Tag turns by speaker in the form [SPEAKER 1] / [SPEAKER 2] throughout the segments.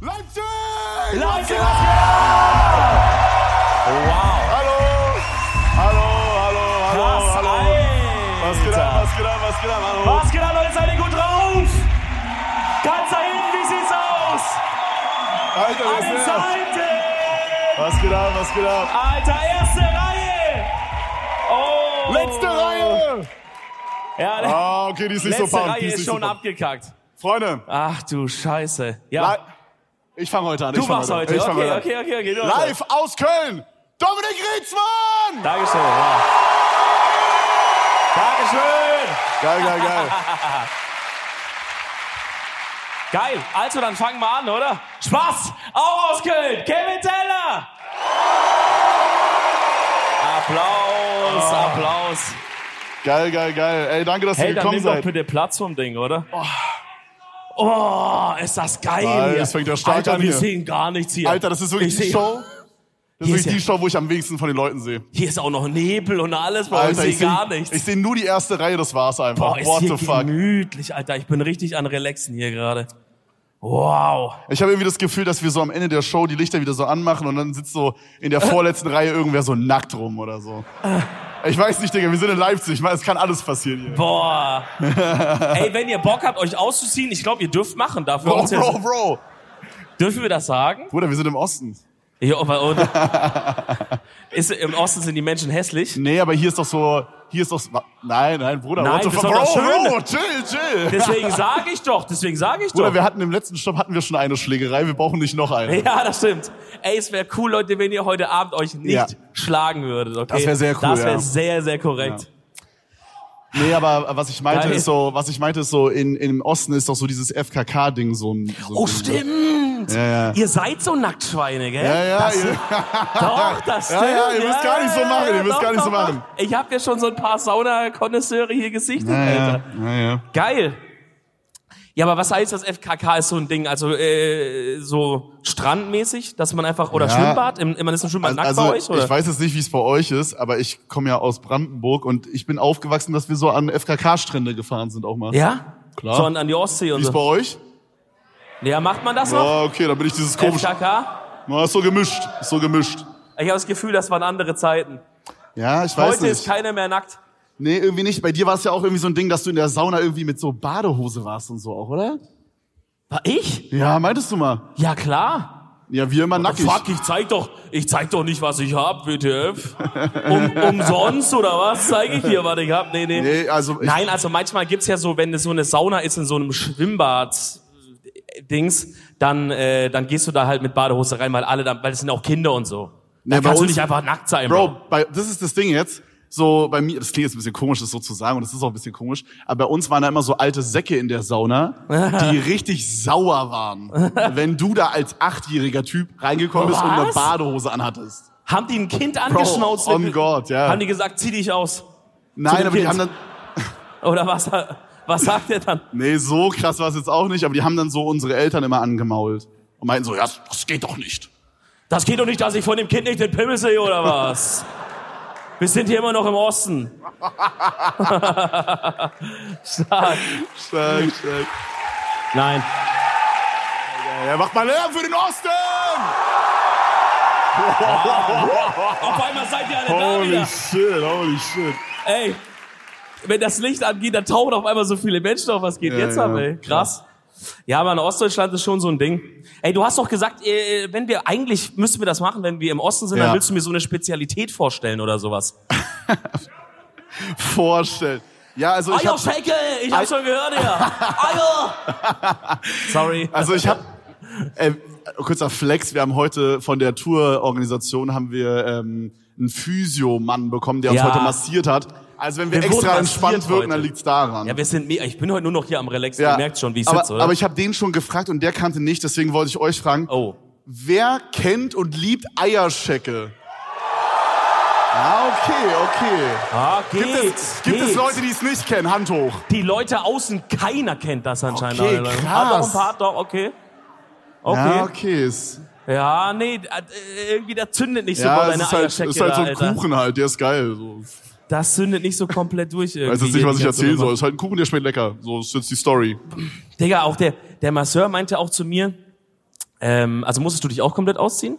[SPEAKER 1] Leipzig!
[SPEAKER 2] Leipzig, Wow,
[SPEAKER 1] Hallo! Hallo, hallo, hallo,
[SPEAKER 2] krass,
[SPEAKER 1] hallo! Was geht ab,
[SPEAKER 2] Alter.
[SPEAKER 1] was geht ab, was geht ab? Hallo!
[SPEAKER 2] Was geht ab, Leute? Seid ihr gut drauf? Ganz da hinten, wie sieht's aus?
[SPEAKER 1] Alter, was
[SPEAKER 2] Eine
[SPEAKER 1] geht ab?
[SPEAKER 2] Seite!
[SPEAKER 1] Was geht ab, was geht ab?
[SPEAKER 2] Alter, erste Reihe! Oh!
[SPEAKER 1] Letzte Reihe!
[SPEAKER 2] Ja,
[SPEAKER 1] Ah, okay, die ist nicht
[SPEAKER 2] letzte
[SPEAKER 1] so pump, die
[SPEAKER 2] Reihe ist
[SPEAKER 1] nicht
[SPEAKER 2] schon Ah.
[SPEAKER 1] so pumped.
[SPEAKER 2] abgekackt.
[SPEAKER 1] Freunde,
[SPEAKER 2] Ach du Scheiße. Ja,
[SPEAKER 1] li- ich fange heute an.
[SPEAKER 2] du
[SPEAKER 1] ich fang
[SPEAKER 2] machst heute.
[SPEAKER 1] Ich fang
[SPEAKER 2] Okay,
[SPEAKER 1] heute an.
[SPEAKER 2] okay, okay, okay. du machst heute.
[SPEAKER 1] Live aus Köln, Dominik Rietzmann!
[SPEAKER 2] Dankeschön. Ja. Dankeschön.
[SPEAKER 1] Geil, geil, geil.
[SPEAKER 2] Geil. Also, dann fangen wir an, oder? Spaß! Auch aus Köln! Kevin Teller! Applaus, Applaus.
[SPEAKER 1] Geil, geil, geil. Ey, danke, dass
[SPEAKER 2] Hey,
[SPEAKER 1] ihr
[SPEAKER 2] dann
[SPEAKER 1] gekommen
[SPEAKER 2] nimm doch
[SPEAKER 1] seid.
[SPEAKER 2] bitte Platz vom Ding, oder? Oh, ist das geil
[SPEAKER 1] Geil,
[SPEAKER 2] hier.
[SPEAKER 1] das fängt ja stark
[SPEAKER 2] Alter,
[SPEAKER 1] an
[SPEAKER 2] wir
[SPEAKER 1] hier.
[SPEAKER 2] sehen gar nichts hier.
[SPEAKER 1] Alter, das ist wirklich
[SPEAKER 2] Ich
[SPEAKER 1] die
[SPEAKER 2] seh-
[SPEAKER 1] Show. Das
[SPEAKER 2] Hier
[SPEAKER 1] ist
[SPEAKER 2] ist
[SPEAKER 1] wirklich die Show, wo ich am wenigsten von den Leuten sehe.
[SPEAKER 2] Hier ist auch noch Nebel und alles, bei uns
[SPEAKER 1] Alter,
[SPEAKER 2] ich
[SPEAKER 1] ich
[SPEAKER 2] sehe gar
[SPEAKER 1] sehe
[SPEAKER 2] nichts.
[SPEAKER 1] ich seh nur die erste Reihe, das war's einfach.
[SPEAKER 2] Boah, ist
[SPEAKER 1] What
[SPEAKER 2] hier
[SPEAKER 1] the fuck.
[SPEAKER 2] gemütlich, Alter. Ich bin richtig an Relaxen hier gerade. Wow.
[SPEAKER 1] Ich habe irgendwie das Gefühl, dass wir so am Ende der Show die Lichter wieder so anmachen und dann sitzt so in der vorletzten Reihe irgendwer so nackt rum oder so. Ich weiß nicht, Digga, wir sind in Leipzig, man, es kann alles passieren hier.
[SPEAKER 2] Boah. Ey, wenn ihr Bock habt, euch auszuziehen, ich glaube, ihr dürft machen. Darf wir
[SPEAKER 1] Bro,
[SPEAKER 2] uns ja,
[SPEAKER 1] bro, bro.
[SPEAKER 2] dürfen wir das sagen?
[SPEAKER 1] Bruder, wir sind im Osten.
[SPEAKER 2] Ja, aber, und, ist, Im Osten sind die Menschen hässlich.
[SPEAKER 1] Nee, aber hier ist doch so, hier ist doch, so- wa- nein, nein, Bruder,
[SPEAKER 2] Nein,
[SPEAKER 1] what the
[SPEAKER 2] das
[SPEAKER 1] fuck,
[SPEAKER 2] war
[SPEAKER 1] bro,
[SPEAKER 2] doch schön.
[SPEAKER 1] bro, chill, chill.
[SPEAKER 2] Deswegen sage ich doch, deswegen sage ich doch.
[SPEAKER 1] Bruder, wir hatten im letzten Stopp hatten wir schon eine Schlägerei, wir brauchen nicht noch eine.
[SPEAKER 2] ja, das stimmt. Ey, es wäre cool, Leute, wenn ihr heute Abend euch nicht
[SPEAKER 1] Ja.
[SPEAKER 2] schlagen würdet. Okay?
[SPEAKER 1] Das wär sehr cool,
[SPEAKER 2] Das wäre
[SPEAKER 1] ja.
[SPEAKER 2] sehr, sehr korrekt.
[SPEAKER 1] Nee, aber was ich meinte
[SPEAKER 2] Geil.
[SPEAKER 1] ist so, was ich meinte ist so, in, im Osten ist doch so dieses FKK-Ding so ein. So
[SPEAKER 2] Oh,
[SPEAKER 1] ein-
[SPEAKER 2] stimmt.
[SPEAKER 1] ja.
[SPEAKER 2] Ihr seid so Nacktschweine, gell?
[SPEAKER 1] Ja, ja,
[SPEAKER 2] Das,
[SPEAKER 1] ihr-
[SPEAKER 2] Doch, das
[SPEAKER 1] Ja,
[SPEAKER 2] stimmt.
[SPEAKER 1] ja, ihr müsst gar nicht so machen, ihr
[SPEAKER 2] ja,
[SPEAKER 1] müsst
[SPEAKER 2] doch,
[SPEAKER 1] gar nicht so
[SPEAKER 2] doch,
[SPEAKER 1] machen.
[SPEAKER 2] doch. Ich hab ja schon so ein paar Sauna-Konnoisseure hier gesichtet,
[SPEAKER 1] Ja, ja,
[SPEAKER 2] Alter.
[SPEAKER 1] ja, ja.
[SPEAKER 2] Geil. Ja, aber was heißt das FKK ist so ein Ding? Also äh, so strandmäßig, dass man einfach oder
[SPEAKER 1] Ja.
[SPEAKER 2] Schwimmbad, im, man ist im Schwimmbad nackt
[SPEAKER 1] Also,
[SPEAKER 2] bei euch oder?
[SPEAKER 1] ich weiß jetzt nicht, wie es bei euch ist, aber ich komme ja aus Brandenburg und ich bin aufgewachsen, dass wir so an FKK-Strände gefahren sind auch mal.
[SPEAKER 2] ja, also.
[SPEAKER 1] Klar.
[SPEAKER 2] So an, an die Ostsee und
[SPEAKER 1] Wie ist bei
[SPEAKER 2] so.
[SPEAKER 1] euch?
[SPEAKER 2] Ja, macht man das noch?
[SPEAKER 1] Oh, okay, da bin ich dieses komische.
[SPEAKER 2] FKK?
[SPEAKER 1] Na, ist so gemischt, ist so gemischt.
[SPEAKER 2] Ich habe das Gefühl, das waren andere Zeiten.
[SPEAKER 1] Ja, ich weiß
[SPEAKER 2] Heute ist
[SPEAKER 1] nicht.
[SPEAKER 2] keiner mehr nackt.
[SPEAKER 1] Nee, irgendwie nicht. Bei dir war es ja auch irgendwie so ein Ding, dass du in der Sauna irgendwie mit so Badehose warst und so auch, oder?
[SPEAKER 2] War ich?
[SPEAKER 1] Ja, meintest du mal.
[SPEAKER 2] Ja klar.
[SPEAKER 1] Ja, wir immer nackig.
[SPEAKER 2] Fuck, ich zeig doch, ich zeig doch nicht, was ich hab, WTF. Um, umsonst oder was? Zeig ich dir, was ich hab? Nee, nee.
[SPEAKER 1] Nee, also ich,
[SPEAKER 2] Nein, also manchmal gibt's ja so, wenn es so eine Sauna ist in so einem Schwimmbad äh, Dings, dann äh, dann gehst du da halt mit Badehose rein, weil alle da, weil es sind auch Kinder und so.
[SPEAKER 1] Nee,
[SPEAKER 2] Da
[SPEAKER 1] bei
[SPEAKER 2] kannst du
[SPEAKER 1] uns-
[SPEAKER 2] nicht einfach nackt sein, Bro.
[SPEAKER 1] Bro, bei, das ist das Ding jetzt. So bei mir, das klingt jetzt ein bisschen komisch, das so zu sagen, und das ist auch ein bisschen komisch, aber bei uns waren da immer so alte Säcke in der Sauna, die richtig sauer waren, wenn du da als achtjähriger Typ reingekommen bist und eine
[SPEAKER 2] Was?
[SPEAKER 1] Badehose anhattest.
[SPEAKER 2] Haben die ein Kind
[SPEAKER 1] Bro, um
[SPEAKER 2] angeschnauzt?
[SPEAKER 1] on God, ja.
[SPEAKER 2] Haben die gesagt, zieh dich aus?
[SPEAKER 1] Nein,
[SPEAKER 2] dem
[SPEAKER 1] aber die
[SPEAKER 2] Kind?
[SPEAKER 1] haben dann,
[SPEAKER 2] Oder was? Was sagt er dann?
[SPEAKER 1] nee, so krass war es jetzt auch nicht, aber die haben dann so unsere Eltern immer angemault und meinten so, ja, das- das geht doch nicht.
[SPEAKER 2] Das geht doch nicht, dass ich von dem Kind nicht den Pimmel sehe, oder was? Wir sind hier immer noch im Osten. Stark.
[SPEAKER 1] Stark, stark.
[SPEAKER 2] Nein.
[SPEAKER 1] Ja, macht mal Lärm für den Osten!
[SPEAKER 2] Auf einmal seid ihr alle da
[SPEAKER 1] Holy
[SPEAKER 2] wieder.
[SPEAKER 1] shit, holy shit.
[SPEAKER 2] Ey, wenn das Licht angeht, dann tauchen auf einmal so viele Menschen auf. Was geht
[SPEAKER 1] Ja,
[SPEAKER 2] jetzt ab,
[SPEAKER 1] ja,
[SPEAKER 2] ey? Krass. Ja, aber in Ostdeutschland ist schon so ein Ding. Ey, du hast doch gesagt, äh, wenn wir, eigentlich müssten wir das machen, wenn wir im Osten sind,
[SPEAKER 1] Ja.
[SPEAKER 2] dann willst du mir so eine Spezialität vorstellen oder sowas.
[SPEAKER 1] Vorstellen. Ja, also ich
[SPEAKER 2] Eier
[SPEAKER 1] hab,
[SPEAKER 2] Schäke, ich hab's schon gehört, ja. Eier! Sorry.
[SPEAKER 1] Also ich habe äh, kurzer Flex. Wir haben heute von der Tourorganisation haben wir ähm, einen Physiomann bekommen, der uns
[SPEAKER 2] Ja.
[SPEAKER 1] heute massiert hat. Also wenn wir,
[SPEAKER 2] Wir wurden
[SPEAKER 1] extra
[SPEAKER 2] massiert
[SPEAKER 1] entspannt wirken, dann
[SPEAKER 2] heute.
[SPEAKER 1] liegt's daran.
[SPEAKER 2] Ja, wir sind me- ich bin heute nur noch hier am Relaxen.
[SPEAKER 1] Ja.
[SPEAKER 2] Du merkst schon, wie ich
[SPEAKER 1] aber,
[SPEAKER 2] sitze, oder?
[SPEAKER 1] Aber ich habe den schon gefragt und der kannte nicht. Deswegen wollte ich euch fragen:
[SPEAKER 2] oh.
[SPEAKER 1] Wer kennt und liebt Eierschecke? Ja, okay, okay.
[SPEAKER 2] Ah, geht,
[SPEAKER 1] Gibt es, gibt
[SPEAKER 2] geht.
[SPEAKER 1] es Leute, die es nicht kennen? Hand hoch.
[SPEAKER 2] Die Leute außen, keiner kennt das anscheinend.
[SPEAKER 1] Okay,
[SPEAKER 2] alle.
[SPEAKER 1] krass.
[SPEAKER 2] Ah, doch, ein paar, doch, okay. Okay.
[SPEAKER 1] Ja,
[SPEAKER 2] Ja,
[SPEAKER 1] okay. Ist,
[SPEAKER 2] nee, äh, irgendwie, das zündet nicht so
[SPEAKER 1] ja,
[SPEAKER 2] bei
[SPEAKER 1] es
[SPEAKER 2] deiner
[SPEAKER 1] ist halt,
[SPEAKER 2] Eierschecke
[SPEAKER 1] ist halt so ein
[SPEAKER 2] da, Alter.
[SPEAKER 1] Kuchen halt. Der ist geil. So.
[SPEAKER 2] Das zündet nicht so komplett durch irgendwie.
[SPEAKER 1] Ich weiß jetzt nicht,
[SPEAKER 2] hier
[SPEAKER 1] was
[SPEAKER 2] die
[SPEAKER 1] ich
[SPEAKER 2] ganze
[SPEAKER 1] erzählen
[SPEAKER 2] Nummer.
[SPEAKER 1] soll. Es ist halt ein Kuchen, der schmeckt lecker. So ist jetzt die Story.
[SPEAKER 2] Digga, auch der, der Masseur meinte auch zu mir, Ähm, also musstest du dich auch komplett ausziehen?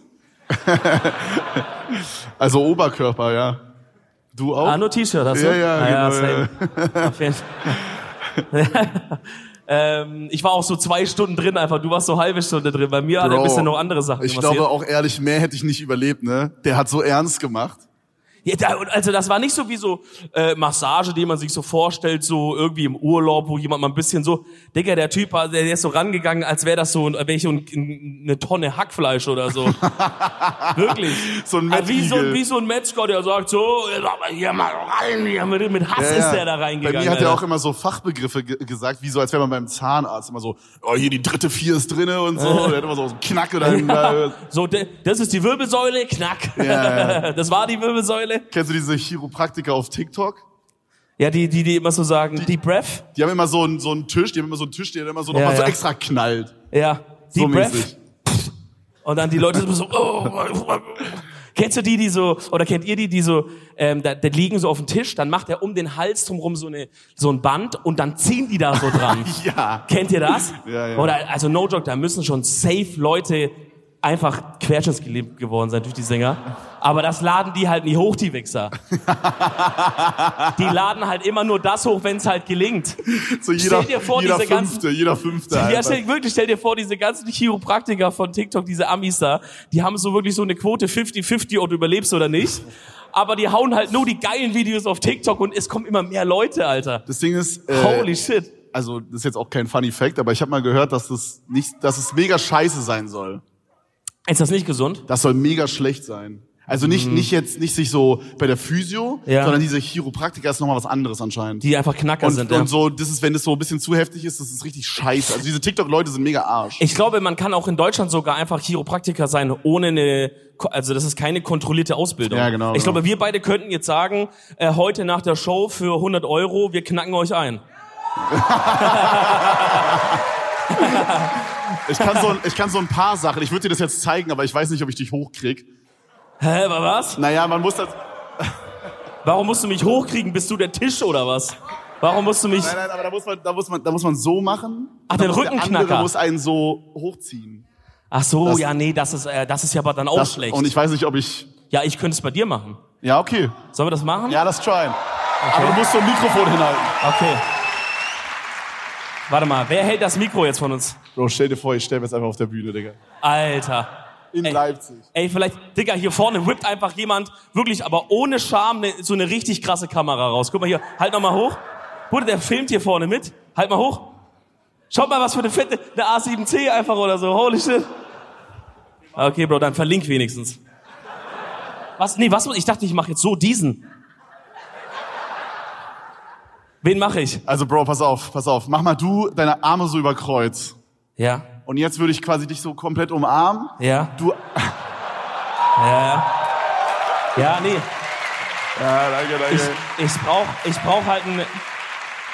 [SPEAKER 1] Also Oberkörper, ja. Du auch?
[SPEAKER 2] Ah, nur T-Shirt hast du?
[SPEAKER 1] Ja, ja,
[SPEAKER 2] Ah,
[SPEAKER 1] genau,
[SPEAKER 2] same. Auf jeden Fall. ähm, ich war auch so zwei Stunden drin einfach. Du warst so halbe Stunde drin. Bei mir hat er ein
[SPEAKER 1] Bro,
[SPEAKER 2] bisschen noch andere Sachen
[SPEAKER 1] Ich
[SPEAKER 2] gemassiert.
[SPEAKER 1] glaube auch ehrlich, mehr hätte ich nicht überlebt, ne? Der hat so ernst gemacht.
[SPEAKER 2] Ja, da, und also das war nicht so wie so äh, Massage, die man sich so vorstellt, so irgendwie im Urlaub, wo jemand mal ein bisschen so, Digga, der Typ, war- der, der ist so rangegangen, als wäre das so ein, wär ich so ein, eine Tonne Hackfleisch oder so. Wirklich.
[SPEAKER 1] So ein
[SPEAKER 2] Aber Ah, wie so,
[SPEAKER 1] Mettigel.
[SPEAKER 2] wie so ein Metzger, der sagt so, jetzt aber hier mal rein, hier mit, mit Hass
[SPEAKER 1] Ja,
[SPEAKER 2] ist
[SPEAKER 1] ja.
[SPEAKER 2] der da reingegangen.
[SPEAKER 1] Bei mir hat er
[SPEAKER 2] Alter.
[SPEAKER 1] auch immer so Fachbegriffe ge gesagt, wie so, als wäre man beim Zahnarzt immer so, oh, hier die dritte Vier ist drinne und so. Der hat immer so einen äh, Knack oder
[SPEAKER 2] Ja. So, de- das ist die Wirbelsäule, knack. Das war die Wirbelsäule.
[SPEAKER 1] Kennst du diese Chiropraktiker auf TikTok?
[SPEAKER 2] Ja, die, die, die immer so sagen, Deep Breath.
[SPEAKER 1] Die haben immer so einen, so einen Tisch, die haben immer so einen Tisch, der dann immer so
[SPEAKER 2] Ja,
[SPEAKER 1] nochmal so
[SPEAKER 2] ja.
[SPEAKER 1] extra knallt.
[SPEAKER 2] Ja, Deep
[SPEAKER 1] So
[SPEAKER 2] Breath.
[SPEAKER 1] mäßig.
[SPEAKER 2] Und dann die Leute sind so, oh, kennst du die, die so, oder kennt ihr die, die so, ähm, da, da liegen so auf dem Tisch, dann macht er um den Hals drumrum so, eine, so ein Band und dann ziehen die da so dran.
[SPEAKER 1] Ja.
[SPEAKER 2] Kennt ihr das?
[SPEAKER 1] Ja, ja.
[SPEAKER 2] Oder, also no joke, da müssen schon safe Leute einfach querschnittsgelähmt geworden sein durch die Sänger. Aber das laden die halt nie hoch, die Wichser. Die laden halt immer nur das hoch, wenn es halt gelingt.
[SPEAKER 1] So jeder,
[SPEAKER 2] dir vor,
[SPEAKER 1] jeder
[SPEAKER 2] diese ganzen-
[SPEAKER 1] fünfte, jeder fünfte.
[SPEAKER 2] Ja,
[SPEAKER 1] Alter.
[SPEAKER 2] stell, wirklich, stell dir vor, diese ganzen Chiropraktiker von TikTok, diese Amis da, die haben so wirklich so eine Quote 50-50, ob du überlebst oder nicht. Aber die hauen halt nur die geilen Videos auf TikTok und es kommen immer mehr Leute, Alter.
[SPEAKER 1] das Ding ist, äh,
[SPEAKER 2] Holy shit.
[SPEAKER 1] also das ist jetzt auch kein Funny Fact, aber ich habe mal gehört, dass das nicht, dass es mega scheiße sein soll.
[SPEAKER 2] Ist das nicht gesund?
[SPEAKER 1] Das soll mega schlecht sein. Also nicht, nicht jetzt, nicht sich so bei der Physio,
[SPEAKER 2] Mhm. Ja.
[SPEAKER 1] sondern diese Chiropraktiker ist nochmal was anderes anscheinend.
[SPEAKER 2] Die einfach Knacker
[SPEAKER 1] und,
[SPEAKER 2] sind. ja.
[SPEAKER 1] und so, das ist, wenn das so ein bisschen zu heftig ist, das ist richtig scheiße. Also diese TikTok-Leute sind mega Arsch.
[SPEAKER 2] Ich glaube, man kann auch in Deutschland sogar einfach Chiropraktiker sein, ohne eine, ko- also das ist keine kontrollierte Ausbildung.
[SPEAKER 1] Ja, genau,
[SPEAKER 2] Ich
[SPEAKER 1] genau.
[SPEAKER 2] glaube, wir beide könnten jetzt sagen, äh, heute nach der Show für 100 Euro, wir knacken euch ein.
[SPEAKER 1] Ich kann so, ich kann so ein paar Sachen. Ich würde dir das jetzt zeigen, aber ich weiß nicht, ob ich dich hochkrieg.
[SPEAKER 2] Hä, aber was?
[SPEAKER 1] Naja, man muss das.
[SPEAKER 2] Warum musst du mich hochkriegen? Bist du der Tisch oder was? Warum musst du mich...
[SPEAKER 1] Nein, nein, aber da muss man, da muss man, da muss man so machen.
[SPEAKER 2] Ach,
[SPEAKER 1] Und dann
[SPEAKER 2] den
[SPEAKER 1] muss der
[SPEAKER 2] Rückenknacker.
[SPEAKER 1] andere muss einen so hochziehen.
[SPEAKER 2] Ach so,
[SPEAKER 1] Das-
[SPEAKER 2] ja, nee, das ist, äh, das ist ja aber dann auch
[SPEAKER 1] Das-
[SPEAKER 2] schlecht.
[SPEAKER 1] Und ich weiß nicht, ob ich.
[SPEAKER 2] ja, ich könnte es bei dir machen.
[SPEAKER 1] Ja, okay.
[SPEAKER 2] Sollen wir das machen?
[SPEAKER 1] Ja, das tryen. Aber du musst so ein Mikrofon hinhalten.
[SPEAKER 2] Okay. Warte mal, wer hält das Mikro jetzt von uns?
[SPEAKER 1] Bro, stell dir vor, ich stell mir jetzt einfach auf der Bühne, Digga.
[SPEAKER 2] Alter.
[SPEAKER 1] In
[SPEAKER 2] Ey.
[SPEAKER 1] Leipzig.
[SPEAKER 2] Ey, vielleicht, Digga, hier vorne whippt einfach jemand wirklich, aber ohne Scham ne, so eine richtig krasse Kamera raus. Guck mal hier, halt noch mal hoch. Bruder, der filmt hier vorne mit. Halt mal hoch. Schaut mal, was für eine fette, eine A7C einfach oder so. Holy shit. Okay, Bro, dann verlink wenigstens. Was? Nee, was muss ich dachte, ich mache jetzt so diesen. Wen mache ich?
[SPEAKER 1] Also, Bro, pass auf, pass auf. Mach mal du deine Arme so über Kreuz.
[SPEAKER 2] Ja,
[SPEAKER 1] Und jetzt würde ich quasi dich so komplett umarmen.
[SPEAKER 2] ja,
[SPEAKER 1] Du.
[SPEAKER 2] ja, nee.
[SPEAKER 1] Ja, danke, danke.
[SPEAKER 2] Ich, ich brauch, ich brauch halt einen,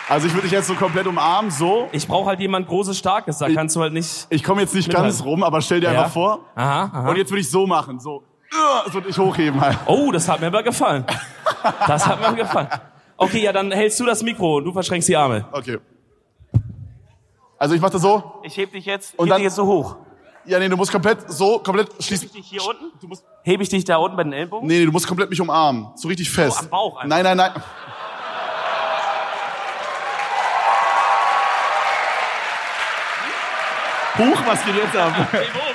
[SPEAKER 1] also, ich würde dich jetzt so komplett umarmen, so.
[SPEAKER 2] ich brauch halt jemand großes, starkes. Da kannst du halt nicht.
[SPEAKER 1] Ich komme jetzt nicht ganz rum, aber stell dir
[SPEAKER 2] Ja.
[SPEAKER 1] einfach vor.
[SPEAKER 2] Aha, aha.
[SPEAKER 1] Und jetzt würde ich so machen, so. Uah, So dich hochheben halt.
[SPEAKER 2] Oh, das hat mir aber gefallen. Das hat mir aber gefallen. Okay, ja, dann hältst du das Mikro und du verschränkst die Arme.
[SPEAKER 1] Okay. Also, ich mache das so.
[SPEAKER 2] Ich heb dich jetzt,
[SPEAKER 1] Und
[SPEAKER 2] heb
[SPEAKER 1] dann-
[SPEAKER 2] dich jetzt so hoch.
[SPEAKER 1] Ja, nee, du musst komplett so, komplett schließen.
[SPEAKER 2] Heb ich dich hier unten? Du musst, heb ich dich da unten bei den Ellbogen?
[SPEAKER 1] Nee, nee, du musst komplett mich umarmen. So richtig fest.
[SPEAKER 2] am Bauch einfach.
[SPEAKER 1] Nein, nein, nein. Huch, was geht jetzt ab?
[SPEAKER 2] Hey, wo, wo, wo?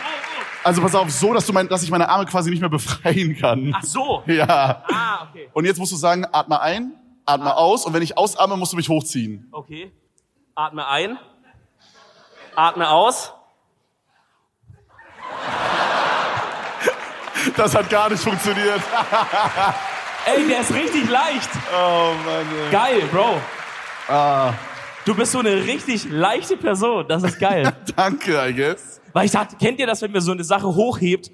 [SPEAKER 1] Also pass auf, so, dass, du mein, dass ich meine Arme quasi nicht mehr befreien kann.
[SPEAKER 2] Ach so.
[SPEAKER 1] Ja.
[SPEAKER 2] Ah, okay.
[SPEAKER 1] Und jetzt musst du sagen, atme ein,
[SPEAKER 2] Ah.
[SPEAKER 1] atme aus. Und wenn ich ausatme, musst du mich hochziehen.
[SPEAKER 2] Okay. Atme ein. Atme aus.
[SPEAKER 1] Das hat gar nicht funktioniert.
[SPEAKER 2] Ey, der ist richtig leicht.
[SPEAKER 1] Oh Mann. ey.
[SPEAKER 2] Geil, Bro.
[SPEAKER 1] Ah.
[SPEAKER 2] Du bist so eine richtig leichte Person. Das ist geil.
[SPEAKER 1] Danke, I guess.
[SPEAKER 2] Weil ich dachte, kennt ihr das, wenn wir so eine Sache hochhebt?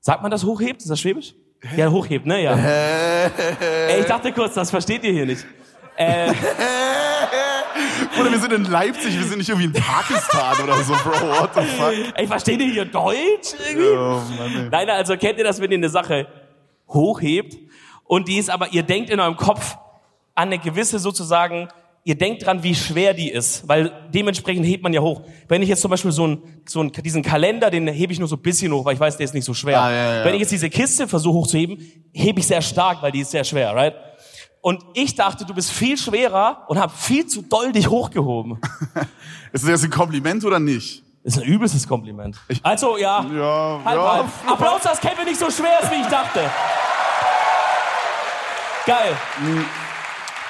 [SPEAKER 2] Sagt man das hochhebt? Ist das Schwäbisch? Ja, hochhebt, ne? Ja.
[SPEAKER 1] Äh.
[SPEAKER 2] Ey, ich dachte kurz, das versteht ihr hier nicht.
[SPEAKER 1] Oder wir sind in Leipzig, wir sind nicht irgendwie in Pakistan oder so, Bro. What the fuck?
[SPEAKER 2] Ey, versteht ihr hier Deutsch irgendwie?
[SPEAKER 1] Oh Mann. ey.
[SPEAKER 2] Nein, also kennt ihr das, wenn ihr eine Sache hochhebt und die ist aber, ihr denkt in eurem Kopf an eine gewisse sozusagen ihr denkt dran, wie schwer die ist, weil dementsprechend hebt man ja hoch. Wenn ich jetzt zum Beispiel so, einen, so einen, diesen Kalender, den hebe ich nur so ein bisschen hoch, weil ich weiß, der ist nicht so schwer.
[SPEAKER 1] Ah, ja, ja.
[SPEAKER 2] Wenn ich jetzt diese Kiste versuche hochzuheben, hebe ich sehr stark, weil die ist sehr schwer, right? Und ich dachte, du bist viel schwerer und hab viel zu doll dich hochgehoben.
[SPEAKER 1] Ist das jetzt ein Kompliment oder nicht?
[SPEAKER 2] Das ist ein übelstes Kompliment. Also, ja.
[SPEAKER 1] Ja,
[SPEAKER 2] Halb,
[SPEAKER 1] ja.
[SPEAKER 2] halb. Applaus, dass Kevin nicht so schwer ist, wie ich dachte. Geil.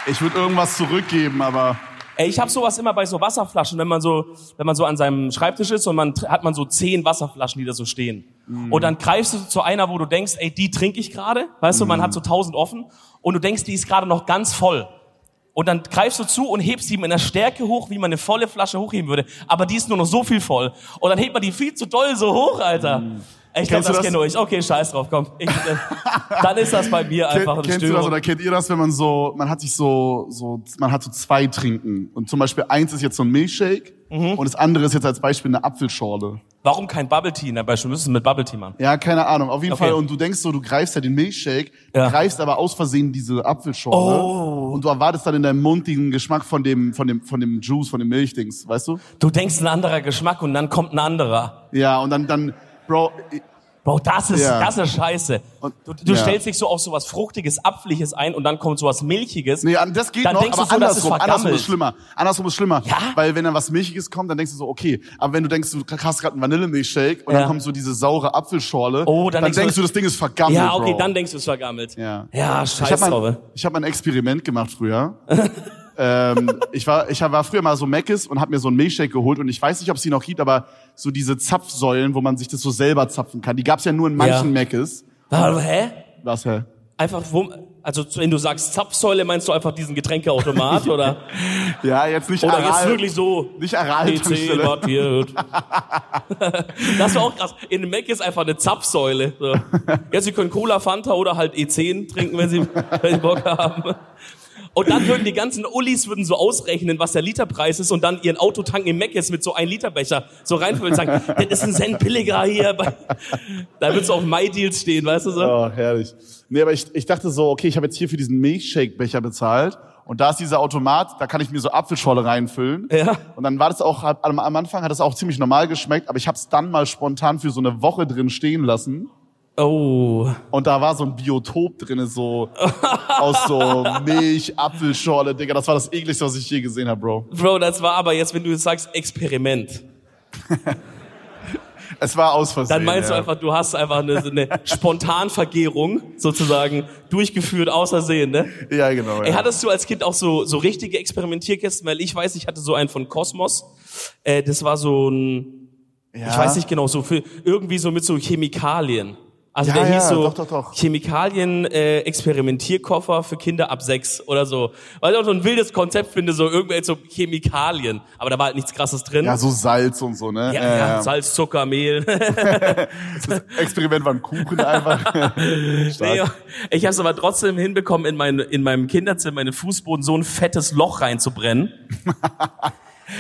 [SPEAKER 1] Ich würde irgendwas zurückgeben, aber
[SPEAKER 2] Ey, ich habe sowas immer bei so Wasserflaschen, wenn man so, wenn man so an seinem Schreibtisch ist und man tr- hat man so zehn Wasserflaschen, die da so stehen.
[SPEAKER 1] Mhm.
[SPEAKER 2] Und dann greifst du zu einer, wo du denkst, ey, die trinke ich gerade, weißt du, man
[SPEAKER 1] Mhm.
[SPEAKER 2] hat so tausend offen und du denkst, die ist gerade noch ganz voll. Und dann greifst du zu und hebst die mit einer Stärke hoch, wie man eine volle Flasche hochheben würde. Aber die ist nur noch so viel voll. Und dann hebt man die viel zu doll so hoch, Alter. Ey, ich glaube,
[SPEAKER 1] Mhm. Kennst du
[SPEAKER 2] das
[SPEAKER 1] das?
[SPEAKER 2] kenne ich. Okay, scheiß drauf, komm. Ich, äh, dann ist das bei mir
[SPEAKER 1] Ken-
[SPEAKER 2] einfach eine
[SPEAKER 1] kennst du das
[SPEAKER 2] Störung.
[SPEAKER 1] oder kennt ihr das, wenn man so, man hat sich so, so, man hat so zwei Trinken und zum Beispiel eins ist jetzt so ein Milchshake
[SPEAKER 2] Mhm.
[SPEAKER 1] und das andere ist jetzt als Beispiel eine Apfelschorle.
[SPEAKER 2] Warum kein Bubble Tea? Na, Beispiel, wir müssen mit Bubble Tea machen.
[SPEAKER 1] Ja, keine Ahnung. Auf jeden
[SPEAKER 2] Okay.
[SPEAKER 1] Fall. Und du denkst so, du greifst ja den Milchshake,
[SPEAKER 2] Ja.
[SPEAKER 1] greifst aber aus Versehen diese Apfelschorle.
[SPEAKER 2] Oh.
[SPEAKER 1] Und du erwartest dann in deinem Mund den Geschmack von dem, von dem, von dem Juice, von dem Milchdings, weißt du?
[SPEAKER 2] Du denkst ein anderer Geschmack und dann kommt ein anderer.
[SPEAKER 1] Ja, und dann, dann, Bro,
[SPEAKER 2] Bro, das ist,
[SPEAKER 1] Ja.
[SPEAKER 2] das ist scheiße.
[SPEAKER 1] Und-
[SPEAKER 2] Du, du
[SPEAKER 1] ja.
[SPEAKER 2] stellst dich so auf sowas Fruchtiges, Apfliges ein und dann kommt sowas Milchiges.
[SPEAKER 1] Nee, an- das geht
[SPEAKER 2] Dann
[SPEAKER 1] noch,
[SPEAKER 2] denkst du
[SPEAKER 1] aber
[SPEAKER 2] so, das ist
[SPEAKER 1] andersrum, andersrum
[SPEAKER 2] vergammelt.
[SPEAKER 1] ist schlimmer. Andersrum ist schlimmer.
[SPEAKER 2] Ja?
[SPEAKER 1] Weil wenn dann was Milchiges kommt, dann denkst du so, okay. Aber wenn du denkst, du hast gerade einen Vanillemilchshake und
[SPEAKER 2] Ja.
[SPEAKER 1] dann kommt so diese saure Apfelschorle,
[SPEAKER 2] Oh, dann
[SPEAKER 1] denkst,
[SPEAKER 2] denkst du-
[SPEAKER 1] du, das Ding ist vergammelt,
[SPEAKER 2] ja, okay,
[SPEAKER 1] Bro.
[SPEAKER 2] dann denkst du, es war gammelt.
[SPEAKER 1] Ja.
[SPEAKER 2] ja
[SPEAKER 1] ich
[SPEAKER 2] scheiße.
[SPEAKER 1] habe mal, ich hab mal ein Experiment gemacht früher. ähm, ich war, ich war früher mal so Meckes und habe mir so einen Milchshake geholt und ich weiß nicht, ob es die noch gibt, aber so diese Zapfsäulen, wo man sich das so selber zapfen kann, die gab es ja nur in manchen
[SPEAKER 2] Ja.
[SPEAKER 1] Meckes.
[SPEAKER 2] Ah, hä?
[SPEAKER 1] Was, hä?
[SPEAKER 2] Einfach, wo, also wenn du sagst Zapfsäule, meinst du einfach diesen Getränkeautomat oder,
[SPEAKER 1] Ja, jetzt nicht
[SPEAKER 2] oder jetzt
[SPEAKER 1] Aral,
[SPEAKER 2] Oh, wirklich so
[SPEAKER 1] nicht Aral
[SPEAKER 2] PC
[SPEAKER 1] Tankstelle.
[SPEAKER 2] Wattwirt. das war auch krass. In Mac ist einfach eine Zapfsäule. So. Ja, sie können Cola, Fanta oder halt E10 trinken, wenn sie, wenn sie Bock haben. Und dann würden die ganzen Ullis würden so ausrechnen, was der Literpreis ist und dann ihren Autotank im Mac ist mit so einem Literbecher so reinfüllen und sagen, das ist ein Cent billiger hier. Da würdest du auf My Deals stehen, weißt du so?
[SPEAKER 1] Oh, herrlich. Nee, aber ich, ich dachte so, okay, ich habe jetzt hier für diesen Milchshake-Becher bezahlt. Und da ist dieser Automat, da kann ich mir so Apfelschorle reinfüllen.
[SPEAKER 2] Ja.
[SPEAKER 1] Und dann war das auch, am, am Anfang hat das auch ziemlich normal geschmeckt, aber ich habe es dann mal spontan für so eine Woche drin stehen lassen.
[SPEAKER 2] Oh.
[SPEAKER 1] Und da war so ein Biotop drin, so aus so Milch, Apfelschorle, Digga. Das war das ekligste, was ich je gesehen habe, Bro.
[SPEAKER 2] Bro, das war aber jetzt, wenn du jetzt sagst Experiment,
[SPEAKER 1] Es war aus Versehen.
[SPEAKER 2] dann meinst
[SPEAKER 1] ja.
[SPEAKER 2] du einfach, du hast einfach eine, so eine Spontanvergärung sozusagen durchgeführt, außersehen, ne?
[SPEAKER 1] Ja, genau.
[SPEAKER 2] Ey,
[SPEAKER 1] ja.
[SPEAKER 2] hattest du als Kind auch so, so richtige Experimentierkästen? Weil ich weiß, ich hatte so einen von Cosmos. Äh, das war so ein,
[SPEAKER 1] ja.
[SPEAKER 2] ich weiß nicht genau, so für, irgendwie so mit so Chemikalien. Also
[SPEAKER 1] Ja,
[SPEAKER 2] der
[SPEAKER 1] ja,
[SPEAKER 2] hieß so
[SPEAKER 1] doch, doch, doch.
[SPEAKER 2] Chemikalien-Experimentierkoffer für Kinder ab sechs oder so. Weil ich auch so ein wildes Konzept finde, so irgendwelche so Chemikalien. Aber da war halt nichts krasses drin.
[SPEAKER 1] Ja, so Salz und so, ne?
[SPEAKER 2] ja,
[SPEAKER 1] Äh,
[SPEAKER 2] ja, Salz, Zucker, Mehl.
[SPEAKER 1] Experiment war ein Kuchen einfach. Stark.
[SPEAKER 2] Nee, ich habe es aber trotzdem hinbekommen, in, mein, in meinem Kinderzimmer, in den Fußboden so ein fettes Loch reinzubrennen.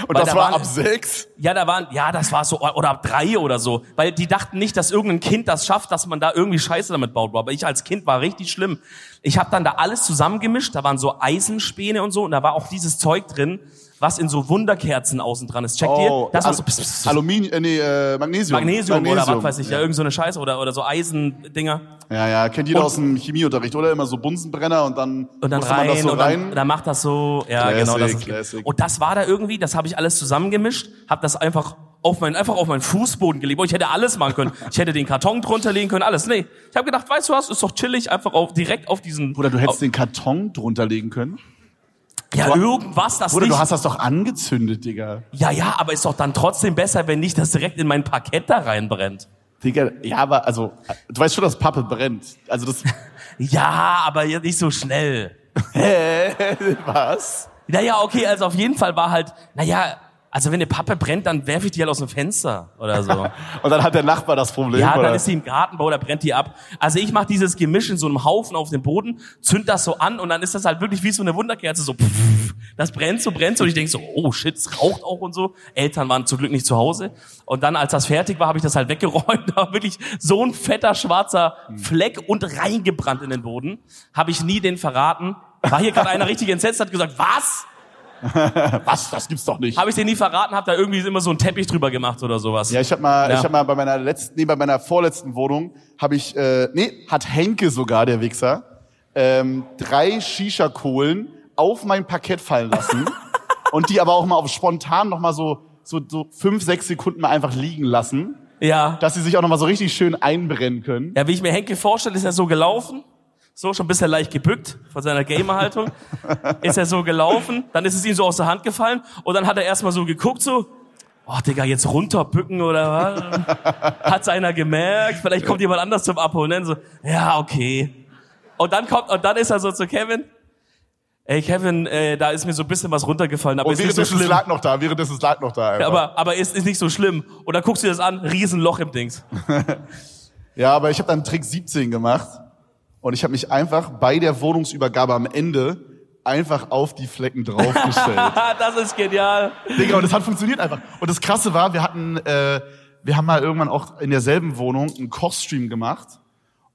[SPEAKER 1] und das
[SPEAKER 2] da
[SPEAKER 1] war
[SPEAKER 2] waren-
[SPEAKER 1] ab sechs?
[SPEAKER 2] Ja, da waren, ja, das war so, oder ab drei oder so. Weil die dachten nicht, dass irgendein Kind das schafft, dass man da irgendwie Scheiße damit baut. Aber ich als Kind war richtig schlimm. Ich habe dann da alles zusammengemischt, da waren so Eisenspäne und so, und da war auch dieses Zeug drin, was in so Wunderkerzen außen dran ist. Checkt
[SPEAKER 1] Oh,
[SPEAKER 2] ihr? Das war so pss, pss, pss,
[SPEAKER 1] Aluminium, äh, nee, äh, Magnesium.
[SPEAKER 2] Magnesium, oder was weiß ich, ja,
[SPEAKER 1] Ja,
[SPEAKER 2] irgend so eine Scheiße oder, oder so Eisendinger.
[SPEAKER 1] ja, ja kennt jeder
[SPEAKER 2] Und-
[SPEAKER 1] aus dem Chemieunterricht, oder? Immer so Bunsenbrenner und dann,
[SPEAKER 2] Und dann
[SPEAKER 1] musste
[SPEAKER 2] rein,
[SPEAKER 1] man das so
[SPEAKER 2] und dann,
[SPEAKER 1] rein.
[SPEAKER 2] dann macht das so, ja,
[SPEAKER 1] Classic,
[SPEAKER 2] genau. Das
[SPEAKER 1] classic.
[SPEAKER 2] und das war da irgendwie, das habe ich alles zusammengemischt, habe das einfach auf meinen, einfach auf meinen Fußboden gelegt. Oh, ich hätte alles machen können. Ich hätte den Karton drunter legen können, alles. Nee, ich habe gedacht, weißt du was, ist doch chillig, einfach auf, direkt auf diesen...
[SPEAKER 1] Bruder, du hättest
[SPEAKER 2] auf,
[SPEAKER 1] den Karton drunter legen können.
[SPEAKER 2] Ja,
[SPEAKER 1] du-
[SPEAKER 2] irgendwas, das
[SPEAKER 1] Bruder,
[SPEAKER 2] nicht...
[SPEAKER 1] du hast das doch angezündet, Digga.
[SPEAKER 2] ja, ja, aber ist doch dann trotzdem besser, wenn nicht das direkt in mein Parkett da reinbrennt.
[SPEAKER 1] Digga, ja, aber also, du weißt schon, dass Pappe brennt. Also das,
[SPEAKER 2] Ja, aber jetzt nicht so schnell.
[SPEAKER 1] was?
[SPEAKER 2] Naja, okay, also auf jeden Fall war halt, naja, also wenn eine Pappe brennt, dann werfe ich die halt aus dem Fenster oder so.
[SPEAKER 1] Und dann hat der Nachbar das Problem,
[SPEAKER 2] Ja,
[SPEAKER 1] oder?
[SPEAKER 2] dann ist die im Gartenbau, da brennt die ab. Also ich mache dieses Gemisch in so einem Haufen auf dem Boden, zünd das so an und dann ist das halt wirklich wie so eine Wunderkerze, so pff, das brennt so, brennt so und ich denk so, oh shit, es raucht auch und so. Eltern waren zum Glück nicht zu Hause und dann, als das fertig war, habe ich das halt weggeräumt, da war wirklich so ein fetter schwarzer Fleck und reingebrannt in den Boden. Habe ich nie den verraten. War hier gerade einer richtig entsetzt, hat gesagt, was?
[SPEAKER 1] Was? Das gibt's doch nicht.
[SPEAKER 2] Habe ich dir nie verraten, hab da irgendwie immer so einen Teppich drüber gemacht oder sowas.
[SPEAKER 1] Ja, ich habe mal,
[SPEAKER 2] Ja.
[SPEAKER 1] ich habe mal bei meiner letzten, nee, bei meiner vorletzten Wohnung habe ich, äh, nee, hat Henke sogar der Wichser ähm, drei Shisha-Kohlen auf mein Parkett fallen lassen und die aber auch mal auf spontan noch mal so so, so fünf, sechs Sekunden mal einfach liegen lassen,
[SPEAKER 2] ja.
[SPEAKER 1] dass sie sich auch noch mal so richtig schön einbrennen können.
[SPEAKER 2] Ja, wie ich mir Henkel vorstelle, ist er so gelaufen. So, schon ein bisschen leicht gebückt von seiner Gamer-Haltung. ist er so gelaufen, dann ist es ihm so aus der Hand gefallen und dann hat er erstmal so geguckt, so, oh Digga, jetzt runterbücken oder was? Hat's einer gemerkt? Vielleicht kommt jemand anders zum Abholen. Dann so, ja, okay. Und dann kommt, und dann ist er so zu Kevin, ey Kevin, äh, da ist mir so ein bisschen was runtergefallen, aber
[SPEAKER 1] Und
[SPEAKER 2] ist nicht so
[SPEAKER 1] währenddessen es
[SPEAKER 2] schlimm.
[SPEAKER 1] lag noch da, währenddessen es lag noch da. Einfach.
[SPEAKER 2] Aber, aber ist, ist nicht so schlimm. Und dann guckst du dir das an, Riesenloch im Dings.
[SPEAKER 1] Ja, aber ich habe dann Trick 17 gemacht und ich habe mich einfach bei der Wohnungsübergabe am Ende einfach auf die Flecken draufgestellt.
[SPEAKER 2] Ah, das ist genial.
[SPEAKER 1] Digga, und genau, das hat funktioniert einfach. Und das Krasse war, wir hatten, äh, wir haben mal irgendwann auch in derselben Wohnung einen Kochstream gemacht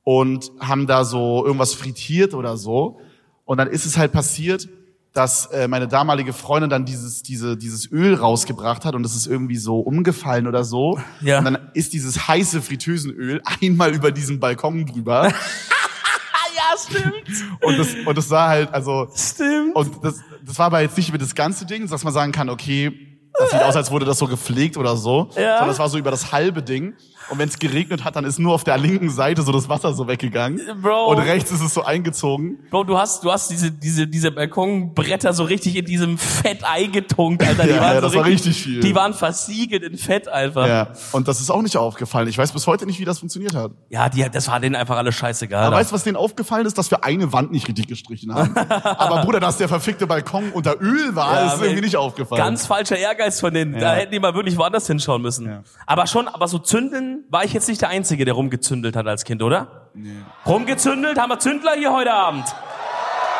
[SPEAKER 1] und haben da so irgendwas frittiert oder so. Und dann ist es halt passiert, dass äh, meine damalige Freundin dann dieses, diese, dieses Öl rausgebracht hat und es ist irgendwie so umgefallen oder so.
[SPEAKER 2] Ja.
[SPEAKER 1] Und dann ist dieses heiße Fritteusenöl einmal über diesen Balkon drüber.
[SPEAKER 2] Ah, ja, stimmt.
[SPEAKER 1] und, das, und das war halt, also,
[SPEAKER 2] Stimmt.
[SPEAKER 1] und das, das war aber jetzt nicht über das ganze Ding, dass man sagen kann, okay, das sieht aus, als wurde das so gepflegt oder so.
[SPEAKER 2] Ja.
[SPEAKER 1] Sondern das war so über das halbe Ding. Und wenn es geregnet hat, dann ist nur auf der linken Seite so das Wasser so weggegangen.
[SPEAKER 2] Bro.
[SPEAKER 1] Und rechts ist es so eingezogen.
[SPEAKER 2] Bro, du hast, du hast diese, diese, diese Balkonbretter so richtig in diesem Fett eingetunkt, Alter. Die
[SPEAKER 1] Ja,
[SPEAKER 2] waren
[SPEAKER 1] ja,
[SPEAKER 2] so
[SPEAKER 1] das war richtig viel.
[SPEAKER 2] Die waren versiegelt in Fett einfach. Ja,
[SPEAKER 1] Ja. Und das ist auch nicht aufgefallen. Ich weiß bis heute nicht, wie das funktioniert hat.
[SPEAKER 2] die, das war denen einfach alles scheißegal.
[SPEAKER 1] Aber weißt du, was denen aufgefallen ist? Dass wir eine Wand nicht richtig gestrichen haben. aber Bruder, dass der verfickte Balkon unter Öl war,
[SPEAKER 2] Ja,
[SPEAKER 1] ist irgendwie
[SPEAKER 2] ey,
[SPEAKER 1] nicht aufgefallen.
[SPEAKER 2] Ganz falscher Ehrgeiz von denen. Da
[SPEAKER 1] Ja.
[SPEAKER 2] hätten die mal wirklich woanders hinschauen müssen.
[SPEAKER 1] Ja.
[SPEAKER 2] Aber schon, aber so zündeln war ich jetzt nicht der Einzige, der rumgezündelt hat als Kind, oder? Nee. Rumgezündelt? Haben wir Zündler hier heute Abend?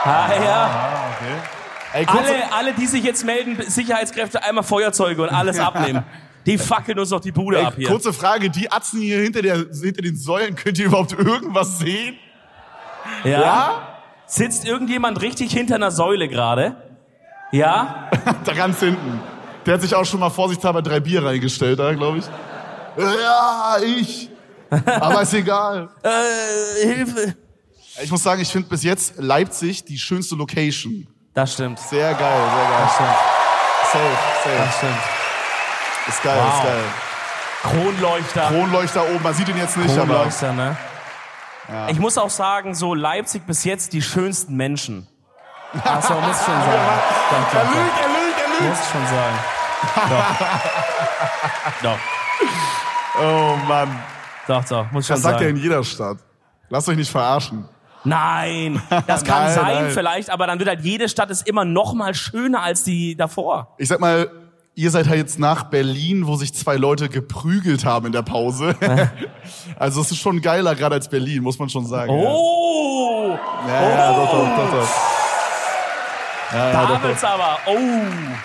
[SPEAKER 2] Ah, ja.
[SPEAKER 1] ah, okay. Ey, kurz,
[SPEAKER 2] Alle, alle, die sich jetzt melden, Sicherheitskräfte, einmal Feuerzeuge und alles abnehmen. Die fackeln uns noch die Bude ab
[SPEAKER 1] ey,
[SPEAKER 2] hier.
[SPEAKER 1] kurze Frage, die Atzen hier hinter, der, hinter den Säulen, könnt ihr überhaupt irgendwas sehen?
[SPEAKER 2] Ja?
[SPEAKER 1] Ja?
[SPEAKER 2] Sitzt irgendjemand richtig hinter einer Säule gerade? Ja?
[SPEAKER 1] Da ganz hinten. Der hat sich auch schon mal vorsichtshalber drei Bier reingestellt, da glaube ich. Ja, ich. Aber ist egal.
[SPEAKER 2] Äh, Hilfe.
[SPEAKER 1] Ich muss sagen, ich finde bis jetzt Leipzig die schönste Location.
[SPEAKER 2] Das stimmt.
[SPEAKER 1] Sehr geil, sehr geil. Safe, safe.
[SPEAKER 2] stimmt.
[SPEAKER 1] Ist geil,
[SPEAKER 2] Wow.
[SPEAKER 1] ist geil.
[SPEAKER 2] Kronleuchter.
[SPEAKER 1] Kronleuchter ne? oben, man sieht ihn jetzt nicht, aber.
[SPEAKER 2] Kronleuchter, ne? Ich muss auch sagen, so Leipzig bis jetzt die schönsten Menschen. Achso, muss schon sagen. Doch,
[SPEAKER 1] Er
[SPEAKER 2] doch,
[SPEAKER 1] lügt, er lügt, er
[SPEAKER 2] doch.
[SPEAKER 1] lügt.
[SPEAKER 2] Muss schon sagen. Doch,
[SPEAKER 1] Oh Mann.
[SPEAKER 2] doch, doch, doch. muss schon
[SPEAKER 1] Das sagt er
[SPEAKER 2] sagen.
[SPEAKER 1] in jeder Stadt. Lasst euch nicht verarschen.
[SPEAKER 2] Nein, das kann
[SPEAKER 1] Nein,
[SPEAKER 2] sein
[SPEAKER 1] nein.
[SPEAKER 2] vielleicht, aber dann wird halt jede Stadt ist immer noch mal schöner als die davor.
[SPEAKER 1] Ich sag mal, ihr seid halt jetzt nach Berlin, wo sich zwei Leute geprügelt haben in der Pause. also es ist schon geiler gerade als Berlin, muss man schon sagen.
[SPEAKER 2] Oh!
[SPEAKER 1] Ja, ja, ja doch, doch, doch, doch. Ja, ja, Ah, doch,
[SPEAKER 2] Babels aber. Oh.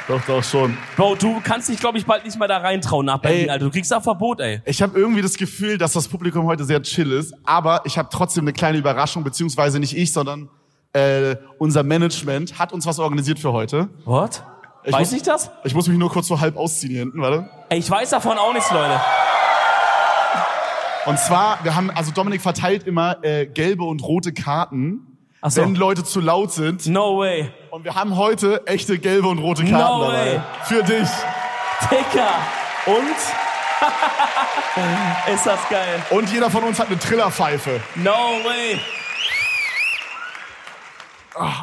[SPEAKER 1] doch, doch, doch schon.
[SPEAKER 2] Bro, du kannst dich, glaube ich, bald nicht mehr da reintrauen nach Berlin,
[SPEAKER 1] Ey.
[SPEAKER 2] Alter. Du kriegst auch Verbot, ey.
[SPEAKER 1] Ich habe irgendwie das Gefühl, dass das Publikum heute sehr chill ist, aber ich habe trotzdem eine kleine Überraschung, beziehungsweise nicht ich, sondern äh, unser Management hat uns was organisiert für heute.
[SPEAKER 2] What? weiß
[SPEAKER 1] muss-
[SPEAKER 2] ich das?
[SPEAKER 1] Ich muss mich nur kurz so halb ausziehen hier hinten, warte.
[SPEAKER 2] Ey, ich weiß davon auch nichts, Leute.
[SPEAKER 1] Und zwar, wir haben, also Dominik verteilt immer äh, gelbe und rote Karten,
[SPEAKER 2] Ach so.
[SPEAKER 1] wenn Leute zu laut sind.
[SPEAKER 2] No way.
[SPEAKER 1] Und wir haben heute echte gelbe und rote Karten
[SPEAKER 2] No
[SPEAKER 1] dabei.
[SPEAKER 2] way.
[SPEAKER 1] Für dich.
[SPEAKER 2] Dicker.
[SPEAKER 1] Und,
[SPEAKER 2] Ist das geil.
[SPEAKER 1] und jeder von uns hat eine Trillerpfeife.
[SPEAKER 2] No way.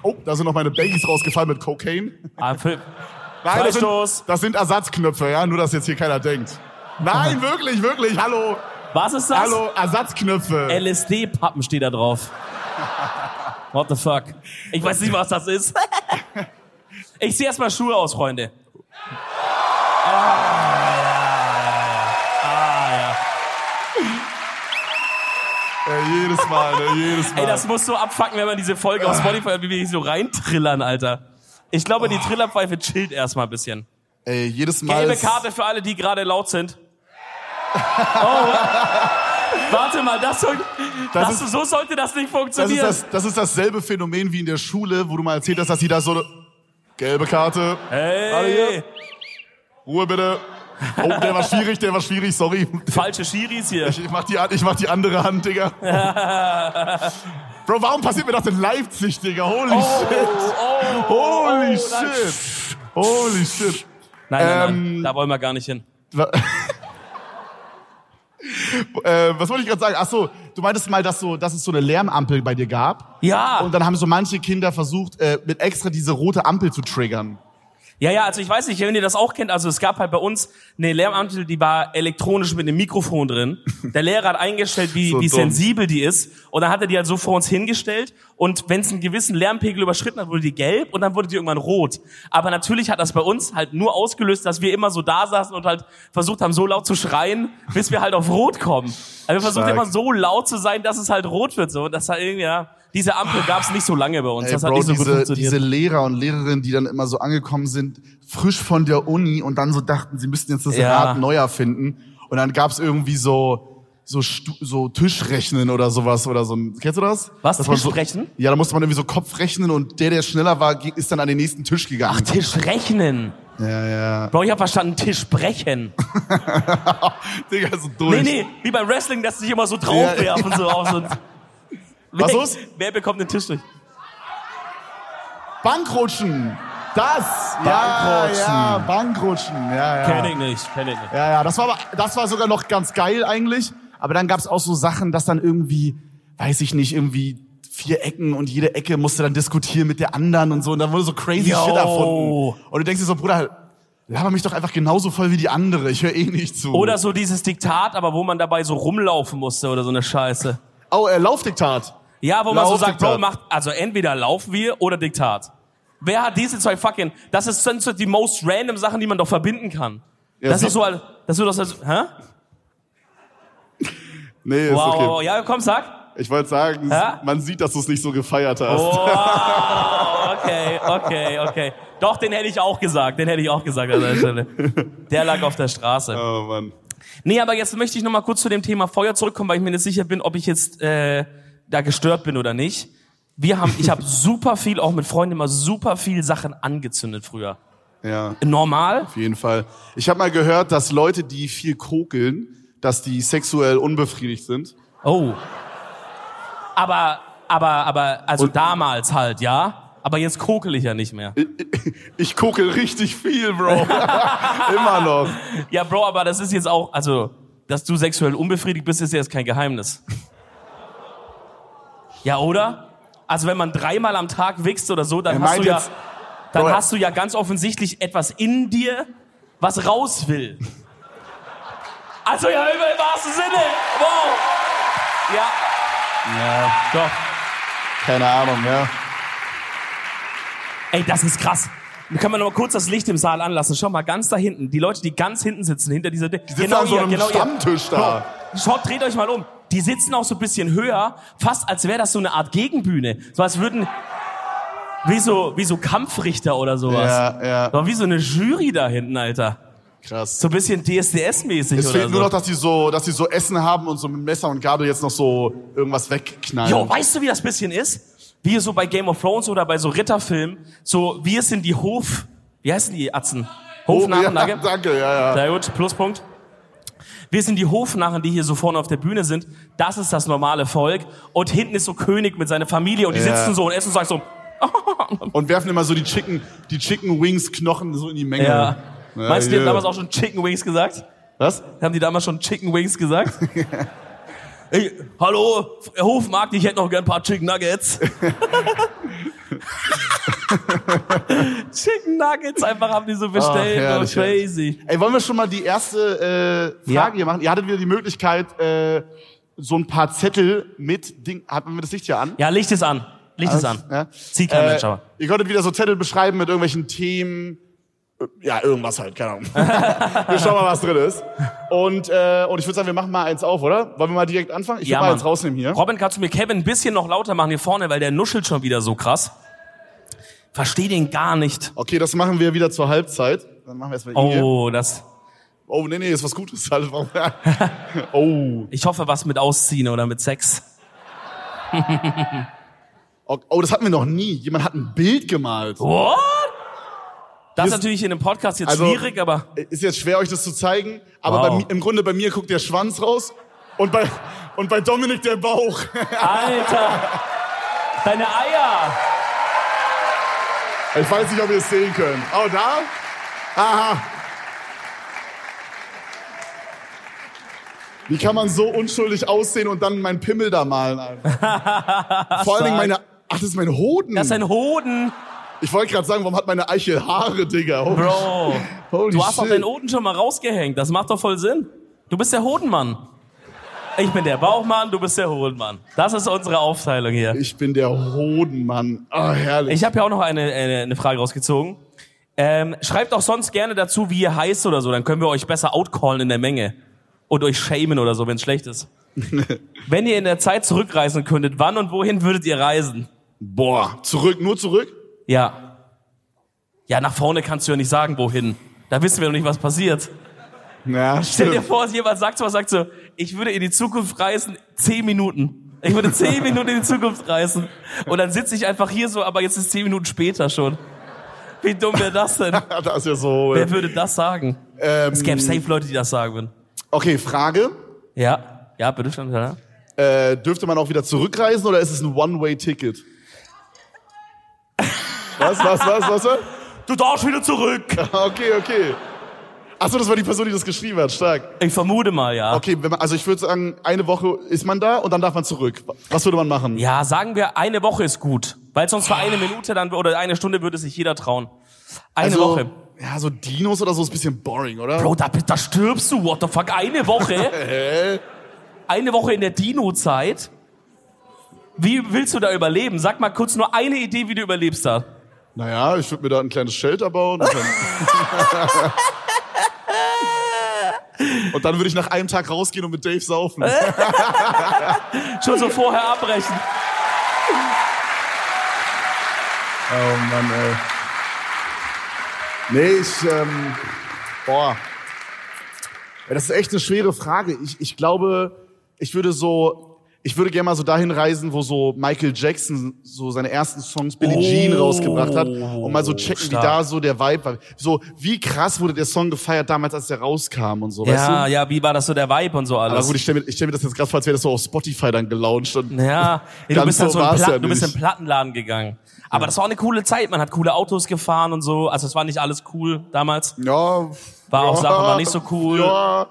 [SPEAKER 1] Oh, da sind noch meine Baggies rausgefallen mit Cocaine.
[SPEAKER 2] Ah, Phil-
[SPEAKER 1] Nein, das
[SPEAKER 2] Freistoß.
[SPEAKER 1] sind, das sind Ersatzknöpfe, ja, nur dass jetzt hier keiner denkt. Nein, wirklich, wirklich, hallo,
[SPEAKER 2] Was Äh, ist das?
[SPEAKER 1] hallo, Ersatzknöpfe.
[SPEAKER 2] LSD-Pappen steht da drauf. What the fuck? Ich weiß nicht, was das ist. ich zieh erstmal Schuhe aus, Freunde.
[SPEAKER 1] Äh, jedes Mal, ne, jedes Mal.
[SPEAKER 2] Ey, das muss so abfucken, wenn man diese Folge
[SPEAKER 1] Ah.
[SPEAKER 2] auf Spotify, wie wir hier so reintrillern, Alter. Ich glaube,
[SPEAKER 1] Ah.
[SPEAKER 2] die Trillerpfeife chillt erstmal ein bisschen.
[SPEAKER 1] Ey, jedes Mal.
[SPEAKER 2] Gelbe
[SPEAKER 1] ist-
[SPEAKER 2] Karte für alle, die gerade laut sind. Oh, warte mal, das, soll, das,
[SPEAKER 1] ist-
[SPEAKER 2] so sollte das nicht
[SPEAKER 1] Das ist,
[SPEAKER 2] funktionieren.
[SPEAKER 1] das, das ist dasselbe Phänomen wie in der Schule, wo du mal erzählt hast, dass sie da so Gelbe Karte. Alle
[SPEAKER 2] Hey,
[SPEAKER 1] hier. Ruhe bitte. Oh, der war schwierig, der war schwierig, sorry.
[SPEAKER 2] falsche Schiris hier.
[SPEAKER 1] Ich mach die, an- ich mach die andere Hand, Digga. Bro, warum passiert mir das in Leipzig, Digga? Holy shit.
[SPEAKER 2] oh,
[SPEAKER 1] Holy
[SPEAKER 2] oh, nein.
[SPEAKER 1] shit. Holy shit.
[SPEAKER 2] Nein, nein, nein,
[SPEAKER 1] Ähm,
[SPEAKER 2] da wollen wir gar nicht hin.
[SPEAKER 1] Wa- äh, was wollte ich gerade sagen? Ach so, du meintest mal, dass, so, dass es so eine Lärmampel bei dir gab.
[SPEAKER 2] Ja.
[SPEAKER 1] Und dann haben so manche Kinder versucht, äh, mit extra diese rote Ampel zu triggern.
[SPEAKER 2] Ja, ja, also ich weiß nicht, wenn ihr das auch kennt, also es gab halt bei uns eine Lehramtliche, die war elektronisch mit einem Mikrofon drin. Der Lehrer hat eingestellt, wie,
[SPEAKER 1] So
[SPEAKER 2] wie
[SPEAKER 1] dumm.
[SPEAKER 2] sensibel die ist und dann hat er die halt so vor uns hingestellt und wenn es einen gewissen Lärmpegel überschritten hat, wurde die gelb und dann wurde die irgendwann rot. Aber natürlich hat das bei uns halt nur ausgelöst, dass wir immer so da saßen und halt versucht haben, so laut zu schreien, bis wir halt auf rot kommen. Also wir versuchen
[SPEAKER 1] Stark.
[SPEAKER 2] immer so laut zu sein, dass es halt rot wird. So, und das halt irgendwie, ja, diese Ampel gab's nicht so lange bei uns.
[SPEAKER 1] Ey,
[SPEAKER 2] das hat
[SPEAKER 1] Bro,
[SPEAKER 2] nicht so gut
[SPEAKER 1] diese,
[SPEAKER 2] funktioniert.
[SPEAKER 1] diese Lehrer und Lehrerinnen, die dann immer so angekommen sind, frisch von der Uni und dann so dachten, sie müssten jetzt das
[SPEAKER 2] Ja.
[SPEAKER 1] Rad neu erfinden. Und dann gab's irgendwie so, so, Stu so Tischrechnen oder sowas oder so. ein- Kennst du das?
[SPEAKER 2] Was,
[SPEAKER 1] Dass man
[SPEAKER 2] Tischrechnen?
[SPEAKER 1] So, ja, da musste man irgendwie so Kopf rechnen und der, der schneller war, ging- ist dann an den nächsten Tisch gegangen.
[SPEAKER 2] Tisch rechnen.
[SPEAKER 1] ja, ja.
[SPEAKER 2] Bro, ich hab verstanden, Tisch brechen.
[SPEAKER 1] Digga, so durch.
[SPEAKER 2] Nee, nee, wie beim Wrestling, dass sie sich immer so draufwerfen, so auf so ein-
[SPEAKER 1] Was
[SPEAKER 2] wer,
[SPEAKER 1] los?
[SPEAKER 2] Wer bekommt den Tisch durch?
[SPEAKER 1] Bankrutschen! Das!
[SPEAKER 2] Bankrutschen.
[SPEAKER 1] Ja, ja, Bankrutschen. Ja, ja.
[SPEAKER 2] Kenn ich nicht, kenn ich nicht.
[SPEAKER 1] Ja, ja, das war, aber- das war sogar noch ganz geil eigentlich. Aber dann gab's auch so Sachen, dass dann irgendwie, weiß ich nicht, irgendwie vier Ecken und jede Ecke musste dann diskutieren mit der anderen und so. Und dann wurde so crazy
[SPEAKER 2] Yo.
[SPEAKER 1] Shit erfunden. Und du denkst dir so, Bruder, laber mich doch einfach genauso voll wie die andere. Ich höre eh nicht zu.
[SPEAKER 2] Oder so dieses Diktat, aber wo man dabei so rumlaufen musste oder so eine Scheiße.
[SPEAKER 1] Oh, äh, Laufdiktat.
[SPEAKER 2] Ja, wo man so sagt, Bro,
[SPEAKER 1] Laufdiktat.
[SPEAKER 2] macht, also entweder laufen wir oder Diktat. Wer hat diese zwei fucking, das ist sind so die most random Sachen, die man doch verbinden kann.
[SPEAKER 1] Ja,
[SPEAKER 2] das
[SPEAKER 1] sie-
[SPEAKER 2] ist so, als- das ist so, als- hä?
[SPEAKER 1] Nee, ist
[SPEAKER 2] Wow, wow, ja, komm, sag.
[SPEAKER 1] Ich wollte sagen,
[SPEAKER 2] Hä? Oh.
[SPEAKER 1] man sieht, dass du es nicht so gefeiert hast.
[SPEAKER 2] Wow, Oh, okay, okay, okay. Doch, den hätte ich auch gesagt, den hätte ich auch gesagt an der Stelle. Der lag auf der Straße.
[SPEAKER 1] Oh Mann.
[SPEAKER 2] Nee, aber jetzt möchte ich nochmal kurz zu dem Thema Feuer zurückkommen, weil ich mir nicht sicher bin, ob ich jetzt äh, da gestört bin oder nicht. Wir haben, ich habe super viel, auch mit Freunden immer super viel Sachen angezündet früher.
[SPEAKER 1] Ja.
[SPEAKER 2] Normal?
[SPEAKER 1] Auf jeden Fall. Ich habe mal gehört, dass Leute, die viel kokeln, dass die sexuell unbefriedigt sind.
[SPEAKER 2] Oh. Aber, aber, aber, also damals halt, ja. Aber jetzt kokel ich ja nicht mehr.
[SPEAKER 1] Ich kokel richtig viel, Bro. Immer noch.
[SPEAKER 2] Ja, Bro, aber das ist jetzt auch, also, dass du sexuell unbefriedigt bist, ist ja jetzt kein Geheimnis. Ja, oder? Also, wenn man dreimal am Tag wächst oder so, dann,
[SPEAKER 1] Er
[SPEAKER 2] hast du,
[SPEAKER 1] meint
[SPEAKER 2] ja,
[SPEAKER 1] jetzt-
[SPEAKER 2] dann
[SPEAKER 1] Bro, er-
[SPEAKER 2] hast du ja ganz offensichtlich etwas in dir, was raus will. Also, ja, im im wahrsten Sinne. Wow. Ja. Doch.
[SPEAKER 1] Keine Ahnung, ja.
[SPEAKER 2] Ey, das ist krass. Können wir noch mal kurz das Licht im Saal anlassen? Schau mal, ganz da hinten. Die Leute, die ganz hinten sitzen, hinter dieser... Genau Die
[SPEAKER 1] Sitzt an so einem Stammtisch da.
[SPEAKER 2] Schaut, dreht euch mal um. Die sitzen auch so ein bisschen höher, fast als wäre das so eine Art Gegenbühne. So als würden, wie so, wie so Kampfrichter oder sowas.
[SPEAKER 1] Ja, ja.
[SPEAKER 2] So wie so eine Jury da hinten, Alter.
[SPEAKER 1] Krass.
[SPEAKER 2] So ein bisschen DSDS-mäßig
[SPEAKER 1] Es
[SPEAKER 2] oder
[SPEAKER 1] fehlt nur noch,
[SPEAKER 2] so.
[SPEAKER 1] dass die so, dass die so Essen haben und so mit Messer und Gabel jetzt noch so irgendwas wegknallen.
[SPEAKER 2] Jo, weißt du, wie das bisschen ist? Wie so bei Game of Thrones oder bei so Ritterfilmen. So, wir sind die Hof... Wie heißen die Atzen?
[SPEAKER 1] oh, ja,
[SPEAKER 2] Hofnachennage?
[SPEAKER 1] danke, ja, ja.
[SPEAKER 2] Sehr gut, Pluspunkt. Wir sind die Hofnarren, die hier so vorne auf der Bühne sind. Das ist das normale Volk. Und hinten ist so König mit seiner Familie und die
[SPEAKER 1] Ja.
[SPEAKER 2] sitzen so und essen und sagen so.
[SPEAKER 1] Und werfen immer so die Chicken, die Chicken Wings Knochen so in die Menge.
[SPEAKER 2] Ja. Meinst du, die haben
[SPEAKER 1] ja.
[SPEAKER 2] damals auch schon Chicken Wings gesagt?
[SPEAKER 1] Was?
[SPEAKER 2] Haben die damals schon Chicken Wings gesagt? Ey, hallo, Herr Hofmarkt, ich hätte noch gern ein paar Chicken Nuggets. Chicken Nuggets einfach haben die so bestellt.
[SPEAKER 1] Ach,
[SPEAKER 2] oh,
[SPEAKER 1] herrlich, herrlich.
[SPEAKER 2] crazy.
[SPEAKER 1] Ey, wollen wir schon mal die erste äh, Frage
[SPEAKER 2] Ja.
[SPEAKER 1] hier machen? Ihr hattet wieder die Möglichkeit, äh, so ein paar Zettel mit Ding. Hatten wir das Licht hier an?
[SPEAKER 2] Ja, Licht ist an. Licht ist an.
[SPEAKER 1] Ja.
[SPEAKER 2] Sieht kein Mensch, aber.
[SPEAKER 1] Ihr konntet wieder so Zettel beschreiben mit irgendwelchen Themen. Äh, Ja, irgendwas halt, keine Ahnung. wir schauen mal, was drin ist. Und, äh, und ich würde sagen, wir machen mal eins auf, oder? Wollen wir mal direkt anfangen? Ich will mal
[SPEAKER 2] Mann.
[SPEAKER 1] eins rausnehmen hier.
[SPEAKER 2] Robin, kannst du mir Kevin ein bisschen noch lauter machen hier vorne, weil der nuschelt schon wieder so krass. Versteh den gar nicht.
[SPEAKER 1] Okay, das machen wir wieder zur Halbzeit. Dann machen wir erstmal ihn hier.
[SPEAKER 2] Oh, das.
[SPEAKER 1] Oh, nee, nee, ist was Gutes. Halt. Warum- oh.
[SPEAKER 2] Ich hoffe, was mit Ausziehen oder mit Sex.
[SPEAKER 1] oh, das hatten wir noch nie. Jemand hat ein Bild gemalt.
[SPEAKER 2] What? Das ist
[SPEAKER 1] Hier ist-
[SPEAKER 2] natürlich in einem Podcast jetzt
[SPEAKER 1] Also-
[SPEAKER 2] schwierig, aber
[SPEAKER 1] Ist jetzt schwer, euch das zu zeigen, aber
[SPEAKER 2] Wow.
[SPEAKER 1] bei, mi- im Grunde bei mir guckt der Schwanz raus und bei, und bei Dominik der Bauch.
[SPEAKER 2] Alter, deine Eier.
[SPEAKER 1] Ich weiß nicht, ob ihr es sehen könnt. Oh, da? Aha. Wie kann man so unschuldig aussehen und dann meinen Pimmel da malen? Alter? Vor allen Dingen meine... Ach, das ist mein Hoden.
[SPEAKER 2] Das ist ein Hoden,
[SPEAKER 1] ich wollte gerade sagen, warum hat meine Eichel Haare, Digga? Holy
[SPEAKER 2] Bro.
[SPEAKER 1] Holy
[SPEAKER 2] Du hast doch
[SPEAKER 1] shit.
[SPEAKER 2] deinen Hoden schon mal rausgehängt. Das macht doch voll Sinn. Du bist der Hodenmann. Ich bin der Bauchmann, du bist der Hodenmann. Das ist unsere Aufteilung hier.
[SPEAKER 1] Ich bin der Hodenmann. Ah, herrlich.
[SPEAKER 2] Ich habe ja auch noch eine, eine, eine Frage rausgezogen. Ähm, schreibt auch sonst gerne dazu, wie ihr heißt oder so. Dann können wir euch besser outcallen in der Menge. Und euch shamen oder so, wenn es schlecht ist. wenn ihr in der Zeit zurückreisen könntet, wann und wohin würdet ihr reisen?
[SPEAKER 1] Boah, zurück, nur zurück?
[SPEAKER 2] Ja. Ja, nach vorne kannst du ja nicht sagen, wohin. Da wissen wir noch nicht, was passiert.
[SPEAKER 1] Ja,
[SPEAKER 2] Stell dir
[SPEAKER 1] stimmt.
[SPEAKER 2] vor, jemand sagt was, sagt so, ich würde in die Zukunft reisen, zehn Minuten. Ich würde zehn Minuten in die Zukunft reisen. Und dann sitze ich einfach hier so, aber jetzt ist zehn Minuten später schon. Wie dumm wäre das denn?
[SPEAKER 1] Das ist ja so. äh.
[SPEAKER 2] Wer würde das sagen?
[SPEAKER 1] Ähm,
[SPEAKER 2] Es gäbe safe Leute, die das sagen würden.
[SPEAKER 1] okay, Frage.
[SPEAKER 2] Ja, ja, bitte schon. Ja.
[SPEAKER 1] Äh, dürfte man auch wieder zurückreisen oder ist es ein One-Way-Ticket? Was, was, was, was? was? Ah,
[SPEAKER 2] Du darfst wieder zurück.
[SPEAKER 1] Okay, okay. Achso, das war die Person, die das geschrieben hat. Stark.
[SPEAKER 2] Ich vermute mal, ja.
[SPEAKER 1] Okay, wenn man, also ich würde sagen, eine Woche ist man da und dann darf man zurück. Was würde man machen?
[SPEAKER 2] Ja, sagen wir, eine Woche ist gut. Weil sonst für eine Minute dann, oder eine Stunde würde sich jeder trauen. Eine
[SPEAKER 1] also,
[SPEAKER 2] Woche.
[SPEAKER 1] Ja, so Dinos oder so ist ein bisschen boring, oder?
[SPEAKER 2] Bro, da, da stirbst du, what the fuck? Eine Woche? eine Woche in der Dino-Zeit? Wie willst du da überleben? Sag mal kurz nur eine Idee, wie du überlebst da.
[SPEAKER 1] Naja, ich würde mir da ein kleines Shelter bauen. Und dann, und dann würde ich nach einem Tag rausgehen und mit Dave saufen.
[SPEAKER 2] Schon so vorher abbrechen.
[SPEAKER 1] Oh Mann, ey. Nee, ich, ähm, boah. Ja, das ist echt eine schwere Frage. Ich, ich glaube, ich würde so, ich würde gerne mal so dahin reisen, wo so Michael Jackson so seine ersten Songs Billie Jean
[SPEAKER 2] Oh,
[SPEAKER 1] rausgebracht hat und mal so checken,
[SPEAKER 2] stark.
[SPEAKER 1] wie da so der Vibe war. So, wie krass wurde der Song gefeiert damals, als der rauskam und so, weißt du?
[SPEAKER 2] Ja, ja, wie war das so der Vibe und so
[SPEAKER 1] Aber
[SPEAKER 2] alles?
[SPEAKER 1] gut, ich stelle mir, ich stell mir das jetzt gerade vor, als wäre das so auf Spotify dann gelauncht. Und
[SPEAKER 2] Ja, nee, du
[SPEAKER 1] Ganz
[SPEAKER 2] bist dann
[SPEAKER 1] so
[SPEAKER 2] so im
[SPEAKER 1] war's
[SPEAKER 2] Pla-
[SPEAKER 1] ja
[SPEAKER 2] du bist in
[SPEAKER 1] nicht.
[SPEAKER 2] den Plattenladen gegangen. Aber das war eine coole Zeit. Man hat coole Autos gefahren und so. Also es war nicht alles cool damals.
[SPEAKER 1] ja,
[SPEAKER 2] War auch
[SPEAKER 1] ja,
[SPEAKER 2] Sachen war nicht so cool.
[SPEAKER 1] Ja,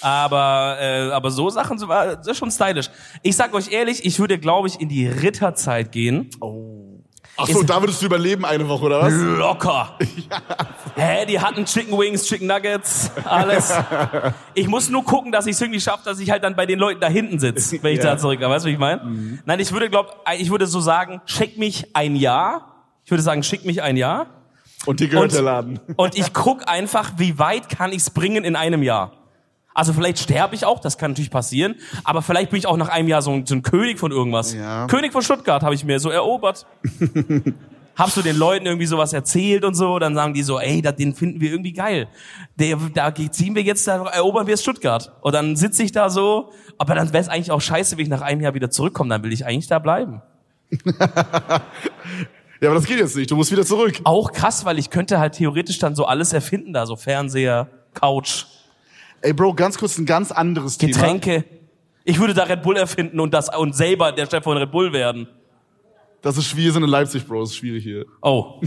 [SPEAKER 2] Aber äh, aber so Sachen so war das ist schon stylisch. Ich sag euch ehrlich, ich würde glaube ich in die Ritterzeit gehen.
[SPEAKER 1] Ach so,
[SPEAKER 2] Ist-
[SPEAKER 1] da würdest du überleben eine Woche oder was?
[SPEAKER 2] Locker. Hä, die hatten Chicken Wings, Chicken Nuggets, alles. Ich muss nur gucken, dass ich es irgendwie schaffe, dass ich halt dann bei den Leuten da hinten sitze, wenn ich
[SPEAKER 1] Ja. Mhm.
[SPEAKER 2] da zurückkomme. Weißt du, wie ich meine? Nein, ich würde glaub, ich würde so sagen, schick mich ein Jahr. Ich würde sagen, schick mich ein Jahr.
[SPEAKER 1] Und dir gehört
[SPEAKER 2] Und-
[SPEAKER 1] der Laden.
[SPEAKER 2] Und ich guck einfach, wie weit kann ich's bringen in einem Jahr. Also vielleicht sterbe ich auch, das kann natürlich passieren, aber vielleicht bin ich auch nach einem Jahr so ein, so ein König von irgendwas.
[SPEAKER 1] Ja.
[SPEAKER 2] König von Stuttgart habe ich mir so erobert. Habst du den Leuten irgendwie sowas erzählt und so, dann sagen die so, ey, da- den finden wir irgendwie geil. Der, da ge- ziehen wir jetzt, da erobern wir Stuttgart. Und dann sitze ich da so, aber dann wäre es eigentlich auch scheiße, wenn ich nach einem Jahr wieder zurückkomme, dann will ich eigentlich da bleiben.
[SPEAKER 1] Ja, aber das geht jetzt nicht. Du musst wieder zurück.
[SPEAKER 2] Auch krass, weil ich könnte halt theoretisch dann so alles erfinden da, so Fernseher, Couch,
[SPEAKER 1] Ey, Bro, ganz kurz ein ganz anderes Thema.
[SPEAKER 2] Getränke. Ich würde da Red Bull erfinden und das und selber der Chef von Red Bull werden.
[SPEAKER 1] Das ist schwierig. Wir sind in Leipzig, Bro. Das ist schwierig hier.
[SPEAKER 2] Oh.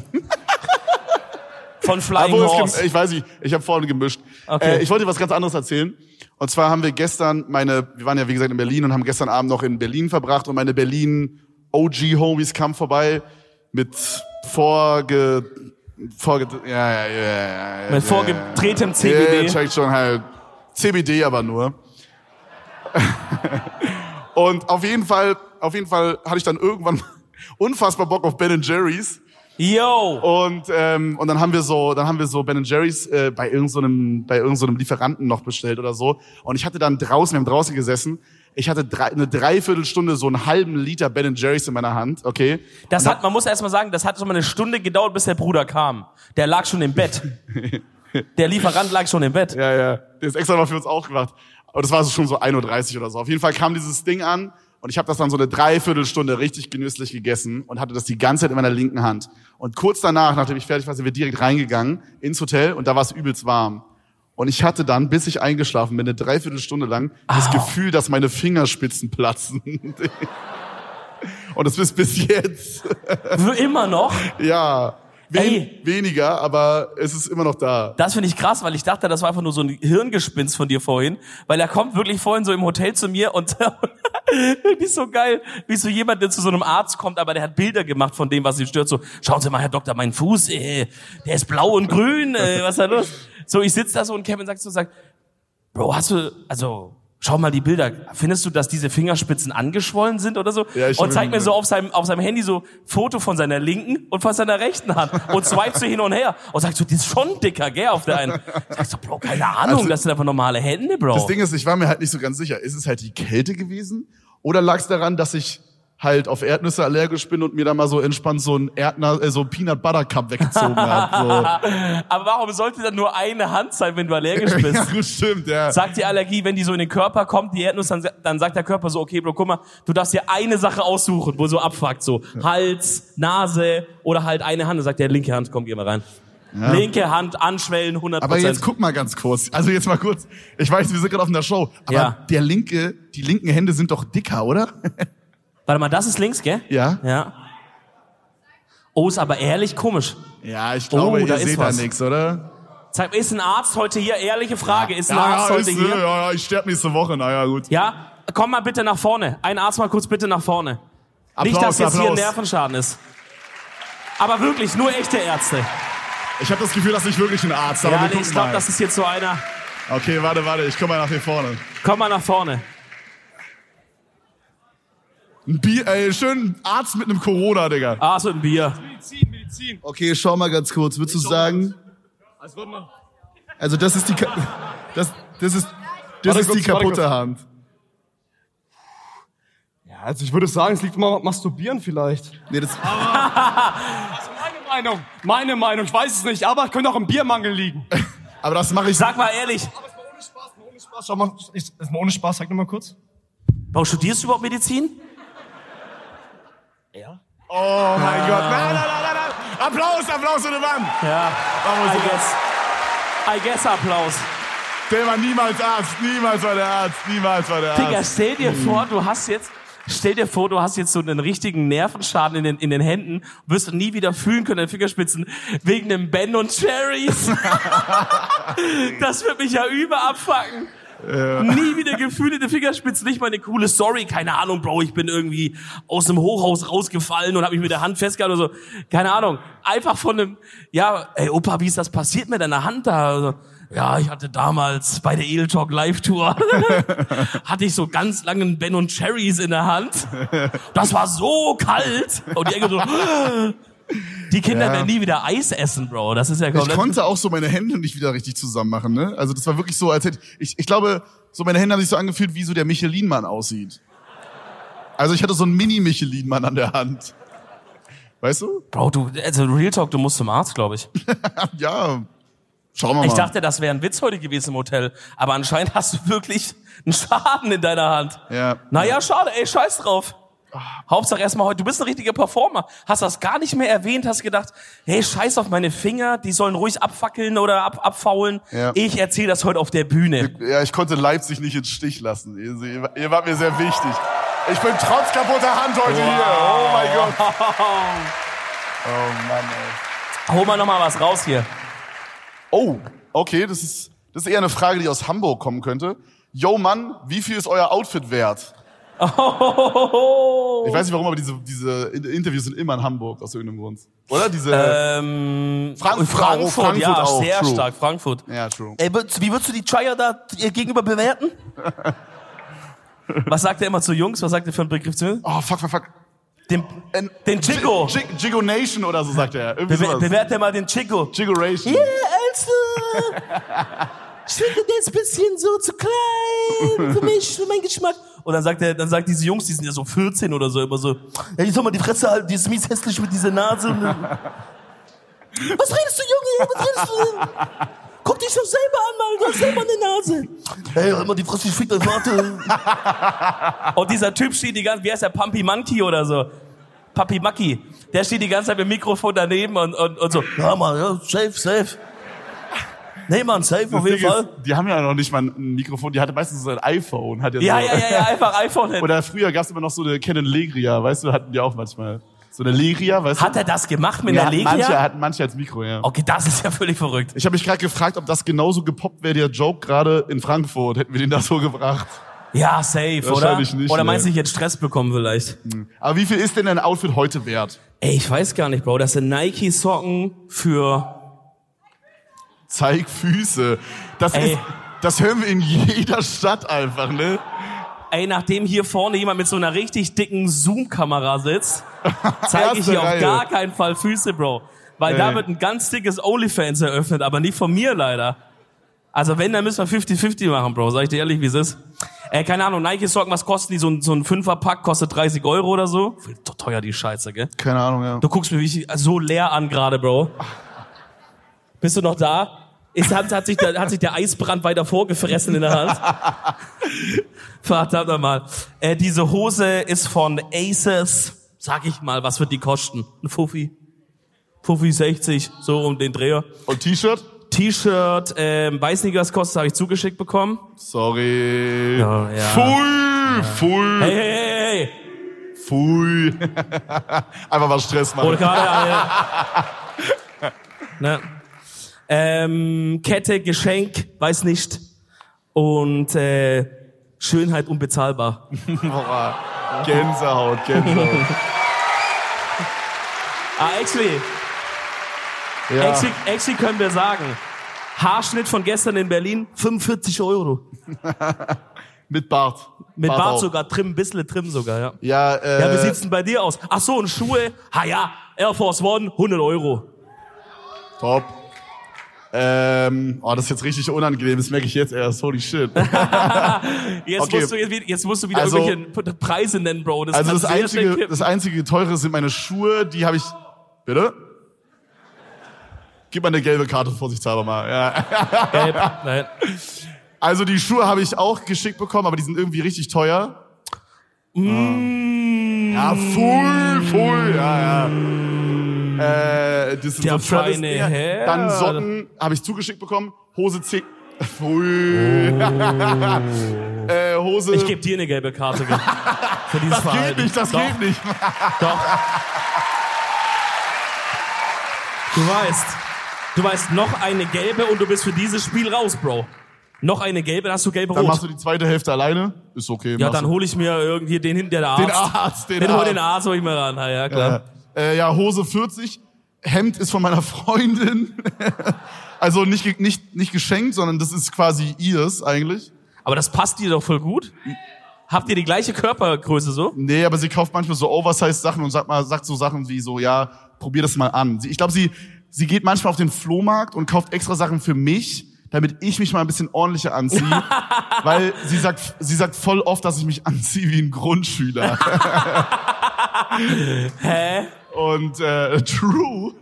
[SPEAKER 2] von Flying
[SPEAKER 1] Obwohl, es gem-
[SPEAKER 2] Horse.
[SPEAKER 1] ich weiß nicht. Ich habe vorhin gemischt.
[SPEAKER 2] Okay.
[SPEAKER 1] Äh, ich wollte dir was ganz anderes erzählen. Und zwar haben wir gestern meine, wir waren ja wie gesagt in Berlin und haben gestern Abend noch in Berlin verbracht und meine Berlin OG Homies kamen vorbei mit vorge, vorge, ja, ja, ja, ja, ja
[SPEAKER 2] Mit
[SPEAKER 1] ja,
[SPEAKER 2] vorgedrehtem
[SPEAKER 1] Ja,
[SPEAKER 2] CBD.
[SPEAKER 1] checkt schon halt. CBD aber nur. und auf jeden Fall, auf jeden Fall hatte ich dann irgendwann unfassbar Bock auf Ben Jerry's.
[SPEAKER 2] Yo.
[SPEAKER 1] Und, ähm, und dann haben wir so, dann haben wir so Ben Jerry's äh, bei irgendeinem so einem- bei irgendeinem so einem Lieferanten noch bestellt oder so. Und ich hatte dann draußen, wir haben draußen gesessen, ich hatte drei, eine Dreiviertelstunde so einen halben Liter Ben Jerry's in meiner Hand, okay?
[SPEAKER 2] Das hat, man muss erst mal sagen, das hat schon mal eine Stunde gedauert, bis der Bruder kam. Der lag schon im Bett. Der Lieferant lag schon im Bett.
[SPEAKER 1] Ja, ja. Der ist extra mal für uns aufgewacht. Aber das war so schon so 1.30 Uhr oder so. Auf jeden Fall kam dieses Ding an Und ich habe das dann so eine Dreiviertelstunde richtig genüsslich gegessen und hatte das die ganze Zeit in meiner linken Hand. Und kurz danach, nachdem ich fertig war, sind wir direkt reingegangen ins Hotel und da war es übelst warm. Und ich hatte dann, bis ich eingeschlafen bin, eine Dreiviertelstunde lang das Gefühl, dass meine Fingerspitzen platzen. und das ist bis jetzt.
[SPEAKER 2] Für immer noch.
[SPEAKER 1] Ja. Wen
[SPEAKER 2] Ey.
[SPEAKER 1] Weniger, aber es ist immer noch da.
[SPEAKER 2] Das finde ich krass, weil ich dachte, das war einfach nur so ein Hirngespinst von dir vorhin, weil er kommt wirklich vorhin so im Hotel zu mir und wirklich so geil, wie so jemand, der zu so einem Arzt kommt, aber der hat Bilder gemacht von dem, was ihn stört. So, schauen Sie mal, Herr Doktor, mein Fuß, äh, der ist blau und grün, äh, was ist da los? So, ich sitz da so und Kevin sagt so, sagt, Bro, hast du, also, schau mal die Bilder. Findest du, dass diese Fingerspitzen angeschwollen sind oder so?
[SPEAKER 1] Ja, ich
[SPEAKER 2] und zeigt
[SPEAKER 1] bin-
[SPEAKER 2] mir so auf seinem, auf seinem Handy so Foto von seiner linken und von seiner rechten Hand und swipes so hin und her und sagt so, die ist schon dicker, gell, auf der einen. Sagst du, Bro, keine Ahnung,
[SPEAKER 1] Also-
[SPEAKER 2] das sind einfach normale Hände, Bro.
[SPEAKER 1] Das Ding ist, ich war mir halt nicht so ganz sicher. Ist es halt die Kälte gewesen? Oder lag es daran, dass ich halt auf Erdnüsse allergisch bin und mir da mal so entspannt so ein Erdner, äh, so ein Peanut Butter Cup weggezogen habe?
[SPEAKER 2] Aber warum sollte dann nur eine Hand sein, wenn du allergisch
[SPEAKER 1] So. ja,
[SPEAKER 2] bist?
[SPEAKER 1] gut, stimmt, ja.
[SPEAKER 2] Sagt die Allergie, wenn die so in den Körper kommt, die Erdnuss, dann, dann sagt der Körper so, okay, Bro, guck mal, du darfst dir eine Sache aussuchen, wo so abfuckt, so Hals, Nase oder halt eine Hand. Dann sagt der linke Hand, komm, geh mal rein. Linke Hand anschwellen, 100
[SPEAKER 1] aber jetzt
[SPEAKER 2] Prozent.
[SPEAKER 1] guck mal ganz kurz. Also jetzt mal kurz. Ich weiß, wir sind gerade auf einer Show. Aber
[SPEAKER 2] Ja.
[SPEAKER 1] der linke, die linken Hände sind doch dicker, oder?
[SPEAKER 2] Warte mal, das ist links, gell?
[SPEAKER 1] ja.
[SPEAKER 2] Ja. Oh, ist aber ehrlich komisch.
[SPEAKER 1] Ja, ich glaube,
[SPEAKER 2] Oh, da
[SPEAKER 1] ihr
[SPEAKER 2] ist
[SPEAKER 1] seht da
[SPEAKER 2] was.
[SPEAKER 1] nichts, oder?
[SPEAKER 2] Zeig mir, ist ein Arzt heute hier? Ehrliche Frage. Ist ein Arzt
[SPEAKER 1] ja,
[SPEAKER 2] heute
[SPEAKER 1] ist, äh,
[SPEAKER 2] hier?
[SPEAKER 1] ja, ja, ich sterbe nächste Woche. Naja, gut.
[SPEAKER 2] Ja, komm mal bitte nach vorne. Ein Arzt mal kurz bitte nach vorne. Nicht, dass
[SPEAKER 1] Applaus,
[SPEAKER 2] jetzt hier ein
[SPEAKER 1] Applaus.
[SPEAKER 2] Nervenschaden ist. Aber wirklich, nur echte Ärzte.
[SPEAKER 1] Ich habe das Gefühl, dass ich wirklich ein Arzt, aber
[SPEAKER 2] Ja,
[SPEAKER 1] wir
[SPEAKER 2] nee,
[SPEAKER 1] gucken
[SPEAKER 2] ich glaube,
[SPEAKER 1] mal.
[SPEAKER 2] das ist jetzt so einer.
[SPEAKER 1] Okay, warte, warte, ich komme mal nach hier vorne.
[SPEAKER 2] Komm mal nach vorne.
[SPEAKER 1] Ein Bier, ey, schön Arzt mit einem Corona, Digga.
[SPEAKER 2] Ah, so ein Bier.
[SPEAKER 3] Medizin, Medizin.
[SPEAKER 1] Okay, schau mal ganz kurz. Würdest du sagen,
[SPEAKER 3] Also, warte mal.
[SPEAKER 1] also das ist die, ka- das, das ist, das
[SPEAKER 3] Warte
[SPEAKER 1] ist die
[SPEAKER 3] kurz, warte
[SPEAKER 1] kaputte Hand.
[SPEAKER 3] Ja, also ich würde sagen, es liegt mal masturbieren vielleicht.
[SPEAKER 1] Nee, das,
[SPEAKER 3] Also meine Meinung, meine Meinung, ich weiß es nicht, aber es könnte auch im Biermangel liegen.
[SPEAKER 1] aber das mache ich.
[SPEAKER 2] Sag mal ehrlich,
[SPEAKER 3] Aber ist mal ohne Spaß, mal ohne Spaß. Schau mal, ist, ist mal ohne Spaß, sag nochmal kurz.
[SPEAKER 2] warum studierst du überhaupt Medizin?
[SPEAKER 1] Oh mein Gott. Nein, nein, nein, nein, nein. Applaus, Applaus für den Mann.
[SPEAKER 2] Ja,
[SPEAKER 1] Warum
[SPEAKER 2] I
[SPEAKER 1] so-
[SPEAKER 2] guess. I guess Applaus.
[SPEAKER 1] Der war niemals Arzt. Niemals war der Arzt. Niemals war der
[SPEAKER 2] Digga,
[SPEAKER 1] Arzt.
[SPEAKER 2] stell dir vor, du hast jetzt, stell dir vor, du hast jetzt so einen richtigen Nervenschaden in den, in den Händen, wirst du nie wieder fühlen können, deine Fingerspitzen, wegen dem Ben und Cherries. das wird mich ja über abfacken. Nie wieder Gefühle in den Fingerspitzen, nicht mal eine coole Story, keine Ahnung, Bro, ich bin irgendwie aus dem Hochhaus rausgefallen und habe mich mit der Hand festgehalten oder so, keine Ahnung. Einfach von einem, ja, ey Opa, wie ist das passiert mit deiner Hand da? Also, ja, ich hatte damals bei der Edel Talk Live Tour hatte ich so ganz langen Ben und Cherries in der Hand. Das war so kalt. Und die Engel so, die Kinder
[SPEAKER 1] Ja.
[SPEAKER 2] werden nie wieder Eis essen, Bro. Das ist ja
[SPEAKER 1] Ich
[SPEAKER 2] komplett.
[SPEAKER 1] konnte auch so meine Hände nicht wieder richtig zusammen machen, ne? Also das war wirklich so, als hätte ich, ich glaube, so meine Hände haben sich so angefühlt, wie so der Michelin-Mann aussieht. Also ich hatte so einen Mini-Michelin-Mann an der Hand. Weißt du?
[SPEAKER 2] Bro, du, also Real Talk, du musst zum Arzt, glaube ich.
[SPEAKER 1] Ja, schauen wir mal.
[SPEAKER 2] Ich dachte, das wäre ein Witz heute gewesen im Hotel. Aber anscheinend hast du wirklich einen Schaden in deiner Hand.
[SPEAKER 1] ja.
[SPEAKER 2] Naja, schade, ey, scheiß drauf. Hauptsache erstmal heute, du bist ein richtiger Performer. Hast das gar nicht mehr erwähnt, hast gedacht, hey, scheiß auf meine Finger, die sollen ruhig abfackeln oder ab, abfaulen.
[SPEAKER 1] Ja.
[SPEAKER 2] Ich erzähle das heute auf der Bühne.
[SPEAKER 1] ja, ich konnte Leipzig nicht ins Stich lassen. Ihr, ihr- ihr wart mir sehr wichtig. Ich bin trotz kaputter Hand heute hier. Oh mein Gott. Oh Mann, ey.
[SPEAKER 2] Hol mal nochmal was raus hier.
[SPEAKER 1] Oh, okay, das ist, das ist eher eine Frage, die aus Hamburg kommen könnte. Yo Mann, wie viel ist euer Outfit wert?
[SPEAKER 2] Oh.
[SPEAKER 1] Ich weiß nicht warum, aber diese, diese In- Interviews sind immer in Hamburg aus irgendeinem Grund. Oder? Diese.
[SPEAKER 2] Ähm,
[SPEAKER 1] Frankfurt,
[SPEAKER 2] Frankfurt,
[SPEAKER 1] Frankfurt
[SPEAKER 2] ja,
[SPEAKER 1] auch,
[SPEAKER 2] sehr
[SPEAKER 1] true.
[SPEAKER 2] stark, Frankfurt.
[SPEAKER 1] ja, true.
[SPEAKER 2] Ey, würdest- wie würdest du die Trier da ihr gegenüber bewerten? was sagt er immer zu Jungs? Was sagt er für einen Begriff zu?
[SPEAKER 1] Oh, fuck, fuck, fuck.
[SPEAKER 2] Den,
[SPEAKER 1] Ein-
[SPEAKER 2] den Chico.
[SPEAKER 1] Jig- Jigo Nation oder so sagt er. Irgendwie
[SPEAKER 2] Bewer,
[SPEAKER 1] Ähm, sowas.
[SPEAKER 2] bewertet er mal den Chico.
[SPEAKER 1] Jigo Nation.
[SPEAKER 2] Ja, also, ich finde der ist ein bisschen so zu klein für mich, für meinen Geschmack. Und dann sagt er, dann sagt diese Jungs, die sind ja so 14 oder so, immer so, ja, ich soll mal die Fresse halten, die ist mies hässlich mit dieser Nase. Was redest du, Junge? Was redest du? Guck dich doch selber an, Mann. Du hast selber eine Nase.
[SPEAKER 4] Hey, halt mal die Fresse, ich fick dein Vater.
[SPEAKER 2] Und dieser Typ steht die ganze, wie heißt der, Pumpy Monkey oder so? Papi Maki. Der steht die ganze Zeit mit dem Mikrofon daneben und, und, und so.
[SPEAKER 4] Ja, Mann, ja, safe, safe. Nee, Mann, safe auf jeden
[SPEAKER 1] Ding
[SPEAKER 4] Fall.
[SPEAKER 1] Ist, die haben ja noch nicht mal ein Mikrofon, die hatte meistens so ein iPhone. Hat ja, so,
[SPEAKER 2] Ja, ja, ja, ja, einfach iPhone hin.
[SPEAKER 1] Oder früher gab's immer noch so eine Canon Legria, weißt du, hatten die auch manchmal. So eine Legria, weißt
[SPEAKER 2] Hat er das gemacht mit
[SPEAKER 1] du?
[SPEAKER 2] der
[SPEAKER 1] hatten manche
[SPEAKER 2] Legia?
[SPEAKER 1] hatten manche als Mikro, ja.
[SPEAKER 2] Okay, das ist ja völlig verrückt.
[SPEAKER 1] Ich habe mich gerade gefragt, ob das genauso gepoppt wäre, der Joke gerade in Frankfurt. Hätten wir den da so gebracht.
[SPEAKER 2] Ja, safe, oder?
[SPEAKER 1] Wahrscheinlich nicht,
[SPEAKER 2] oder meinst du,
[SPEAKER 1] nee.
[SPEAKER 2] ich hätte Stress bekommen vielleicht?
[SPEAKER 1] Aber wie viel ist denn dein Outfit heute wert?
[SPEAKER 2] Ey, ich weiß gar nicht, Bro. Das sind Nike-Socken für...
[SPEAKER 1] Zeig Füße. Das
[SPEAKER 2] Ey.
[SPEAKER 1] ist, das hören wir in jeder Stadt einfach, ne?
[SPEAKER 2] Ey, nachdem hier vorne jemand mit so einer richtig dicken Zoom-Kamera sitzt, zeige ich
[SPEAKER 1] Erste
[SPEAKER 2] hier auf
[SPEAKER 1] Reihe.
[SPEAKER 2] gar keinen Fall Füße, Bro. Weil da
[SPEAKER 1] Ey.
[SPEAKER 2] wird ein ganz dickes OnlyFans eröffnet, aber nicht von mir leider. Also wenn, dann müssen wir 50-50 machen, Bro. Sag ich dir ehrlich, wie es ist. Äh, keine Ahnung, Nike-Socken, was kosten die? So ein, so ein Fünferpack kostet 30 Euro oder so. So teuer die Scheiße, gell?
[SPEAKER 1] Keine Ahnung, ja.
[SPEAKER 2] Du guckst mich wirklich so leer an gerade, Bro. Bist du noch da? Ist, hat, hat, sich der, hat sich der Eisbrand weiter vorgefressen in der Hand? Verdammt nochmal. Äh, diese Hose ist von Aces. Sag ich mal, was wird die kosten? Ein Fuffi? Fuffi 60, so um den Dreher.
[SPEAKER 1] Und T-Shirt?
[SPEAKER 2] T-Shirt, ähm, weiß nicht, was kostet, habe ich zugeschickt bekommen.
[SPEAKER 1] Sorry.
[SPEAKER 2] Ja, ja.
[SPEAKER 1] Pfui,
[SPEAKER 2] Hey,
[SPEAKER 1] pfui,
[SPEAKER 2] hey, hey, hey.
[SPEAKER 1] pfui. Einfach mal Stress machen.
[SPEAKER 2] Rote Karte, Alter. ne. ähm, Kette, Geschenk, weiß nicht. Und äh, Schönheit unbezahlbar.
[SPEAKER 1] Boah. Gänsehaut, Gänsehaut.
[SPEAKER 2] Ah, actually,
[SPEAKER 1] Ja.
[SPEAKER 2] actually, actually können wir sagen, Haarschnitt von gestern in Berlin, 45 Euro.
[SPEAKER 1] Mit Bart.
[SPEAKER 2] Mit Bart,
[SPEAKER 1] auch.
[SPEAKER 2] sogar, trim, bissle trim sogar, ja.
[SPEAKER 1] Ja, äh,
[SPEAKER 2] Ja, wie sieht's denn bei dir aus? Ach so, und Schuhe? Ha ja, Air Force One, 100 Euro.
[SPEAKER 1] top. Ähm, oh, das ist jetzt richtig unangenehm, das merke ich jetzt erst. Holy shit.
[SPEAKER 2] Jetzt,
[SPEAKER 1] Okay.
[SPEAKER 2] musst, du, jetzt wieder- jetzt musst du wieder
[SPEAKER 1] Also-
[SPEAKER 2] irgendwelche P- Preise nennen, Bro. Das
[SPEAKER 1] Also das
[SPEAKER 2] kannst du sehr schnell
[SPEAKER 1] einzige,
[SPEAKER 2] kippen.
[SPEAKER 1] das einzige teure sind meine Schuhe, die habe ich. Bitte? Gib mal eine gelbe Karte vorsichtshalber mal. Ja.
[SPEAKER 2] Gelb. Äh, Nein.
[SPEAKER 1] Also die Schuhe habe ich auch geschickt bekommen, aber die sind irgendwie richtig teuer.
[SPEAKER 2] Mm.
[SPEAKER 1] Ja, voll, voll, ja, ja. Äh, das sind
[SPEAKER 2] Der
[SPEAKER 1] so Travis
[SPEAKER 2] feine
[SPEAKER 1] Dinger.
[SPEAKER 2] Herr.
[SPEAKER 1] Dann Socken habe ich zugeschickt bekommen. Hose 10. Pfui. äh, Hose.
[SPEAKER 2] Oh. Ich gebe dir eine gelbe Karte Gil, für dieses
[SPEAKER 1] das
[SPEAKER 2] Verhalten.
[SPEAKER 1] geht nicht, das
[SPEAKER 2] Doch,
[SPEAKER 1] geht nicht.
[SPEAKER 2] Du weißt, du weißt noch eine gelbe und du bist für dieses Spiel raus, Bro. Noch eine gelbe, dann hast du gelbe
[SPEAKER 1] Dann machst
[SPEAKER 2] rot.
[SPEAKER 1] du die zweite Hälfte alleine. Ist okay.
[SPEAKER 2] Ja,
[SPEAKER 1] machst
[SPEAKER 2] dann
[SPEAKER 1] du.
[SPEAKER 2] hole ich mir irgendwie den hin, der der
[SPEAKER 1] den
[SPEAKER 2] Arzt.
[SPEAKER 1] Arzt, den,
[SPEAKER 2] Den hol
[SPEAKER 1] Arzt.
[SPEAKER 2] den Arzt hol ich mir ran. Ja, ja klar.
[SPEAKER 1] Ja. Äh, ja, Hose 40, Hemd ist von meiner Freundin. also nicht, ge- nicht, nicht geschenkt, sondern das ist quasi ihrs eigentlich.
[SPEAKER 2] Aber das passt dir doch voll gut. Habt ihr die gleiche Körpergröße so?
[SPEAKER 1] Nee, aber sie kauft manchmal so Oversize-Sachen und sagt, mal, sagt so Sachen wie so, ja, probier das mal an. Sie, ich glaube, sie, sie geht manchmal auf den Flohmarkt und kauft extra Sachen für mich, damit ich mich mal ein bisschen ordentlicher anziehe. weil sie sagt, sie sagt voll oft, dass ich mich anziehe wie ein Grundschüler.
[SPEAKER 2] Hä?
[SPEAKER 1] und äh, true.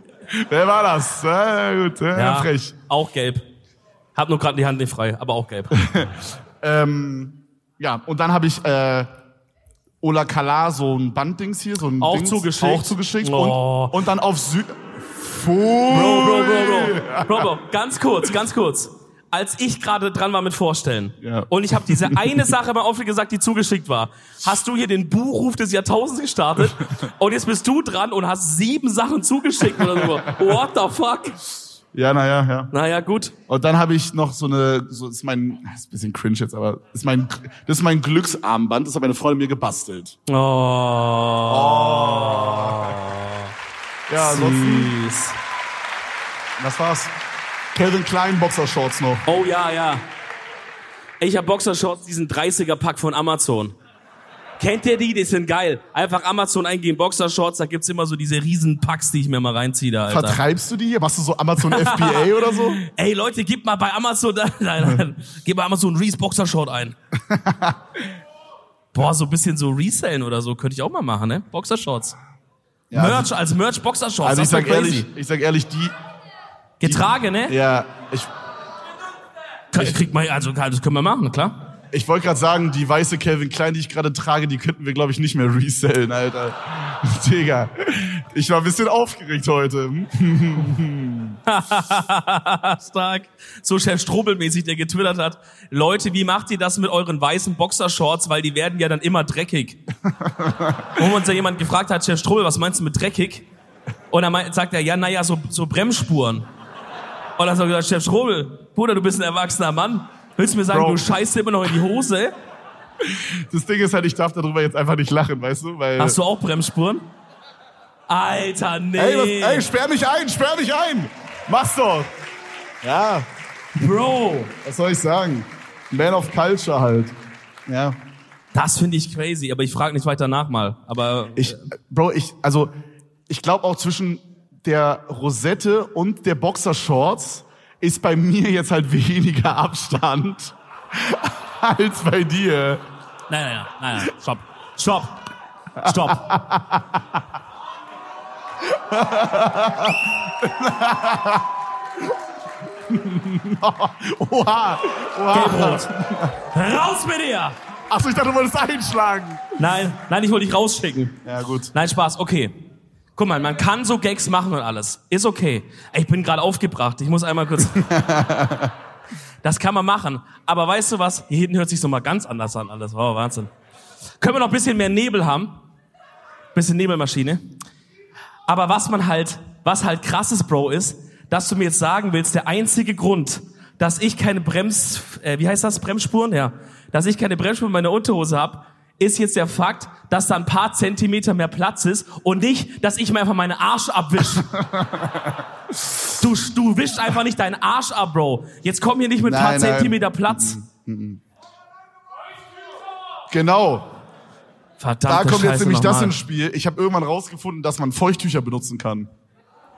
[SPEAKER 1] Wer war das? Äh, gut, äh, frech.
[SPEAKER 2] Auch gelb. Hab nur gerade die Hand nicht frei, aber auch gelb.
[SPEAKER 1] Ähm, ja, und dann habe ich äh, Ola Kala so ein Banddings hier, so ein
[SPEAKER 2] Auch
[SPEAKER 1] Dings,
[SPEAKER 2] zugeschickt.
[SPEAKER 1] auch zugeschickt
[SPEAKER 2] Oh.
[SPEAKER 1] und, und dann auf Süd.
[SPEAKER 2] Bro, bro, bro, bro. Bro, bro, ganz kurz, ganz kurz. Als ich gerade dran war mit Vorstellen
[SPEAKER 1] Ja.
[SPEAKER 2] und ich habe diese eine Sache mal offen gesagt, die zugeschickt war, hast du hier den Buchruf des Jahrtausends gestartet und jetzt bist du dran und hast sieben Sachen zugeschickt oder so. What the fuck?
[SPEAKER 1] Ja, naja, ja.
[SPEAKER 2] Naja, gut.
[SPEAKER 1] Und dann habe ich noch so eine, so ist mein, das ist ein bisschen cringe jetzt, aber ist mein, das ist mein Glücksarmband, das hat meine Freundin mir gebastelt.
[SPEAKER 2] Oh.
[SPEAKER 1] Oh, Ja, ansonsten,
[SPEAKER 2] Süß.
[SPEAKER 1] das war's. Calvin Klein Boxershorts noch.
[SPEAKER 2] Oh ja, ja. Ich habe Boxershorts, diesen 30er-Pack von Amazon. Kennt ihr die? Die sind geil. Einfach Amazon eingeben, Boxershorts, da gibt's immer so diese riesen Packs, die ich mir mal reinziehe, da, Alter.
[SPEAKER 1] Vertreibst du die hier? Machst du so Amazon FBA oder so?
[SPEAKER 2] Ey Leute, gebt mal bei Amazon, nein, nein, nein, gebt bei Amazon Reese Boxershort ein. Boah, so ein bisschen so resellen oder so könnte ich auch mal machen, ne? Boxershorts.
[SPEAKER 1] Ja,
[SPEAKER 2] Merch, als Merch Boxershorts.
[SPEAKER 1] Also, also
[SPEAKER 2] das
[SPEAKER 1] ich
[SPEAKER 2] ist doch
[SPEAKER 1] sag
[SPEAKER 2] crazy.
[SPEAKER 1] ehrlich, ich sag ehrlich, die,
[SPEAKER 2] Getrage, ne?
[SPEAKER 1] ja, ich,
[SPEAKER 2] Kann, kriegt man, also, das können wir machen, klar.
[SPEAKER 1] Ich wollte gerade sagen, die weiße Calvin Klein, die ich gerade trage, die könnten wir, glaube ich, nicht mehr resellen, Alter. Digga, ich war ein bisschen aufgeregt heute.
[SPEAKER 2] Stark. So Chef Strobelmäßig, der getwittert hat. Leute, wie macht ihr das mit euren weißen Boxershorts? Weil die werden ja dann immer dreckig. Wo uns ja jemand gefragt hat, Chef Strobel, was meinst du mit dreckig? Und dann meint- sagt er, ja, naja, so, so Bremsspuren. Und dann hat er gesagt, Chef Strobel, Bruder, du bist ein erwachsener Mann. Willst du mir sagen,
[SPEAKER 1] Bro.
[SPEAKER 2] du scheißt immer noch in die Hose?
[SPEAKER 1] Das Ding ist halt, ich darf darüber jetzt einfach nicht lachen, weißt du? Weil,
[SPEAKER 2] Hast du auch Bremsspuren? Alter, nee.
[SPEAKER 1] ey, was, ey, sperr mich ein, sperr mich ein. Mach's doch. Ja,
[SPEAKER 2] Bro.
[SPEAKER 1] was soll ich sagen? Man of Culture halt. Ja.
[SPEAKER 2] Das finde ich crazy, aber ich frage nicht weiter nach mal. Aber
[SPEAKER 1] Ich, Bro, ich, also, ich glaube auch zwischen der Rosette und der Boxershorts ist bei mir jetzt halt weniger Abstand als bei dir.
[SPEAKER 2] Nein, nein, nein, nein, nein. Stopp. Stopp. Stopp.
[SPEAKER 1] Oha, oha.
[SPEAKER 2] Gelbrot. Raus mit dir!
[SPEAKER 1] Achso, ich dachte, du wolltest einschlagen.
[SPEAKER 2] Nein, nein, ich wollte dich rausschicken.
[SPEAKER 1] Ja, gut.
[SPEAKER 2] Nein, Spaß, okay. Guck mal, man kann so Gags machen und alles. Ist okay. Ey, Ich bin gerade aufgebracht. Ich muss einmal kurz. Das kann man machen. Aber weißt du was? Hier hinten hört sich so mal ganz anders an alles. Wow, Wahnsinn. Können wir noch ein bisschen mehr Nebel haben? Bisschen Nebelmaschine. Aber was man halt, was halt krasses, Bro, ist, dass du mir jetzt sagen willst, der einzige Grund, dass ich keine Brems, äh, wie heißt das, Bremsspuren, ja, dass ich keine Bremsspuren in meiner Unterhose habe, ist jetzt der Fakt, dass da ein paar Zentimeter mehr Platz ist und nicht, dass ich mir einfach meinen Arsch abwisch. du, du wischst einfach nicht deinen Arsch ab, Bro. Jetzt komm hier nicht mit ein paar
[SPEAKER 1] Nein, nein.
[SPEAKER 2] Zentimeter Platz.
[SPEAKER 1] Genau.
[SPEAKER 2] Verdammt,
[SPEAKER 1] Da kommt jetzt nämlich das
[SPEAKER 2] nochmal.
[SPEAKER 1] ins Spiel. Ich habe irgendwann rausgefunden, dass man Feuchttücher benutzen kann.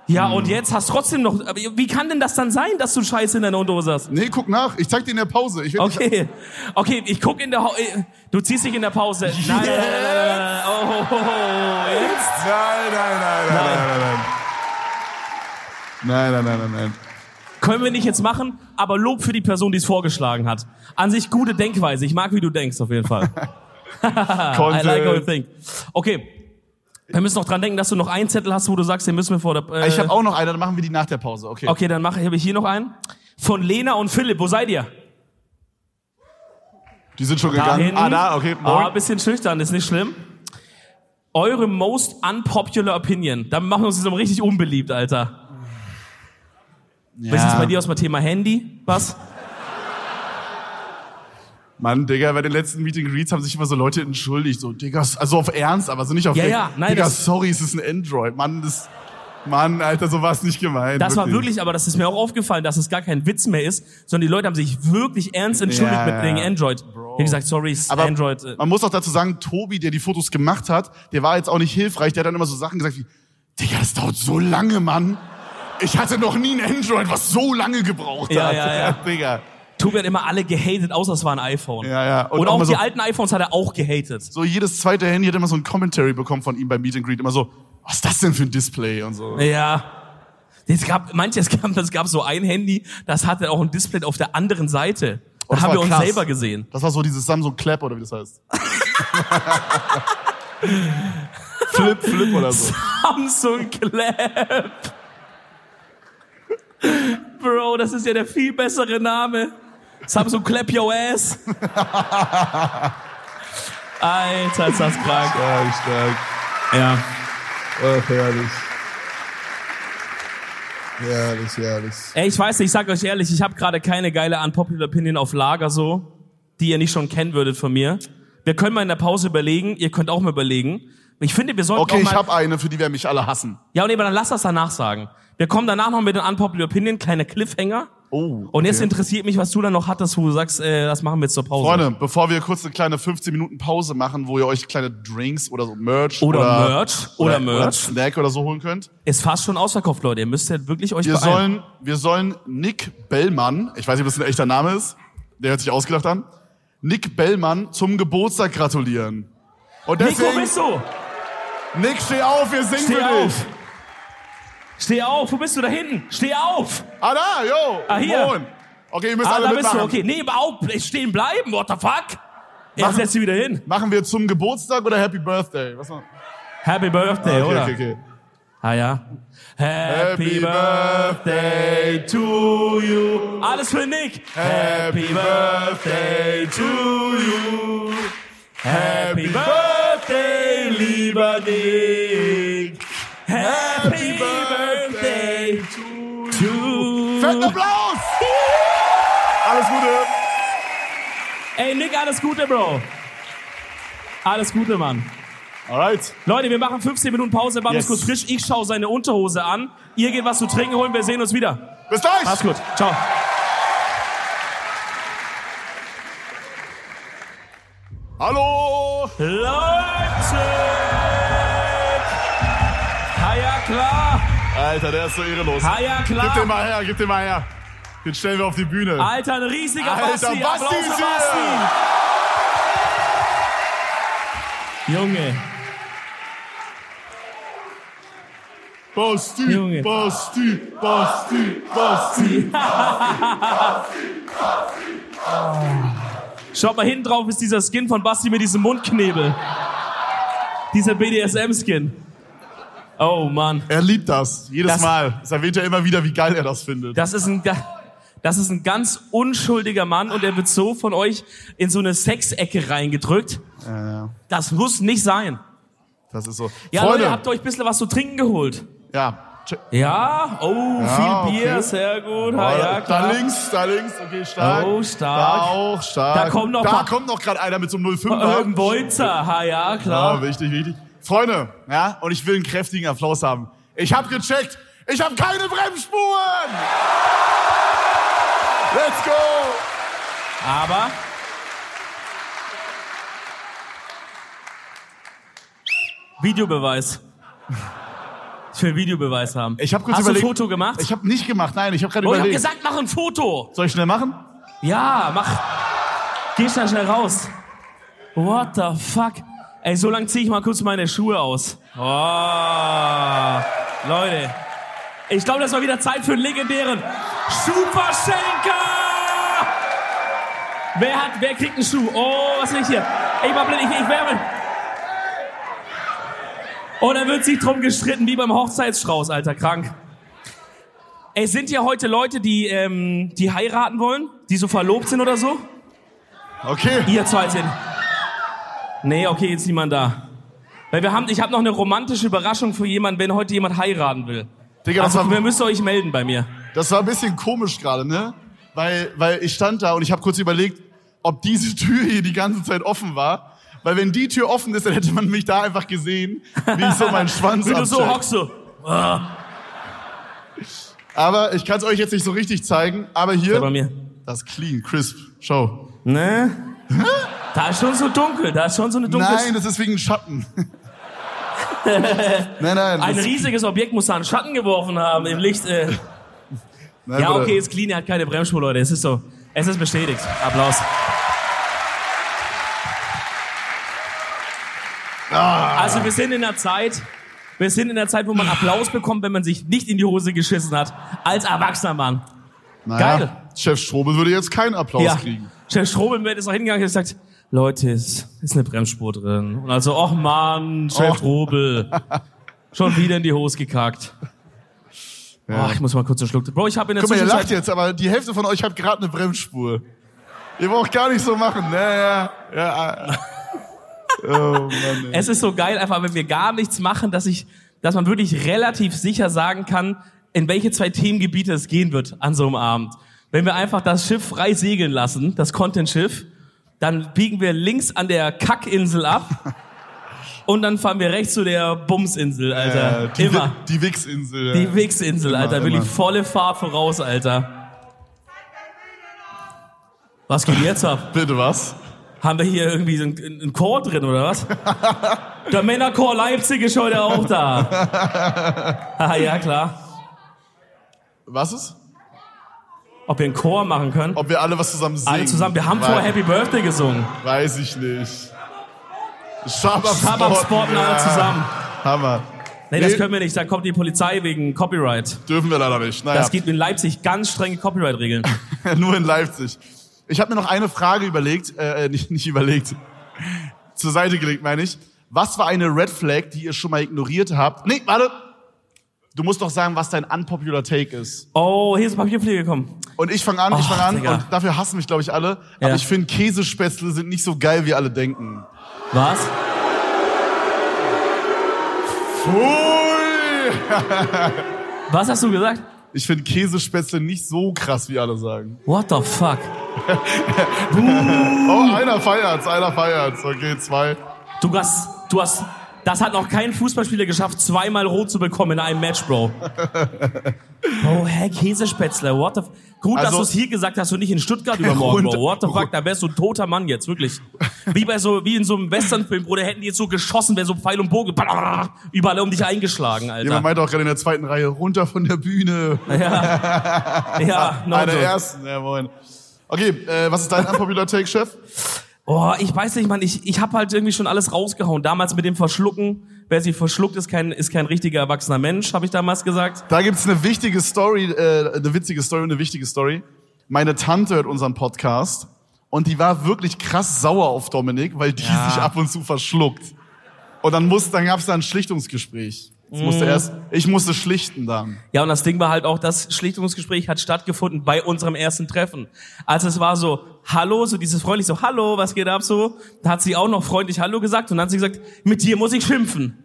[SPEAKER 2] Ja, und jetzt hast trotzdem noch. aber Wie kann denn das dann sein, dass du Scheiße in deiner Unterhose hast?
[SPEAKER 1] Nee, guck nach. Ich zeig dir in der Pause. Ich will nicht-
[SPEAKER 2] Okay, okay, ich guck in der. Ho äh, du ziehst dich in der Pause. Nein, nein, nein, nein, nein, nein. Oh, oh, oh, oh. Jetzt?
[SPEAKER 1] Nein, nein, nein, nein, nein, nein, nein. Nein, nein, nein, nein, nein.
[SPEAKER 2] Können wir nicht jetzt machen, aber Lob für die Person, die es vorgeschlagen hat. An sich gute Denkweise. Ich mag, wie du denkst, auf jeden Fall. Ah, I like how you think. Okay, wir müssen noch dran denken, dass du noch einen Zettel hast, wo du sagst, den müssen wir vor der. Äh,
[SPEAKER 1] Ah, Ich habe auch noch eine, dann machen wir die nach der Pause. Okay.
[SPEAKER 2] Okay, dann mache ich, habe ich hier noch einen. Von Lena und Philipp, wo seid ihr?
[SPEAKER 1] Die sind schon
[SPEAKER 2] Da
[SPEAKER 1] gegangen.
[SPEAKER 2] hinten.
[SPEAKER 1] Ah, da, okay.
[SPEAKER 2] Ah,
[SPEAKER 1] Moin.
[SPEAKER 2] ein bisschen schüchtern, ist nicht schlimm. Eure most unpopular opinion. Dann machen wir uns jetzt aber richtig unbeliebt, Alter. Was ist bei dir aus dem Thema Handy? Was?
[SPEAKER 1] Mann, Digga, bei den letzten Meeting Greets haben sich immer so Leute entschuldigt. So, Digga, also auf Ernst, aber so nicht auf
[SPEAKER 2] Ja,
[SPEAKER 1] Fake.
[SPEAKER 2] ja, nein,
[SPEAKER 1] Digga,
[SPEAKER 2] das-
[SPEAKER 1] sorry, es ist ein Android. Mann, das, Mann, Alter, so war's nicht gemeint.
[SPEAKER 2] Das war wirklich, aber das ist mir auch aufgefallen, dass es gar kein Witz mehr ist, sondern die Leute haben sich wirklich ernst entschuldigt
[SPEAKER 1] Ja,
[SPEAKER 2] mit
[SPEAKER 1] ja,
[SPEAKER 2] wegen
[SPEAKER 1] ja.
[SPEAKER 2] Android. Wie gesagt, sorry, ist
[SPEAKER 1] Aber
[SPEAKER 2] Android. äh,
[SPEAKER 1] man muss auch dazu sagen, Tobi, der die Fotos gemacht hat, der war jetzt auch nicht hilfreich. Der hat dann immer so Sachen gesagt wie, Digga, das dauert so lange, Mann. Ich hatte noch nie ein Android, was so lange gebraucht
[SPEAKER 2] Ja,
[SPEAKER 1] hat.
[SPEAKER 2] ja, ja.
[SPEAKER 1] Digga.
[SPEAKER 2] Tobi hat immer alle gehatet, außer es war ein iPhone.
[SPEAKER 1] Ja, ja.
[SPEAKER 2] Und,
[SPEAKER 1] Und
[SPEAKER 2] auch,
[SPEAKER 1] auch mal
[SPEAKER 2] die
[SPEAKER 1] so-
[SPEAKER 2] alten iPhones hat er auch gehatet.
[SPEAKER 1] So jedes zweite Handy hat immer so ein Commentary bekommen von ihm beim Meet and Greet. Immer so, was ist das denn für ein Display und so.
[SPEAKER 2] Ja. Es gab, manche, es gab, es gab so ein Handy, das hatte auch ein Display auf der anderen Seite. Da
[SPEAKER 1] Oh, das
[SPEAKER 2] haben
[SPEAKER 1] war
[SPEAKER 2] wir uns
[SPEAKER 1] krass.
[SPEAKER 2] selber gesehen.
[SPEAKER 1] Das war so dieses Samsung Clap oder wie das heißt. flip, flip oder so.
[SPEAKER 2] Samsung Clap. Bro, das ist ja der viel bessere Name. Samsung Clap Your Ass. Alter, ist das krank.
[SPEAKER 1] Stark, stark.
[SPEAKER 2] Ja.
[SPEAKER 1] Oh, herrlich. Herrlich, herrlich.
[SPEAKER 2] Ey, ich weiß nicht, ich sag euch ehrlich, ich habe gerade keine geile Unpopular Opinion auf Lager so, die ihr nicht schon kennen würdet von mir. Wir können mal in der Pause überlegen, ihr könnt auch mal überlegen. Ich finde, wir sollten
[SPEAKER 1] Okay,
[SPEAKER 2] auch mal...
[SPEAKER 1] ich habe eine, für die werden mich alle hassen.
[SPEAKER 2] Ja, und eben, dann lass das danach sagen. Wir kommen danach noch mit den Unpopular Opinion, kleiner Cliffhanger.
[SPEAKER 1] Oh.
[SPEAKER 2] Und jetzt interessiert mich, was du dann noch hattest, wo du sagst, äh, das machen wir jetzt zur Pause.
[SPEAKER 1] Freunde, bevor wir kurz eine kleine 15 Minuten Pause machen, wo ihr euch kleine Drinks oder so Merch
[SPEAKER 2] Oder Merch, oder Merch.
[SPEAKER 1] Snack oder so holen könnt.
[SPEAKER 2] Ist fast schon ausverkauft, Leute. Ihr müsst ja wirklich euch
[SPEAKER 1] Wir
[SPEAKER 2] beeilen.
[SPEAKER 1] sollen, wir sollen Nick Bellmann, ich weiß nicht, ob das ein echter Name ist, der hört sich ausgedacht an, Nick Bellmann zum Geburtstag gratulieren. Und
[SPEAKER 2] Nico,
[SPEAKER 1] deswegen,
[SPEAKER 2] bist du?
[SPEAKER 1] Nick, steh auf, wir singen
[SPEAKER 2] Steh
[SPEAKER 1] für
[SPEAKER 2] auf.
[SPEAKER 1] dich.
[SPEAKER 2] Steh auf. Wo bist du? Da hinten. Steh auf.
[SPEAKER 1] Ah da, yo.
[SPEAKER 2] Ah, hier.
[SPEAKER 1] Moin. Okay, ihr müsst
[SPEAKER 2] Ah,
[SPEAKER 1] alle
[SPEAKER 2] da bist
[SPEAKER 1] mitmachen.
[SPEAKER 2] du, okay. Nee, überhaupt stehen bleiben, what the fuck? Er
[SPEAKER 1] Machen-
[SPEAKER 2] setzt sie wieder hin.
[SPEAKER 1] Machen wir zum Geburtstag oder Happy Birthday? Was noch?
[SPEAKER 2] Happy Birthday, oder?
[SPEAKER 1] okay.
[SPEAKER 2] Ah ja. Happy
[SPEAKER 1] Happy
[SPEAKER 2] Birthday to you. Alles für Nick. Happy Birthday to you. Happy Birthday, lieber Nick. Happy Birthday to
[SPEAKER 1] Fetten Applaus! Alles Gute.
[SPEAKER 2] Ey, Nick, alles Gute, Bro. Alles Gute, Mann.
[SPEAKER 1] Alright.
[SPEAKER 2] Leute, wir machen 15 Minuten Pause, machen
[SPEAKER 1] Yes.
[SPEAKER 2] uns kurz frisch. Ich schaue seine Unterhose an. Ihr geht was zu trinken holen, wir sehen uns wieder.
[SPEAKER 1] Bis gleich.
[SPEAKER 2] Mach's gut. Ciao.
[SPEAKER 1] Hallo.
[SPEAKER 2] Leipzig! Ha ja klar!
[SPEAKER 1] Alter, der ist so irrelos.
[SPEAKER 2] Ha ja
[SPEAKER 1] Gib den
[SPEAKER 2] klar! Ah.
[SPEAKER 1] mal her, gib den mal her. Den stellen wir auf die Bühne.
[SPEAKER 2] Alter, ein riesiger
[SPEAKER 1] Alter,
[SPEAKER 2] Basti!
[SPEAKER 1] Basti
[SPEAKER 2] Applaus
[SPEAKER 1] ist
[SPEAKER 2] für
[SPEAKER 1] hier!
[SPEAKER 2] Basti! Junge,
[SPEAKER 1] Basti,
[SPEAKER 2] Junge.
[SPEAKER 1] Basti, Basti, Basti.
[SPEAKER 2] schaut mal hinten drauf ist dieser Skin von Basti mit diesem Mundknebel. Dieser BDSM-Skin. Oh Mann.
[SPEAKER 1] Er liebt das. Jedes
[SPEAKER 2] Das-
[SPEAKER 1] Mal. Das erwähnt er immer wieder, wie geil er das findet.
[SPEAKER 2] Das ist ein, ga- das ist ein ganz unschuldiger Mann und er wird so von euch in so eine Sexecke reingedrückt.
[SPEAKER 1] Ja,
[SPEAKER 2] Das muss nicht sein.
[SPEAKER 1] das ist so.
[SPEAKER 2] Ja,
[SPEAKER 1] Freunde,
[SPEAKER 2] Leute, habt ihr euch ein bisschen was zu trinken geholt?
[SPEAKER 1] ja. Check.
[SPEAKER 2] Ja, oh,
[SPEAKER 1] Ja,
[SPEAKER 2] viel Bier,
[SPEAKER 1] okay. Oh,
[SPEAKER 2] sehr gut. Ja, ja,
[SPEAKER 1] da
[SPEAKER 2] klar.
[SPEAKER 1] links, da links, okay, stark.
[SPEAKER 2] Oh, stark.
[SPEAKER 1] Da auch, stark.
[SPEAKER 2] Da kommt noch
[SPEAKER 1] Da
[SPEAKER 2] mal- Oh,
[SPEAKER 1] kommt noch gerade einer mit so einem 05er.
[SPEAKER 2] Irgendwo ha, ja,
[SPEAKER 1] Ja,
[SPEAKER 2] klar.
[SPEAKER 1] Oh, wichtig, wichtig. Freunde, ja, und ich will einen kräftigen Applaus haben. Ich hab gecheckt, ich hab keine Bremsspuren! Let's go!
[SPEAKER 2] Aber. Videobeweis. Ich will Videobeweis haben.
[SPEAKER 1] Ich hab kurz
[SPEAKER 2] Hast
[SPEAKER 1] überlegt.
[SPEAKER 2] du ein Foto gemacht?
[SPEAKER 1] Ich hab nicht gemacht, nein, ich hab gerade
[SPEAKER 2] oh, ich hab
[SPEAKER 1] überlegt.
[SPEAKER 2] gesagt, mach ein Foto.
[SPEAKER 1] Soll ich schnell machen?
[SPEAKER 2] Ja, mach. Geh schnell, schnell raus. What the fuck? Ey, so lang zieh ich mal kurz meine Schuhe aus. Oh, Leute. Ich glaube, das war wieder Zeit für einen legendären Schuhverschenker! Wer hat, wer kriegt einen Schuh? Oh, was will ich hier? Ey, Ich war blind, ich, ich werbe. Und dann wird sich drum gestritten, wie beim Hochzeitsstrauß, Alter, krank. Ey, sind hier heute Leute, die, ähm, die heiraten wollen? Die so verlobt sind oder so?
[SPEAKER 1] Okay.
[SPEAKER 2] Ihr zwei sind. Nee, okay, jetzt niemand da. Weil wir haben, ich habe noch eine romantische Überraschung für jemanden, wenn heute jemand heiraten will.
[SPEAKER 1] Digga, das
[SPEAKER 2] Also, wir
[SPEAKER 1] war,
[SPEAKER 2] müssen euch melden bei mir.
[SPEAKER 1] das war ein bisschen komisch gerade, ne? Weil, weil ich stand da und ich hab kurz überlegt, ob diese Tür hier die ganze Zeit offen war. Weil wenn die Tür offen ist, dann hätte man mich da einfach gesehen, wie ich so meinen Schwanz
[SPEAKER 2] Wie du so
[SPEAKER 1] abcheck.
[SPEAKER 2] hockst so.
[SPEAKER 1] Aber ich kann's euch jetzt nicht so richtig zeigen, aber
[SPEAKER 2] Bei
[SPEAKER 1] hier,
[SPEAKER 2] mir.
[SPEAKER 1] das ist clean, crisp. Schau.
[SPEAKER 2] Ne? Da ist schon so dunkel, da ist schon so eine dunkle.
[SPEAKER 1] Nein, das ist wegen Schatten. nein, nein.
[SPEAKER 2] Ein
[SPEAKER 1] das,
[SPEAKER 2] riesiges Objekt muss da einen Schatten geworfen haben im Licht. Äh.
[SPEAKER 1] nein,
[SPEAKER 2] Ja,
[SPEAKER 1] Bruder.
[SPEAKER 2] okay, ist clean, er hat keine Bremsspur, Leute. Es ist so. Es ist bestätigt. Applaus.
[SPEAKER 1] Ah.
[SPEAKER 2] Also wir sind in der Zeit, wir sind in der Zeit, wo man Applaus bekommt, wenn man sich nicht in die Hose geschissen hat. Als erwachsener Mann.
[SPEAKER 1] Naja,
[SPEAKER 2] geil.
[SPEAKER 1] Chef Strobel würde jetzt keinen Applaus kriegen.
[SPEAKER 2] Chef Strobelmett ist auch hingegangen und hat gesagt, Leute, es ist eine Bremsspur drin. Und also, ach Mann, Chef
[SPEAKER 1] Oh.
[SPEAKER 2] Strobel. Schon wieder in die Hose gekackt. Ach, ich muss mal kurz einen Schluck. Bro, ich habe in der
[SPEAKER 1] Guck mal, ihr lacht
[SPEAKER 2] Zwischenzeit...
[SPEAKER 1] jetzt, aber die Hälfte von euch hat gerade eine Bremsspur. Ihr braucht gar nicht so machen. Naja, ja. ja. Oh Mann. Ey.
[SPEAKER 2] Es ist so geil, einfach wenn wir gar nichts machen, dass ich, dass man wirklich relativ sicher sagen kann, in welche zwei Themengebiete es gehen wird an so einem Abend. Wenn wir einfach das Schiff frei segeln lassen, das Content-Schiff, dann biegen wir links an der Kackinsel ab und dann fahren wir rechts zu der Bumsinsel, Alter.
[SPEAKER 1] Ja, die,
[SPEAKER 2] Immer.
[SPEAKER 1] Wi- Die Wichsinsel.
[SPEAKER 2] Die Wichsinsel,
[SPEAKER 1] Immer,
[SPEAKER 2] Alter. Will die
[SPEAKER 1] immer.
[SPEAKER 2] volle Fahrt voraus, Alter. Was geht jetzt ab?
[SPEAKER 1] Bitte was?
[SPEAKER 2] Haben wir hier irgendwie so einen, einen Chor drin oder was? Der Männerchor Leipzig ist heute auch da. Ah, ja, klar.
[SPEAKER 1] Was ist?
[SPEAKER 2] Ob wir einen Chor machen können?
[SPEAKER 1] Ob wir alle was zusammen singen?
[SPEAKER 2] Alle zusammen. Wir haben
[SPEAKER 1] Wei-
[SPEAKER 2] vorher Happy Birthday gesungen.
[SPEAKER 1] Weiß ich nicht. Schabab
[SPEAKER 2] Schabab Sporten alle zusammen.
[SPEAKER 1] Hammer.
[SPEAKER 2] Nee, das
[SPEAKER 1] Nee.
[SPEAKER 2] können wir nicht. Da kommt die Polizei wegen Copyright.
[SPEAKER 1] Dürfen wir leider nicht. Naja.
[SPEAKER 2] Das gibt in Leipzig ganz strenge Copyright-Regeln.
[SPEAKER 1] Nur in Leipzig. Ich habe mir noch eine Frage überlegt, äh, nicht, nicht überlegt, zur Seite gelegt, meine ich. Was war eine Red Flag, die ihr schon mal ignoriert habt? Nee, warte. Du musst doch sagen, was dein unpopular Take ist.
[SPEAKER 2] Oh, hier ist Papierpflege gekommen.
[SPEAKER 1] Und ich fange an, ich
[SPEAKER 2] Oh,
[SPEAKER 1] fange an
[SPEAKER 2] Digga.
[SPEAKER 1] und dafür hassen mich, glaube ich, alle.
[SPEAKER 2] Ja.
[SPEAKER 1] Aber ich finde, Käsespätzle sind nicht so geil, wie alle denken.
[SPEAKER 2] Was?
[SPEAKER 1] Hui!
[SPEAKER 2] Was hast du gesagt?
[SPEAKER 1] Ich finde Käsespätzle nicht so krass, wie alle sagen.
[SPEAKER 2] What the fuck?
[SPEAKER 1] Oh, einer feiert's, einer feiert's. Okay, zwei.
[SPEAKER 2] Du hast, du hast, das hat noch kein Fußballspieler geschafft, zweimal rot zu bekommen in einem Match, Bro. Oh, hä, Käsespätzle, what the f Gut, dass
[SPEAKER 1] Also-
[SPEAKER 2] du es hier gesagt hast und nicht in Stuttgart übermorgen,
[SPEAKER 1] Runter-
[SPEAKER 2] Bro. What the fuck, da wärst du ein toter Mann jetzt, wirklich. Wie bei so, wie in so einem Westernfilm, Bruder, hätten die jetzt so geschossen, wäre so Pfeil und Bogen, brrrr, überall um dich eingeschlagen,
[SPEAKER 1] Jemand
[SPEAKER 2] Alter.
[SPEAKER 1] meinte auch gerade in der zweiten Reihe, runter von der Bühne.
[SPEAKER 2] Ja, ja no
[SPEAKER 1] Einer der
[SPEAKER 2] joke.
[SPEAKER 1] ersten, ja moin. Okay, äh, was ist dein unpopular Take, Chef?
[SPEAKER 2] Oh, ich weiß nicht, Mann. Ich, ich habe halt irgendwie schon alles rausgehauen. Damals mit dem Verschlucken. Wer sich verschluckt, ist kein, ist kein richtiger erwachsener Mensch, habe ich damals gesagt.
[SPEAKER 1] Da gibt's eine wichtige Story, äh, eine witzige Story und eine wichtige Story. Meine Tante hört unseren Podcast und die war wirklich krass sauer auf Dominik, weil die
[SPEAKER 2] Ja.
[SPEAKER 1] sich ab und zu verschluckt. Und dann muss, dann gab's da ein Schlichtungsgespräch. Das musste
[SPEAKER 2] Mm.
[SPEAKER 1] erst, ich musste schlichten dann.
[SPEAKER 2] Ja, und das Ding war halt auch, das Schlichtungsgespräch hat stattgefunden bei unserem ersten Treffen. Also es war so, hallo, so dieses freundlich so, hallo, was geht ab so? Da hat sie auch noch freundlich Hallo gesagt und dann hat sie gesagt, mit dir muss ich schimpfen.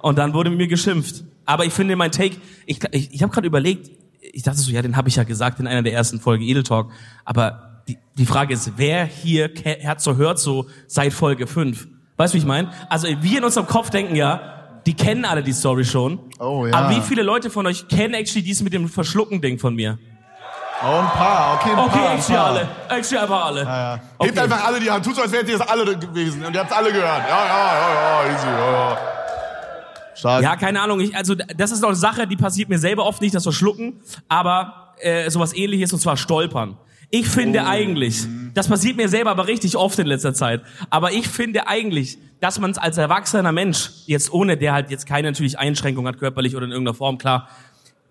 [SPEAKER 2] Und dann wurde mit mir geschimpft. Aber ich finde mein Take, ich, ich, ich habe gerade überlegt, ich dachte so, ja, den habe ich ja gesagt in einer der ersten Folgen Edel Talk. Aber die, die Frage ist, wer hier ke- hat so hört so seit Folge 5? Weißt du, wie ich meine? Also wir in unserem Kopf denken ja, die kennen alle die Story schon.
[SPEAKER 1] Oh, ja.
[SPEAKER 2] Aber wie viele Leute von euch kennen actually dies mit dem Verschlucken-Ding von mir?
[SPEAKER 1] Oh, ein paar, okay, ein
[SPEAKER 2] Okay,
[SPEAKER 1] paar. ein
[SPEAKER 2] actually
[SPEAKER 1] paar.
[SPEAKER 2] alle. Actually einfach alle.
[SPEAKER 1] Ja.
[SPEAKER 2] Okay.
[SPEAKER 1] Hebt einfach alle die Hand, tut so, als wärt ihr das alle gewesen und ihr habt's alle gehört. Ja, ja, ja, ja, easy, ja, ja. Stark.
[SPEAKER 2] Ja, keine Ahnung. Ich, also das ist noch eine Sache, die passiert mir selber oft nicht, das Verschlucken, aber äh, sowas ähnliches und zwar Stolpern. Ich finde eigentlich, das passiert mir selber aber richtig oft in letzter Zeit, aber ich finde eigentlich, dass man es als erwachsener Mensch, jetzt ohne der halt jetzt keine natürlich Einschränkung hat, körperlich oder in irgendeiner Form, klar,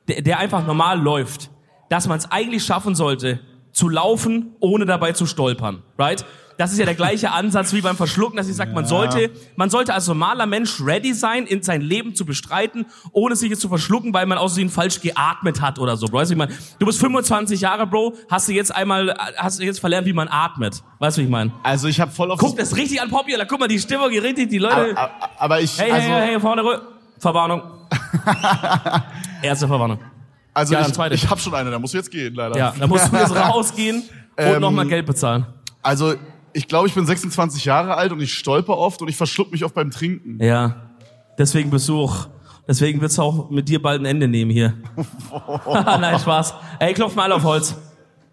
[SPEAKER 2] der, der einfach normal läuft, dass man es eigentlich schaffen sollte, zu laufen, ohne dabei zu stolpern, right? Das ist ja der gleiche Ansatz wie beim Verschlucken, dass ich sage, man sollte, man sollte als normaler Mensch ready sein, in sein Leben zu bestreiten, ohne sich jetzt zu verschlucken, weil man außerdem falsch geatmet hat oder so. Bro. Weißt du, wie man, du bist 25 Jahre, Bro, hast du jetzt einmal, hast du jetzt verlernt, wie man atmet. Weißt du, wie ich meine?
[SPEAKER 1] Also ich habe voll auf
[SPEAKER 2] Guck, das ist richtig unpopular. Guck mal, die Stimmung geht richtig, die Leute.
[SPEAKER 1] aber, Ah, aber ich
[SPEAKER 2] Äh, hey,
[SPEAKER 1] also,
[SPEAKER 2] hey, hey, hey, vorne rüber. Verwarnung. Erste Verwarnung.
[SPEAKER 1] also
[SPEAKER 2] Ja,
[SPEAKER 1] ich,
[SPEAKER 2] zweite.
[SPEAKER 1] ich habe schon eine, da muss jetzt gehen leider.
[SPEAKER 2] Ja, da musst du jetzt rausgehen und
[SPEAKER 1] Ähm,
[SPEAKER 2] nochmal Geld bezahlen.
[SPEAKER 1] Also ich glaube, ich bin 26 Jahre alt und ich stolper oft und ich verschluck mich oft beim Trinken.
[SPEAKER 2] Ja. Deswegen Besuch. Deswegen wird's auch mit dir bald ein Ende nehmen hier. Nein, Spaß. Ey, klopf mal alle auf Holz.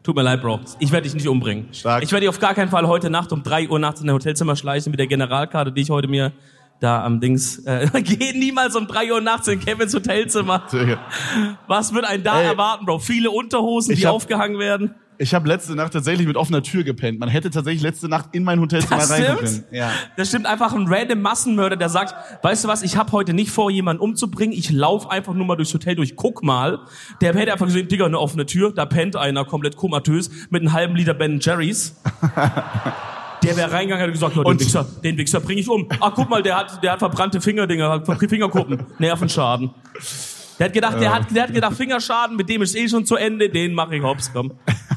[SPEAKER 2] Tut mir leid, Bro. Ich werde dich nicht umbringen.
[SPEAKER 1] Stark.
[SPEAKER 2] Ich werde dich auf gar keinen Fall heute Nacht um 3 Uhr nachts in dein Hotelzimmer schleichen mit der Generalkarte, die ich heute mir da am Dings... Äh, geh niemals um 3 Uhr nachts in Kevins Hotelzimmer. Was wird einen da
[SPEAKER 1] Ey.
[SPEAKER 2] erwarten, Bro? Viele Unterhosen,
[SPEAKER 1] Ich
[SPEAKER 2] die
[SPEAKER 1] hab-
[SPEAKER 2] aufgehangen werden.
[SPEAKER 1] Ich habe letzte Nacht tatsächlich mit offener Tür gepennt. Man hätte tatsächlich letzte Nacht in mein Hotelzimmer
[SPEAKER 2] Das
[SPEAKER 1] reingehen
[SPEAKER 2] stimmt.
[SPEAKER 1] können. Ja.
[SPEAKER 2] Das stimmt einfach ein random Massenmörder, der sagt, weißt du was, ich habe heute nicht vor, jemanden umzubringen, ich lauf einfach nur mal durchs Hotel durch, guck mal. Der hätte einfach gesehen, Digga, eine offene Tür, da pennt einer komplett komatös mit einem halben Liter Ben Jerry's. Der wäre reingegangen und gesagt, ja, den
[SPEAKER 1] Und-
[SPEAKER 2] Wichser, den Wichser bring ich um. Ach, guck mal, der hat, der hat verbrannte Fingerdinger, ver- Fingerkuppen, Nervenschaden. Der hat gedacht, der hat, der hat gedacht, Fingerschaden, mit dem ist eh schon zu Ende, den mache ich hops, komm.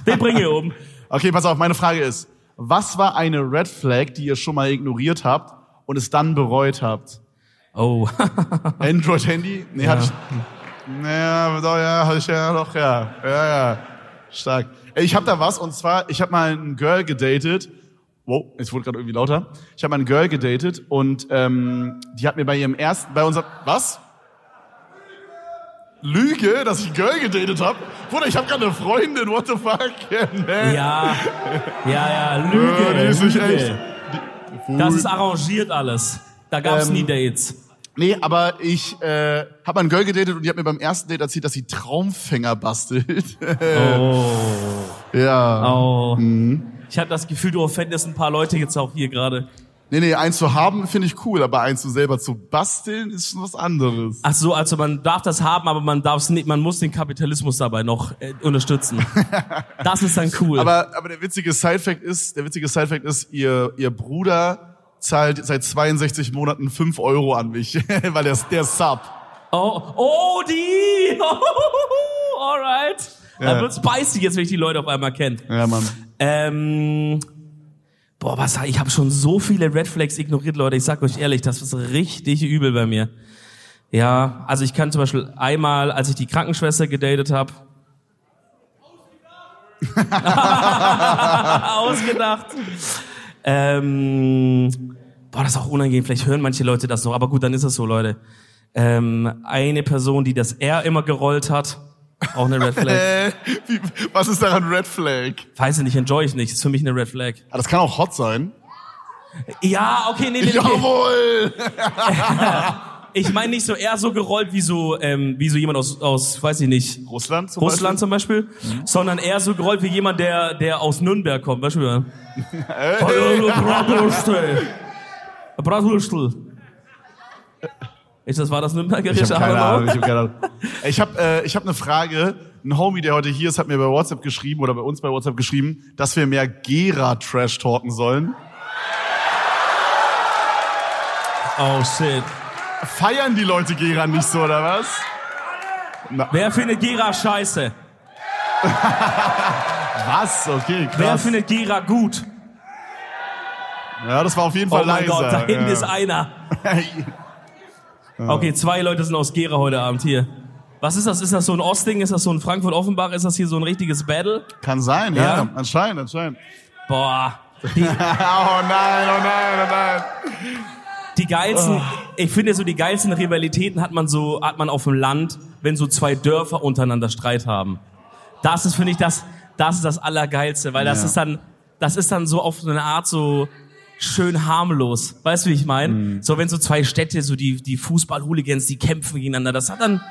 [SPEAKER 2] Den bringe ich um.
[SPEAKER 1] Okay, pass auf, meine Frage ist, was war eine Red Flag, die ihr schon mal ignoriert habt und es dann bereut habt?
[SPEAKER 2] Oh.
[SPEAKER 1] Android Handy? Nee, hab ich Naja, doch, ja, hab ich ja doch, ja. Ja, ja. Stark. Ey, Ich hab da was und zwar, ich hab mal ein Girl gedatet. Wow, es wurde gerade irgendwie lauter. Ich hab mal ein Girl gedatet und ähm, die hat mir bei ihrem ersten, bei unserem, was? Lüge, dass ich ein Girl gedatet hab? Bruder, ich hab gerade eine Freundin, what the fuck? nee.
[SPEAKER 2] Ja, ja, ja,
[SPEAKER 1] Ja,
[SPEAKER 2] Lüge.
[SPEAKER 1] die ist nicht
[SPEAKER 2] Lüge.
[SPEAKER 1] echt. Die-
[SPEAKER 2] Das
[SPEAKER 1] Fu-
[SPEAKER 2] ist arrangiert alles. Da gab's
[SPEAKER 1] Ähm,
[SPEAKER 2] nie Dates.
[SPEAKER 1] Nee, aber ich äh, habe mal einen Girl gedatet und die hat mir beim ersten Date erzählt, dass sie Traumfänger bastelt.
[SPEAKER 2] Oh,
[SPEAKER 1] ja.
[SPEAKER 2] oh. Ich habe das Gefühl, du offendest ein paar Leute jetzt auch hier gerade.
[SPEAKER 1] Nee, nee, eins zu haben finde ich cool, aber eins zu selber zu basteln ist schon was anderes.
[SPEAKER 2] Ach so, also man darf das haben, aber man darf es nicht, man muss den Kapitalismus dabei noch äh, unterstützen. Das ist dann cool.
[SPEAKER 1] Aber, aber der witzige Sidefact ist, der witzige Sidefact ist, ihr, ihr Bruder zahlt seit 62 Monaten 5 Euro an mich, weil der, der ist Sub.
[SPEAKER 2] oh, oh, die! Alright. Dann
[SPEAKER 1] Ja.
[SPEAKER 2] wird's spicy jetzt, wenn ich die Leute auf einmal kenne.
[SPEAKER 1] Ja, Mann.
[SPEAKER 2] Ähm, boah, was ich habe schon so viele Red Flags ignoriert, Leute. Ich sag euch ehrlich, das ist richtig übel bei mir. Ja, also ich kann zum Beispiel einmal, als ich die Krankenschwester gedatet habe. Ausgedacht. Ähm, boah, das ist auch unangenehm. Vielleicht hören manche Leute das noch, aber gut, dann ist es so, Leute. Ähm, eine Person, die das R immer gerollt hat, auch eine Red Flag.
[SPEAKER 1] Äh, wie, was ist daran Red Flag?
[SPEAKER 2] Weiß ich nicht, enjoy ich nicht. Ist für mich eine Red Flag.
[SPEAKER 1] Ah, das kann auch hot sein.
[SPEAKER 2] Ja, okay, nee, nee, nee. okay.
[SPEAKER 1] Jawohl!
[SPEAKER 2] Ich meine nicht so eher so gerollt wie so ähm, wie so jemand aus aus weiß ich nicht
[SPEAKER 1] Russland zum
[SPEAKER 2] Russland zum Beispiel, sondern eher so gerollt wie jemand der der aus Nürnberg kommt, weißt du? wie man- Hallo, Bratwurstel. Bratwurstel. Ist das war das
[SPEAKER 1] Beispiel. Ich
[SPEAKER 2] Nürnbergerische?
[SPEAKER 1] habe keine
[SPEAKER 2] Hallo?
[SPEAKER 1] Ahnung, ich habe keine Ahnung. Ich habe äh, ich hab eine Frage. Ein Homie, der heute hier ist, hat mir bei WhatsApp geschrieben oder bei uns bei WhatsApp geschrieben, dass wir mehr Gera-Trash talken sollen.
[SPEAKER 2] Oh shit.
[SPEAKER 1] Feiern die Leute Gera nicht so, oder was?
[SPEAKER 2] Wer findet Gera scheiße?
[SPEAKER 1] Was? Okay,
[SPEAKER 2] Wer
[SPEAKER 1] krass.
[SPEAKER 2] findet Gera gut?
[SPEAKER 1] Ja, das war auf jeden Fall
[SPEAKER 2] Oh mein
[SPEAKER 1] leiser.
[SPEAKER 2] Gott, da hinten
[SPEAKER 1] ja.
[SPEAKER 2] ist einer. Okay, zwei Leute sind aus Gera heute Abend hier. Was ist das? Ist das so ein Ostding? Ist das so ein Frankfurt-Offenbach? Ist das hier so ein richtiges Battle?
[SPEAKER 1] Kann sein, ja.
[SPEAKER 2] Ja.
[SPEAKER 1] Anscheinend, anscheinend.
[SPEAKER 2] Boah. Die,
[SPEAKER 1] oh nein, oh nein, oh nein.
[SPEAKER 2] die geilsten, ich finde so die geilsten Rivalitäten hat man so, hat man auf dem Land, wenn so zwei Dörfer untereinander Streit haben. Das ist, finde ich, das, das ist das Allergeilste, weil das
[SPEAKER 1] Ja.
[SPEAKER 2] ist dann, das ist dann so auf so eine Art so schön harmlos. Weißt du, wie ich meine? So, wenn so zwei Städte, so die, die Fußball-Hooligans, die kämpfen gegeneinander, das hat dann,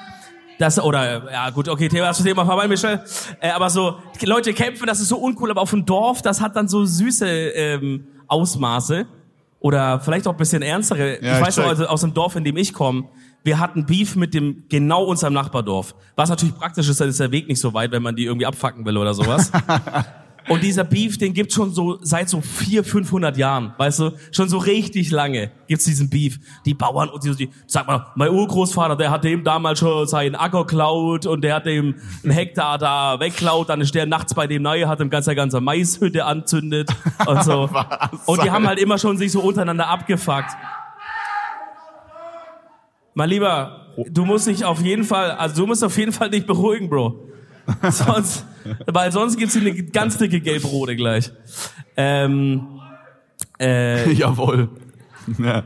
[SPEAKER 2] Das, oder, äh, ja gut, okay, Thema, das Thema vorbei, Michel. Äh, aber so, die Leute kämpfen, das ist so uncool, aber auf dem Dorf, das hat dann so süße ähm, Ausmaße. Oder vielleicht auch ein bisschen ernstere.
[SPEAKER 1] Ja,
[SPEAKER 2] ich
[SPEAKER 1] ich
[SPEAKER 2] weiß noch,
[SPEAKER 1] check.
[SPEAKER 2] also aus dem Dorf, in dem ich komme, wir hatten Beef mit dem, genau unserem Nachbardorf. Was natürlich praktisch ist, dann ist der Weg nicht so weit, wenn man die irgendwie abfacken will oder sowas. Und dieser Beef, den gibt's schon so seit so 400, 500 Jahren, weißt du? Schon so richtig lange gibt's diesen Beef. Die Bauern und die, die sag mal, mein Urgroßvater, der hat dem damals schon seinen Acker geklaut und der hat dem einen Hektar da wegklaut, dann ist der nachts bei dem neu, hat dem ganze ganze Maishütte anzündet und so. und die haben halt immer schon sich so untereinander abgefuckt. Mein Lieber, du musst dich auf jeden Fall, also du musst auf jeden Fall dich beruhigen, Bro. Sonst, weil sonst gibt's hier eine ganz dicke Gelbrote gleich. Ähm, äh,
[SPEAKER 1] Jawohl. Ja.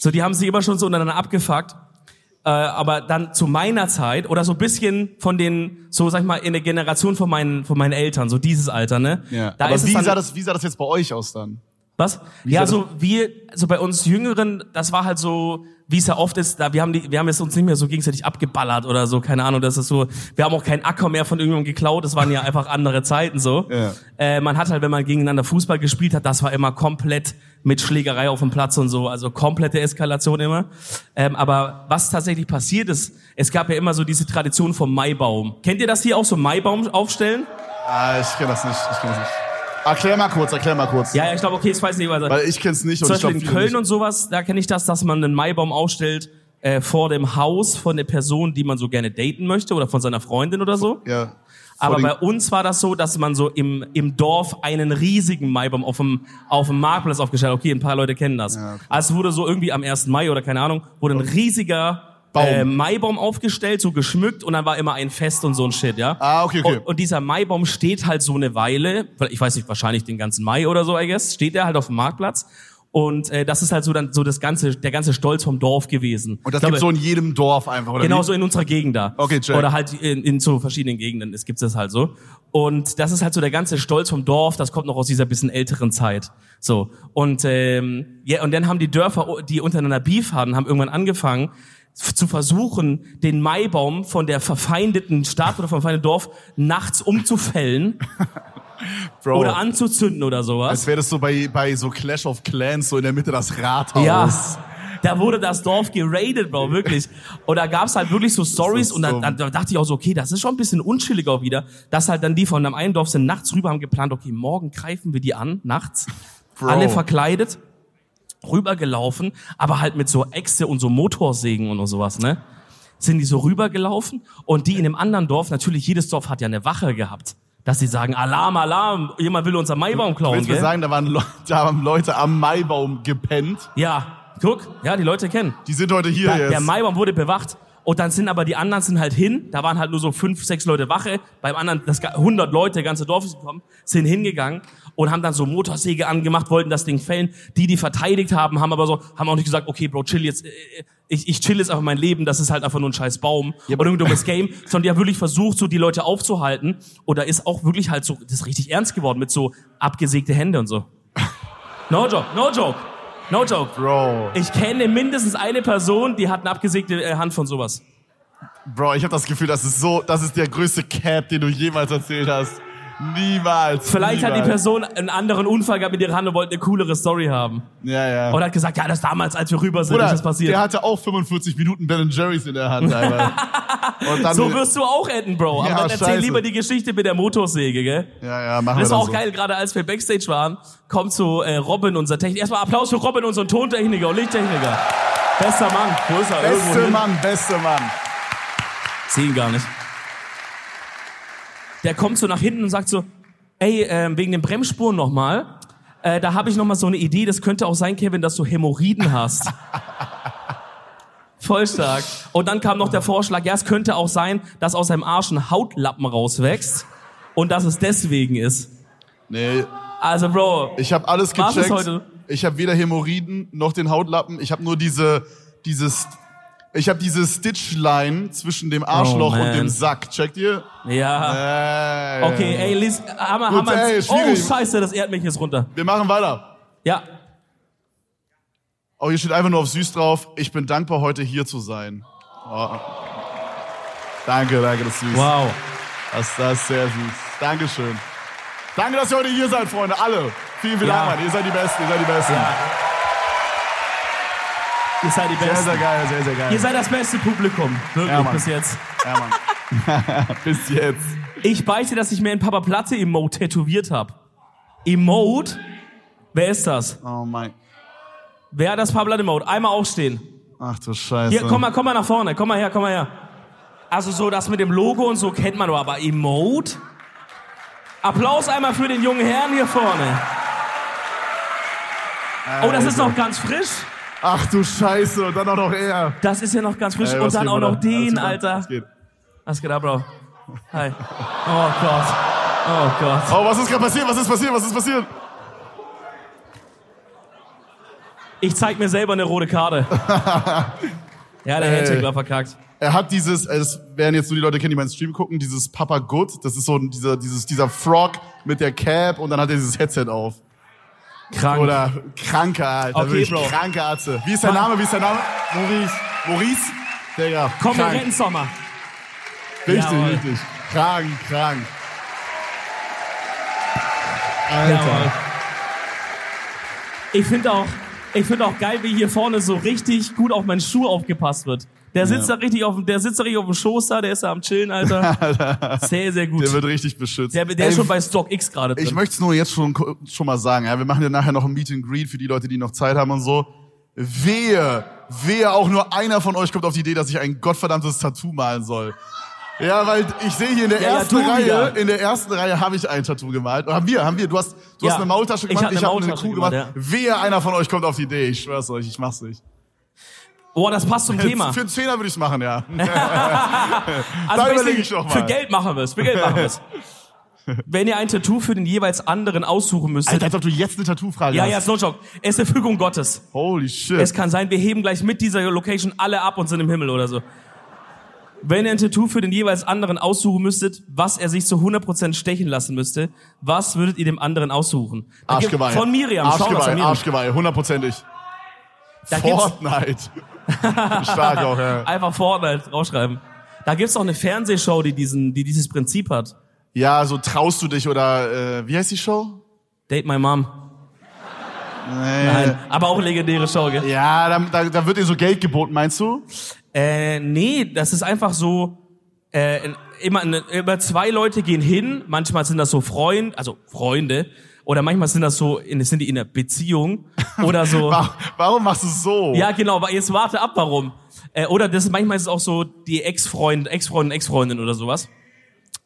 [SPEAKER 2] so, die haben sich immer schon so untereinander abgefuckt. Äh, aber dann zu meiner Zeit oder so ein bisschen von den, so sag ich mal, in der Generation von meinen, von meinen Eltern, so dieses Alter, ne?
[SPEAKER 1] Ja.
[SPEAKER 2] Da
[SPEAKER 1] Aber
[SPEAKER 2] ist es
[SPEAKER 1] wie,
[SPEAKER 2] dann,
[SPEAKER 1] sah das, wie sah das jetzt bei euch aus dann?
[SPEAKER 2] Was? ja, so wir, so bei uns Jüngeren, das war halt so, wie es ja oft ist, da wir haben die, wir haben es uns nicht mehr so gegenseitig abgeballert oder so, keine Ahnung, das ist so, wir haben auch keinen Acker mehr von irgendjemandem geklaut, das waren ja einfach andere Zeiten so.
[SPEAKER 1] Ja.
[SPEAKER 2] Äh, man hat halt, wenn man gegeneinander Fußball gespielt hat, das war immer komplett mit Schlägerei auf dem Platz und so, also komplette Eskalation immer. Ähm, aber was tatsächlich passiert ist, es gab ja immer so diese Tradition vom Maibaum. Kennt ihr das hier auch so Maibaum aufstellen?
[SPEAKER 1] Ah, ich kenne das nicht. Ich kenn das nicht. Erklär mal kurz, erklär mal kurz.
[SPEAKER 2] Ja, ja, ich glaube, okay, ich weiß nicht, was
[SPEAKER 1] Weil ich kenn's nicht und
[SPEAKER 2] Zum
[SPEAKER 1] ich
[SPEAKER 2] Beispiel
[SPEAKER 1] glaube
[SPEAKER 2] in Köln und sowas, da kenne ich das, dass man einen Maibaum aufstellt äh, vor dem Haus von der Person, die man so gerne daten möchte oder von seiner Freundin oder so.
[SPEAKER 1] ja.
[SPEAKER 2] Aber
[SPEAKER 1] den-
[SPEAKER 2] bei uns war das so, dass man so im, im Dorf einen riesigen Maibaum auf dem, auf dem Marktplatz aufgestellt hat. Okay, ein paar Leute kennen das.
[SPEAKER 1] Ja, okay. Oh.
[SPEAKER 2] Also es wurde so irgendwie am 1. Mai oder keine Ahnung, wurde ein riesiger Äh,
[SPEAKER 1] Baum.
[SPEAKER 2] Maibaum aufgestellt, so geschmückt und dann war immer ein Fest und so ein Shit, ja.
[SPEAKER 1] Ah, okay, okay.
[SPEAKER 2] Und, und dieser Maibaum steht halt so eine Weile, ich weiß nicht, wahrscheinlich den ganzen Mai oder so, I guess, steht er halt auf dem Marktplatz. Und äh, das ist halt so dann so das ganze, der ganze Stolz vom Dorf gewesen.
[SPEAKER 1] Und das
[SPEAKER 2] Ich glaube,
[SPEAKER 1] gibt's so in jedem Dorf einfach, oder?
[SPEAKER 2] Genau
[SPEAKER 1] wie?
[SPEAKER 2] so in unserer Gegend da.
[SPEAKER 1] Okay, check.
[SPEAKER 2] Oder halt in, in so verschiedenen Gegenden. Es gibt das halt so. Und das ist halt so der ganze Stolz vom Dorf. Das kommt noch aus dieser bisschen älteren Zeit. So und ähm, ja und dann haben die Dörfer, die untereinander Beef hatten, haben irgendwann angefangen f- zu versuchen, den Maibaum von der verfeindeten Stadt oder vom verfeindeten Dorf nachts umzufällen
[SPEAKER 1] Bro.
[SPEAKER 2] Oder anzuzünden oder sowas.
[SPEAKER 1] als wäre das so bei, bei so Clash of Clans, so in der Mitte das Rathaus.
[SPEAKER 2] Ja. Da wurde das Dorf geradet, Bro, wirklich. Und da gab's halt wirklich so Stories
[SPEAKER 1] so
[SPEAKER 2] und dann,
[SPEAKER 1] dumm.
[SPEAKER 2] dann, dachte ich auch so, okay, das ist schon ein bisschen unschillig auch wieder, dass halt dann die von einem einen Dorf sind nachts rüber, haben geplant, okay, morgen greifen wir die an, nachts,
[SPEAKER 1] Bro.
[SPEAKER 2] alle verkleidet, rübergelaufen, aber halt mit so Echse und so Motorsägen und sowas, ne? Sind die so rübergelaufen und die in dem anderen Dorf, natürlich jedes Dorf hat ja eine Wache gehabt, dass sie sagen, Alarm, Alarm, jemand will unser Maibaum klauen,
[SPEAKER 1] Willst du mir
[SPEAKER 2] gell?
[SPEAKER 1] sagen, da, waren Le da haben Leute am Maibaum gepennt.
[SPEAKER 2] Ja, guck, ja, die Leute kennen.
[SPEAKER 1] Die sind heute hier
[SPEAKER 2] Da,
[SPEAKER 1] jetzt.
[SPEAKER 2] der Maibaum wurde bewacht. Und dann sind aber die anderen sind halt hin. Da waren halt nur so fünf, sechs Leute Wache. Beim anderen, das ga- 100 Leute, ganze Dorf ist gekommen, sind hingegangen und haben dann so Motorsäge angemacht, wollten das Ding fällen. Die, die verteidigt haben, haben aber so, haben auch nicht gesagt, okay, Bro, chill jetzt, äh, äh, ich, ich chill jetzt einfach mein Leben, das ist halt einfach nur ein scheiß Baum oder irgendein dummes Game, sondern die haben wirklich versucht, so die Leute aufzuhalten. Und da ist auch wirklich halt so, das ist richtig ernst geworden mit so abgesägte Hände und so. No joke, no joke, no joke.
[SPEAKER 1] Bro,
[SPEAKER 2] Ich kenne mindestens eine Person, die hat eine abgesägte äh, Hand von sowas.
[SPEAKER 1] Bro, ich habe das Gefühl, das ist so, das ist der größte Cap, den du jemals erzählt hast. Niemals.
[SPEAKER 2] Vielleicht hat
[SPEAKER 1] niemals.
[SPEAKER 2] die Person einen anderen Unfall gehabt mit ihrer Hand und wollte eine coolere Story haben.
[SPEAKER 1] Ja, ja.
[SPEAKER 2] Oder hat gesagt, ja, das damals, als wir rüber sind,
[SPEAKER 1] Bruder,
[SPEAKER 2] ist das
[SPEAKER 1] Der
[SPEAKER 2] passiert.
[SPEAKER 1] hatte auch 45 Minuten Ben Jerry's in der Hand einmal. Und dann,
[SPEAKER 2] So wirst du auch enden, Bro. Aber
[SPEAKER 1] Ja,
[SPEAKER 2] dann erzähl
[SPEAKER 1] scheiße.
[SPEAKER 2] lieber die Geschichte mit der Motorsäge, gell?
[SPEAKER 1] ja, ja, machen wir
[SPEAKER 2] Das war
[SPEAKER 1] dann
[SPEAKER 2] auch
[SPEAKER 1] so.
[SPEAKER 2] geil, gerade als wir Backstage waren, kommt so äh, Robin, unser Techniker. Erstmal Applaus für Robin, unseren Tontechniker und Lichttechniker. Bester Mann. Wo ist er? Irgendwo
[SPEAKER 1] Beste
[SPEAKER 2] hin.
[SPEAKER 1] Mann, beste Mann.
[SPEAKER 2] Seh ihn gar nicht. Der kommt so nach hinten und sagt so, ey, ähm, wegen den Bremsspuren nochmal, äh, da habe ich nochmal so eine Idee, das könnte auch sein, Kevin, dass du Hämorrhoiden hast. Voll stark. Und dann kam noch der Vorschlag, ja, es könnte auch sein, dass aus seinem Arsch ein Hautlappen rauswächst und dass es deswegen ist.
[SPEAKER 1] Nee,
[SPEAKER 2] Also, Bro,
[SPEAKER 1] ich habe alles
[SPEAKER 2] Was ist
[SPEAKER 1] gecheckt.
[SPEAKER 2] heute?
[SPEAKER 1] Ich habe weder Hämorrhoiden noch den Hautlappen. Ich habe nur diese, dieses, ich habe diese Stitchline zwischen dem Arschloch
[SPEAKER 2] Oh,
[SPEAKER 1] und dem
[SPEAKER 2] man.
[SPEAKER 1] Sack. Checkt ihr?
[SPEAKER 2] ja.
[SPEAKER 1] Ey.
[SPEAKER 2] Okay, ey, Liz, Hammer,
[SPEAKER 1] Äh. Gut,
[SPEAKER 2] Hammer.
[SPEAKER 1] ey,
[SPEAKER 2] oh,
[SPEAKER 1] schwierig.
[SPEAKER 2] scheiße, das Erdmännchen ist runter.
[SPEAKER 1] Wir machen weiter.
[SPEAKER 2] Ja,
[SPEAKER 1] Oh, hier steht einfach nur auf süß drauf. Ich bin dankbar, heute hier zu sein. Oh. Danke, danke, das ist süß.
[SPEAKER 2] wow.
[SPEAKER 1] Das, das ist sehr süß. Dankeschön. Danke, dass ihr heute hier seid, Freunde. Alle. Vielen, vielen
[SPEAKER 2] Ja.
[SPEAKER 1] Dank, Mann. Ihr seid die Besten, ihr seid die Besten.
[SPEAKER 2] Ihr seid die
[SPEAKER 1] Sehr,
[SPEAKER 2] Besten.
[SPEAKER 1] sehr geil, sehr, sehr geil.
[SPEAKER 2] Ihr seid das beste Publikum, wirklich
[SPEAKER 1] Ja, Mann.
[SPEAKER 2] bis jetzt.
[SPEAKER 1] ja, Mann. Bis jetzt.
[SPEAKER 2] Ich beichte, dass ich mir ein Papa Platte Emote tätowiert habe. Emote? Wer ist das?
[SPEAKER 1] Oh mein.
[SPEAKER 2] Wer hat das Papa Platte Emote? Einmal aufstehen.
[SPEAKER 1] Ach du Scheiße.
[SPEAKER 2] Hier, komm mal, komm mal nach vorne, komm mal her, komm mal her. Also so das mit dem Logo und so kennt man doch, aber Emote? Applaus einmal für den jungen Herrn hier vorne. Oh, das
[SPEAKER 1] Also.
[SPEAKER 2] ist noch ganz frisch.
[SPEAKER 1] Ach du Scheiße. Und dann auch noch er.
[SPEAKER 2] Das ist ja noch ganz frisch.
[SPEAKER 1] Ey, was
[SPEAKER 2] und dann
[SPEAKER 1] geht,
[SPEAKER 2] auch noch
[SPEAKER 1] Bruder? Alles
[SPEAKER 2] den,
[SPEAKER 1] gut,
[SPEAKER 2] Alter.
[SPEAKER 1] was geht?
[SPEAKER 2] Was geht ab, Bro? Hi. Oh Gott. Oh Gott.
[SPEAKER 1] Oh, was ist gerade passiert? Was ist passiert? Was ist passiert?
[SPEAKER 2] Ich zeig mir selber eine rote Karte. ja, der Handshake war verkackt.
[SPEAKER 1] Er hat dieses, es werden jetzt nur die Leute kennen, die meinen Stream gucken, dieses Papa Good. Das ist so ein- dieser, dieses, dieser Frog mit der Cap und dann hat er dieses Headset auf.
[SPEAKER 2] Krank.
[SPEAKER 1] Oder kranker, Alter.
[SPEAKER 2] Okay,
[SPEAKER 1] wirklich
[SPEAKER 2] Bro.
[SPEAKER 1] Kranker Atze. Wie ist dein Name? Wie ist dein Name? Maurice. Maurice? Digga.
[SPEAKER 2] Komm, wir
[SPEAKER 1] krank.
[SPEAKER 2] retten Sommer.
[SPEAKER 1] Richtig,
[SPEAKER 2] Jawohl.
[SPEAKER 1] richtig. Krank, krank. Alter.
[SPEAKER 2] Jawohl. Ich finde auch, ich finde auch geil, wie hier vorne so richtig gut auf meinen Schuh aufgepasst wird. Der sitzt da richtig auf dem, der sitzt da richtig auf dem Schoß da, der ist da am Chillen, Alter. Sehr, sehr gut.
[SPEAKER 1] Der wird richtig beschützt.
[SPEAKER 2] Der, der
[SPEAKER 1] Ey,
[SPEAKER 2] ist schon bei Stock X gerade
[SPEAKER 1] ich
[SPEAKER 2] drin.
[SPEAKER 1] möchte es nur jetzt schon, schon mal sagen. Ja, wir machen ja nachher noch ein Meet and Greet für die Leute, die noch Zeit haben und so. Wehe, wehe, auch nur einer von euch kommt auf die Idee, dass ich ein gottverdammtes Tattoo malen soll. Ja, weil ich sehe hier in der
[SPEAKER 2] Ja, ja,
[SPEAKER 1] ersten
[SPEAKER 2] du
[SPEAKER 1] Reihe,
[SPEAKER 2] wieder.
[SPEAKER 1] in der ersten Reihe habe ich ein Tattoo gemalt. Haben wir, haben wir. Du hast, du
[SPEAKER 2] Ja,
[SPEAKER 1] hast eine Maultasche
[SPEAKER 2] ich
[SPEAKER 1] gemacht,
[SPEAKER 2] hab eine
[SPEAKER 1] hab
[SPEAKER 2] Maultasche
[SPEAKER 1] Kuh
[SPEAKER 2] gemacht,
[SPEAKER 1] Wehe, einer von euch kommt auf die Idee. Ich schwör's euch, ich mach's nicht.
[SPEAKER 2] Boah, das passt zum Thema.
[SPEAKER 1] Für einen Zehner würde ich's machen, ja.
[SPEAKER 2] Also
[SPEAKER 1] Da
[SPEAKER 2] weißt du,
[SPEAKER 1] überlege ich noch mal.
[SPEAKER 2] Für Geld machen wir es, für Geld machen wir es. Wenn ihr ein Tattoo für den jeweils anderen aussuchen müsstet.
[SPEAKER 1] ob du jetzt eine Tattoo-Frage
[SPEAKER 2] ja, ja, ist no joke. Es ist eine Fügung Gottes.
[SPEAKER 1] Holy shit.
[SPEAKER 2] Es kann sein, wir heben gleich mit dieser Location alle ab und sind im Himmel oder so. Wenn ihr ein Tattoo für den jeweils anderen aussuchen müsstet, was er sich zu 100% stechen lassen müsste, was würdet ihr dem anderen aussuchen? Da gibt-
[SPEAKER 1] Arschgeweih.
[SPEAKER 2] Von Miriam. Shoutouts an
[SPEAKER 1] Arschgeweih,
[SPEAKER 2] Miriam.
[SPEAKER 1] Arschgeweih, hundertprozentig.
[SPEAKER 2] Da gibt's
[SPEAKER 1] Fortnite. Stark auch, ja.
[SPEAKER 2] einfach Fortnite draufschreiben. Da gibt's auch eine Fernsehshow, die diesen, die dieses Prinzip hat.
[SPEAKER 1] Ja, so traust du dich oder äh, wie heißt die Show?
[SPEAKER 2] Date My Mom.
[SPEAKER 1] Nee.
[SPEAKER 2] Nein. Aber auch legendäre Show, gell?
[SPEAKER 1] Ja, da, da, da wird dir so Geld geboten, meinst du?
[SPEAKER 2] Äh, nee, das ist einfach so, äh, in- immer, in- immer zwei Leute gehen hin, manchmal sind das so Freund, also Freunde, oder manchmal sind das so, in, sind die in einer Beziehung, oder so.
[SPEAKER 1] Warum, warum machst du es so?
[SPEAKER 2] ja, genau, aber jetzt warte ab, warum. Äh, oder das ist, manchmal ist es auch so, die Ex-Freund, Ex-Freundin, Ex-Freundin oder sowas.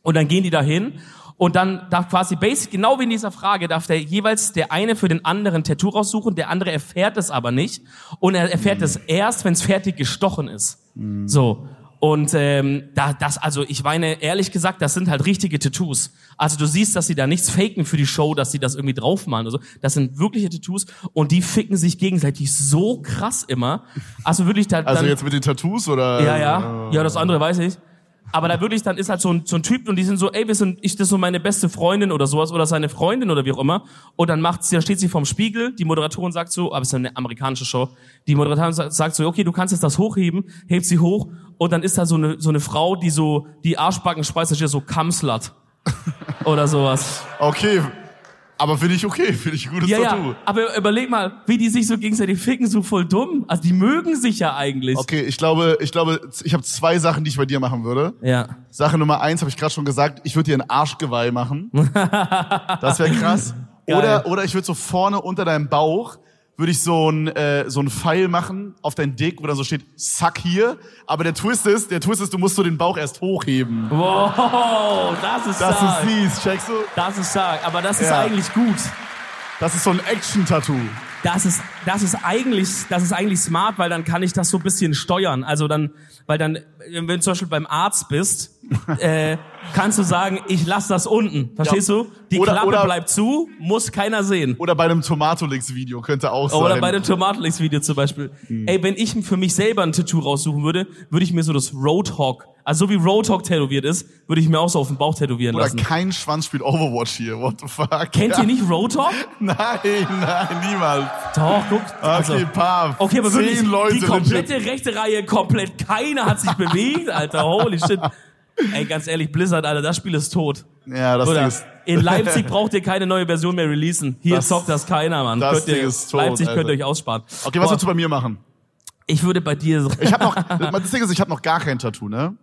[SPEAKER 2] Und dann gehen die da hin, und dann darf quasi basic, genau wie in dieser Frage, darf der jeweils der eine für den anderen ein Tattoo raussuchen, der andere erfährt es aber nicht. Und er erfährt es erst, wenn es fertig gestochen ist.
[SPEAKER 1] Mhm.
[SPEAKER 2] So. Und ähm, da, das, also ich meine, ehrlich gesagt, das sind halt richtige Tattoos. Also du siehst, dass sie da nichts faken für die Show, dass sie das irgendwie draufmalen oder so. Das sind wirkliche Tattoos und die ficken sich gegenseitig so krass immer. Also wirklich, da,
[SPEAKER 1] Also
[SPEAKER 2] dann,
[SPEAKER 1] jetzt mit den Tattoos oder?
[SPEAKER 2] ja, ja. Ja, das andere weiß ich. Aber da wirklich, dann ist halt so ein, so ein Typ und die sind so, ey, wir sind, ich, das ist so meine beste Freundin oder sowas oder seine Freundin oder wie auch immer. Und dann macht sie, dann steht sie vorm Spiegel, die Moderatorin sagt so, aber es ist eine amerikanische Show, die Moderatorin sa- sagt so, okay, du kannst jetzt das hochheben, hebt sie hoch und dann ist da so eine, so eine Frau, die so, die Arschbacken speist, da steht so Kamslat oder sowas.
[SPEAKER 1] Okay, aber finde ich okay, finde ich ein gutes
[SPEAKER 2] Ja,
[SPEAKER 1] Tattoo.
[SPEAKER 2] ja, aber überleg mal, wie die sich so gegenseitig ficken, so voll dumm. Also die mögen sich ja eigentlich.
[SPEAKER 1] Okay, ich glaube, ich glaube, ich habe zwei Sachen, die ich bei dir machen würde.
[SPEAKER 2] Ja.
[SPEAKER 1] Sache Nummer eins habe ich gerade schon gesagt, ich würde dir ein Arschgeweih machen. Das wäre krass.
[SPEAKER 2] Geil.
[SPEAKER 1] Oder, oder ich würde so vorne unter deinem Bauch würde ich so ein äh, so ein Pfeil machen auf deinen Dick, wo dann so steht Sack hier. Aber der Twist ist, der Twist ist, du musst so den Bauch erst hochheben,
[SPEAKER 2] Wow, das ist
[SPEAKER 1] dass
[SPEAKER 2] stark.
[SPEAKER 1] du siehst. Checkst du?
[SPEAKER 2] Das ist stark, aber das ist
[SPEAKER 1] Ja.
[SPEAKER 2] eigentlich gut.
[SPEAKER 1] Das ist so ein Action-Tattoo.
[SPEAKER 2] Das ist, das ist eigentlich, das ist eigentlich smart, weil dann kann ich das so ein bisschen steuern. Also dann, weil dann, wenn du zum Beispiel beim Arzt bist, äh, kannst du sagen, ich lass das unten. Verstehst
[SPEAKER 1] Ja.
[SPEAKER 2] du? Die
[SPEAKER 1] Oder-
[SPEAKER 2] Klappe
[SPEAKER 1] oder-
[SPEAKER 2] bleibt zu, muss keiner sehen.
[SPEAKER 1] Oder bei einem Tomatolix-Video könnte auch sein. Mhm.
[SPEAKER 2] Oder bei dem Tomatenlix-Video zum Beispiel. Ey, wenn ich für mich selber ein Tattoo raussuchen würde, würde ich mir so das Roadhog, also so wie Roadhog tätowiert ist, würde ich mir auch so auf den Bauch tätowieren
[SPEAKER 1] Oder
[SPEAKER 2] lassen.
[SPEAKER 1] kein Schwanz spielt Overwatch hier. What the fuck?
[SPEAKER 2] Kennt ihr nicht Roadhog?
[SPEAKER 1] Nein, nein, niemals.
[SPEAKER 2] Doch, guck. also-
[SPEAKER 1] Ah, Okay, paar.
[SPEAKER 2] Okay, aber
[SPEAKER 1] zehn
[SPEAKER 2] wirklich,
[SPEAKER 1] Leute.
[SPEAKER 2] die komplette rechte Reihe, komplett keiner hat sich bewegt, Alter, holy shit. Ey, ganz ehrlich, Blizzard, Alter, das Spiel ist tot.
[SPEAKER 1] legit. Ja, das Ding
[SPEAKER 2] Oder?
[SPEAKER 1] ist.
[SPEAKER 2] In Leipzig braucht ihr keine neue Version mehr releasen. Hier
[SPEAKER 1] Das-
[SPEAKER 2] zockt das keiner, Mann.
[SPEAKER 1] das
[SPEAKER 2] Könnt ihr,
[SPEAKER 1] Ding ist tot,
[SPEAKER 2] Leipzig könnt
[SPEAKER 1] Alter.
[SPEAKER 2] ihr euch aussparen.
[SPEAKER 1] Okay, was
[SPEAKER 2] Boah,
[SPEAKER 1] willst du bei mir machen?
[SPEAKER 2] Ich würde bei dir so
[SPEAKER 1] Ich hab noch, das Ding ist, ich habe noch gar kein Tattoo, ne?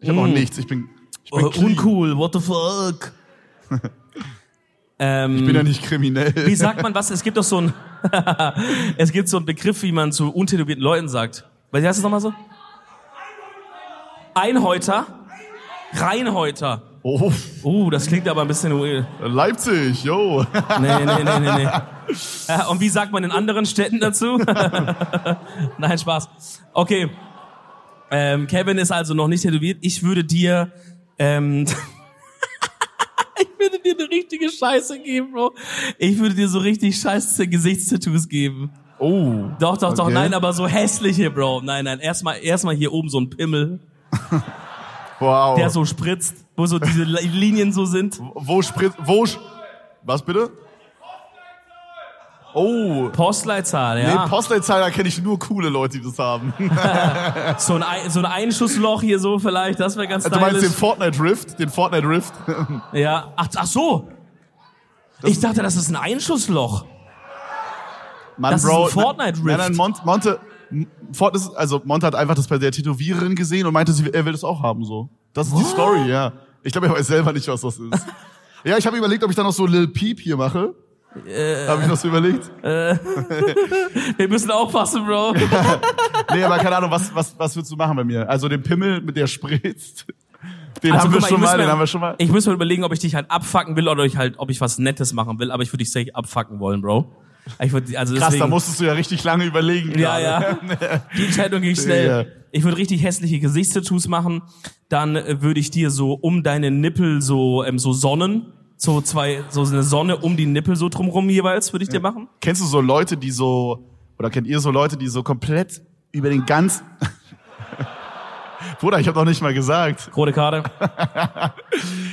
[SPEAKER 1] Ich habe noch nichts. Ich bin, ich bin
[SPEAKER 2] Hm. Oh,
[SPEAKER 1] clean.
[SPEAKER 2] uncool, what the fuck. Ähm,
[SPEAKER 1] Ich bin ja nicht kriminell.
[SPEAKER 2] Wie sagt man was? Es gibt doch so ein Es gibt so einen Begriff, wie man zu untätowierten Leuten sagt. Was heißt das nochmal so? Einhäuter? Reinhäuter.
[SPEAKER 1] Oh,
[SPEAKER 2] Uh, das klingt aber ein bisschen weird.
[SPEAKER 1] Leipzig, yo.
[SPEAKER 2] Nee, nee, nee, nee, nee. Ja, und wie sagt man in anderen Städten dazu? Nein, Spaß. Okay. Ähm, Kevin ist also noch nicht tätowiert. Ich würde dir, ähm, ich würde dir eine richtige Scheiße geben, Bro. Ich würde dir so richtig scheiß Gesichtstattoos geben.
[SPEAKER 1] Oh.
[SPEAKER 2] Doch, doch, doch,
[SPEAKER 1] Okay.
[SPEAKER 2] nein, aber so hässliche, Bro. Nein, nein, erstmal, erstmal hier oben so ein Pimmel,
[SPEAKER 1] Wow.
[SPEAKER 2] der so spritzt, wo so diese Linien so sind.
[SPEAKER 1] wo spritzt, wo, sch- was bitte? Oh.
[SPEAKER 2] Postleitzahl, ja.
[SPEAKER 1] Nee, Postleitzahl, da kenne ich nur coole Leute, die das haben.
[SPEAKER 2] So ein, Ei- so ein Einschussloch hier so vielleicht, das wäre ganz
[SPEAKER 1] Du meinst den
[SPEAKER 2] stylisch.
[SPEAKER 1] Fortnite Rift? Den Fortnite Rift?
[SPEAKER 2] Ja, ach, ach so. Ich dachte, das ist ein Einschussloch.
[SPEAKER 1] Mann,
[SPEAKER 2] Das ist
[SPEAKER 1] Bro,
[SPEAKER 2] ein Fortnite-Rift.
[SPEAKER 1] Nein, nein, Monte, Monte, M- Fort ist, also Monte hat einfach das bei der Tätowiererin gesehen und meinte, sie, er will das auch haben, so. Das ist die Story, ja. Ich glaube, er weiß selber nicht, was das ist. ja, ich habe überlegt, ob ich da noch so Lil Peep hier mache. Äh. Habe ich noch so überlegt?
[SPEAKER 2] Wir müssen aufpassen, Bro.
[SPEAKER 1] Nee, aber keine Ahnung, was, was, was willst du machen bei mir? Also den Pimmel, mit der spritzt. Den
[SPEAKER 2] Also,
[SPEAKER 1] haben wir
[SPEAKER 2] guck mal, ich
[SPEAKER 1] schon
[SPEAKER 2] muss
[SPEAKER 1] mal,
[SPEAKER 2] mir-
[SPEAKER 1] den haben wir schon mal.
[SPEAKER 2] Ich muss mir überlegen, ob ich dich halt abfacken will oder ich halt, ob ich was Nettes machen will, aber ich würde dich safe abfacken wollen, Bro. Ich würde, also
[SPEAKER 1] Krass, da
[SPEAKER 2] deswegen,
[SPEAKER 1] musstest du ja richtig lange überlegen.
[SPEAKER 2] Ja,
[SPEAKER 1] gerade.
[SPEAKER 2] ja. Die Entscheidung ging schnell. Ich würde richtig hässliche Gesichtstattoos machen. Dann äh, würde ich dir so um deine Nippel so, ähm, so Sonnen, so zwei, so eine Sonne um die Nippel so drumrum jeweils, würde ich dir machen.
[SPEAKER 1] Kennst du so Leute, die so, oder kennt ihr so Leute, die so komplett über den ganzen... Bruder, ich habe noch nicht mal gesagt.
[SPEAKER 2] Rote Karte.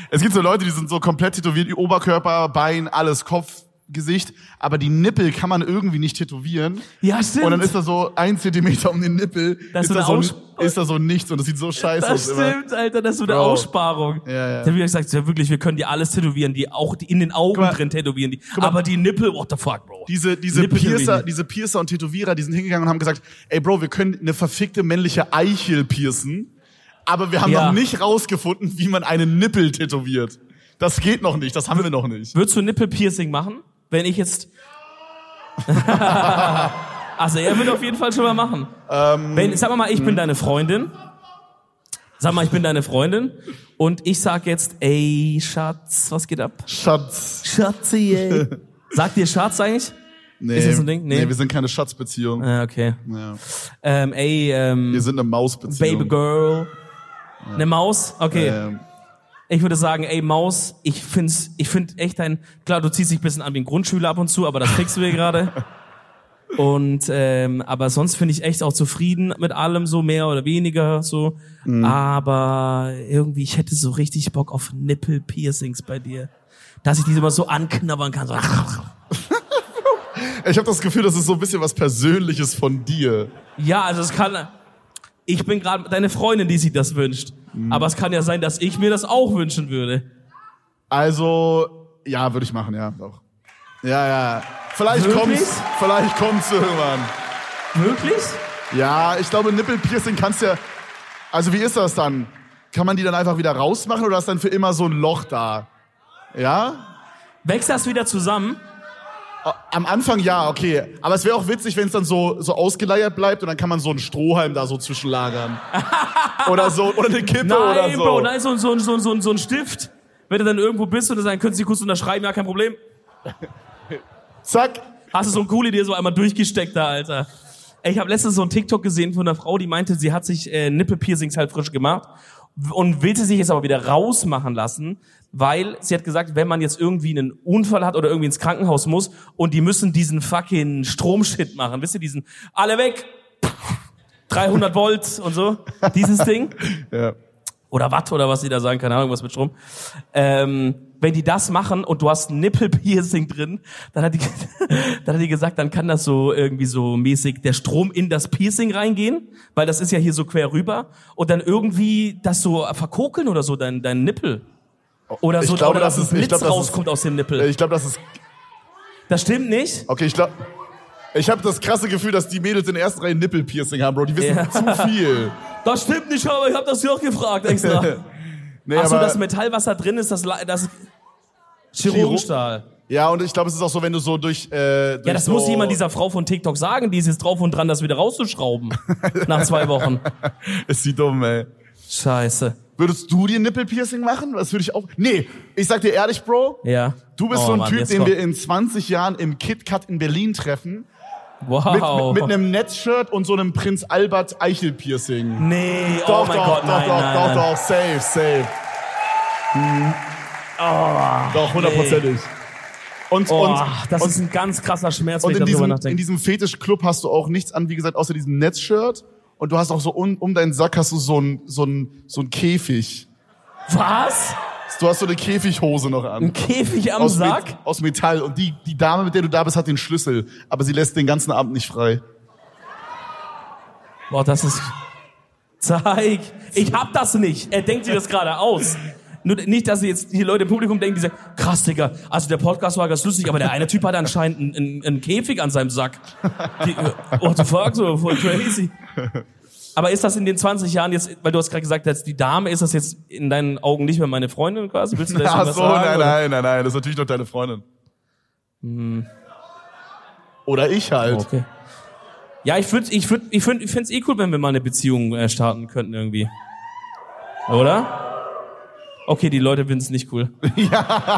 [SPEAKER 1] Es gibt so Leute, die sind so komplett tätowiert, Oberkörper, Bein, alles, Kopf, Gesicht, aber die Nippel kann man irgendwie nicht tätowieren.
[SPEAKER 2] Ja, stimmt.
[SPEAKER 1] Und dann ist da so ein Zentimeter um den Nippel,
[SPEAKER 2] Das ist
[SPEAKER 1] ist, da so,
[SPEAKER 2] eine Aus-
[SPEAKER 1] ist da so nichts und das sieht so scheiße aus.
[SPEAKER 2] Das
[SPEAKER 1] Immer.
[SPEAKER 2] stimmt, Alter, das ist so eine
[SPEAKER 1] Bro.
[SPEAKER 2] Aussparung.
[SPEAKER 1] Ja, ja.
[SPEAKER 2] Da hab ich gesagt, ja, wirklich, wir können die alles tätowieren, die auch die in den Augen
[SPEAKER 1] mal.
[SPEAKER 2] drin tätowieren, die, aber die Nippel, what the fuck, Bro.
[SPEAKER 1] Diese, diese,
[SPEAKER 2] Nippel tätowieren
[SPEAKER 1] Piercer,
[SPEAKER 2] nicht.
[SPEAKER 1] diese Piercer und Tätowierer, die sind hingegangen und haben gesagt, ey Bro, wir können eine verfickte männliche Eichel piercen, aber wir haben
[SPEAKER 2] Ja.
[SPEAKER 1] noch nicht rausgefunden, wie man einen Nippel tätowiert. Das geht noch nicht, das haben wir noch nicht.
[SPEAKER 2] Würdest du Nippelpiercing machen, wenn ich jetzt... also er würde auf jeden Fall schon mal machen.
[SPEAKER 1] Ähm,
[SPEAKER 2] wenn, sag mal,
[SPEAKER 1] hm.
[SPEAKER 2] ich bin deine Freundin. Sag mal, ich bin deine Freundin. Und ich sag jetzt, ey, Schatz, was geht ab?
[SPEAKER 1] Schatz.
[SPEAKER 2] Schatzi, ey. Sagt dir Schatz eigentlich?
[SPEAKER 1] Nee,
[SPEAKER 2] Ist das so ein Ding? Nee.
[SPEAKER 1] Nee. wir sind keine Schatzbeziehung.
[SPEAKER 2] Ah, okay.
[SPEAKER 1] Ja.
[SPEAKER 2] Ähm, ey, ähm,
[SPEAKER 1] Wir sind eine Mausbeziehung.
[SPEAKER 2] Baby Girl. Eine Maus? Okay.
[SPEAKER 1] Ähm,
[SPEAKER 2] Ich würde sagen, ey Maus, ich find's, ich find echt ein, klar, du ziehst dich ein bisschen an wie ein Grundschüler ab und zu, aber das kriegst du hier gerade. Und ähm, aber sonst finde ich echt auch zufrieden mit allem so mehr oder weniger so. Aber irgendwie ich hätte so richtig Bock auf Nippel-Piercings bei dir, dass ich diese mal so anknabbern kann. So.
[SPEAKER 1] ich habe das Gefühl, das ist so ein bisschen was Persönliches von dir.
[SPEAKER 2] Ja, also es kann. Ich bin gerade deine Freundin, die sich das wünscht. Aber es kann ja sein, dass ich mir das auch wünschen würde.
[SPEAKER 1] Also, ja, würde ich machen, ja, doch. Ja, ja. Vielleicht
[SPEAKER 2] Wirklich?
[SPEAKER 1] kommt's, vielleicht kommt's irgendwann.
[SPEAKER 2] Wirklich?
[SPEAKER 1] Ja, ich glaube, Nippelpiercing kannst ja. Also, wie ist das dann? Kann man die dann einfach wieder rausmachen oder ist dann für immer so ein Loch da? Ja? Oh,
[SPEAKER 2] Wächst das wieder zusammen?
[SPEAKER 1] Am Anfang ja, okay. Aber es wäre auch witzig, wenn es dann so, so ausgeleiert bleibt und dann kann man so einen Strohhalm da so zwischenlagern. oder so, oder eine Kippe oder
[SPEAKER 2] Nein,
[SPEAKER 1] so.
[SPEAKER 2] Bro, nein, so, so, so, so, so ein Stift. Wenn du dann irgendwo bist und dann können sie kurz unterschreiben, ja, kein Problem.
[SPEAKER 1] Zack.
[SPEAKER 2] Hast du so einen Kuli dir so einmal durchgesteckt da, Alter. Ey, Ich habe letztens so einen TikTok gesehen von einer Frau, die meinte, sie hat sich äh, Nippelpiercings halt frisch gemacht und will sie sich jetzt aber wieder rausmachen lassen, weil sie hat gesagt, wenn man jetzt irgendwie einen Unfall hat oder irgendwie ins Krankenhaus muss und die müssen diesen fucking Stromshit machen, wisst ihr, diesen alle weg, 300 Volt und so, dieses Ding
[SPEAKER 1] Ja.
[SPEAKER 2] oder Watt oder was die da sagen, keine Ahnung, was mit Strom. Ähm, wenn die das machen und du hast Nippelpiercing drin, dann hat, die, dann hat die gesagt, dann kann das so irgendwie so mäßig der Strom in das Piercing reingehen, weil das ist ja hier so quer rüber und dann irgendwie das so verkokeln oder so dein, dein Nippel. Oder
[SPEAKER 1] Ich
[SPEAKER 2] so,
[SPEAKER 1] glaube,
[SPEAKER 2] oder dass
[SPEAKER 1] das
[SPEAKER 2] ein
[SPEAKER 1] ist- ich
[SPEAKER 2] Blitz
[SPEAKER 1] glaube, das ist-
[SPEAKER 2] rauskommt aus dem Nippel.
[SPEAKER 1] Ich glaube, das ist.
[SPEAKER 2] Das stimmt nicht.
[SPEAKER 1] Okay, ich glaube. Ich habe das krasse Gefühl, dass die Mädels in der ersten Reihe Nippelpiercing haben, Bro. Die wissen
[SPEAKER 2] Ja.
[SPEAKER 1] zu viel.
[SPEAKER 2] Das stimmt nicht, aber ich habe das ja auch gefragt extra.
[SPEAKER 1] Nee,
[SPEAKER 2] Ach so,
[SPEAKER 1] aber-
[SPEAKER 2] das Metall, was da drin ist, das, La- das Chirurgenstahl.
[SPEAKER 1] Ja, und ich glaube, es ist auch so, wenn du so durch. Äh, durch
[SPEAKER 2] Ja, das
[SPEAKER 1] so
[SPEAKER 2] muss jemand dieser Frau von TikTok sagen, die ist jetzt drauf und dran, das wieder rauszuschrauben. nach zwei Wochen.
[SPEAKER 1] Ist die dumm, ey.
[SPEAKER 2] Scheiße.
[SPEAKER 1] Würdest du dir Nippelpiercing machen? Das würde ich auch. Nee, ich sag dir ehrlich, Bro.
[SPEAKER 2] Ja.
[SPEAKER 1] Du bist
[SPEAKER 2] Oh,
[SPEAKER 1] so ein
[SPEAKER 2] Mann,
[SPEAKER 1] Typ,
[SPEAKER 2] jetzt
[SPEAKER 1] den
[SPEAKER 2] kommt-
[SPEAKER 1] wir in 20 Jahren im KitKat in Berlin treffen. Mit,
[SPEAKER 2] Wow.
[SPEAKER 1] mit, mit einem Netzshirt und so einem Prinz Albert Eichel-Piercing.
[SPEAKER 2] nee, oh
[SPEAKER 1] doch,
[SPEAKER 2] mein
[SPEAKER 1] doch,
[SPEAKER 2] Gott,
[SPEAKER 1] doch,
[SPEAKER 2] nein,
[SPEAKER 1] doch,
[SPEAKER 2] nein,
[SPEAKER 1] doch,
[SPEAKER 2] nein.
[SPEAKER 1] doch, safe, safe. Mhm. doch, hundertprozentig. Und,
[SPEAKER 2] Oh,
[SPEAKER 1] und,
[SPEAKER 2] das
[SPEAKER 1] und,
[SPEAKER 2] ist ein ganz krasser Schmerz, wenn
[SPEAKER 1] und
[SPEAKER 2] ich
[SPEAKER 1] in,
[SPEAKER 2] darüber
[SPEAKER 1] diesem, in
[SPEAKER 2] nachdenke.
[SPEAKER 1] diesem Fetischclub hast du auch nichts an, wie gesagt, außer diesem Netzshirt. Und du hast auch so un, um deinen Sack hast du so einen so einen- so einen Käfig.
[SPEAKER 2] Was?
[SPEAKER 1] Du hast so eine Käfighose noch an.
[SPEAKER 2] Ein Käfig am
[SPEAKER 1] aus,
[SPEAKER 2] Sack?
[SPEAKER 1] Met aus Metall. Und die, die Dame, mit der du da bist, hat den Schlüssel. Aber sie lässt den ganzen Abend nicht frei.
[SPEAKER 2] Boah, das ist. Zeig. Ich hab das nicht. Er denkt sich das gerade aus. Nur nicht, dass jetzt die Leute im Publikum denken, die sagen, krass, Digga, also der Podcast war ganz lustig, aber der eine Typ hat anscheinend einen, einen, einen Käfig an seinem Sack. Die, äh, what the fuck, so voll crazy. Aber ist das in den 20 Jahren jetzt, weil du hast gerade gesagt, dass die Dame, ist das jetzt in deinen Augen nicht mehr meine Freundin quasi? Willst du da jetzt schon
[SPEAKER 1] Ach
[SPEAKER 2] was
[SPEAKER 1] so,
[SPEAKER 2] sagen?
[SPEAKER 1] nein,
[SPEAKER 2] oder?
[SPEAKER 1] nein, nein, nein. Das ist natürlich noch deine Freundin.
[SPEAKER 2] Hm.
[SPEAKER 1] Oder ich halt.
[SPEAKER 2] Okay. Ja, ich würd, ich würd, ich find, ich find's eh cool, wenn wir mal eine Beziehung äh, starten könnten irgendwie. Oder? Okay, die Leute finden's nicht cool.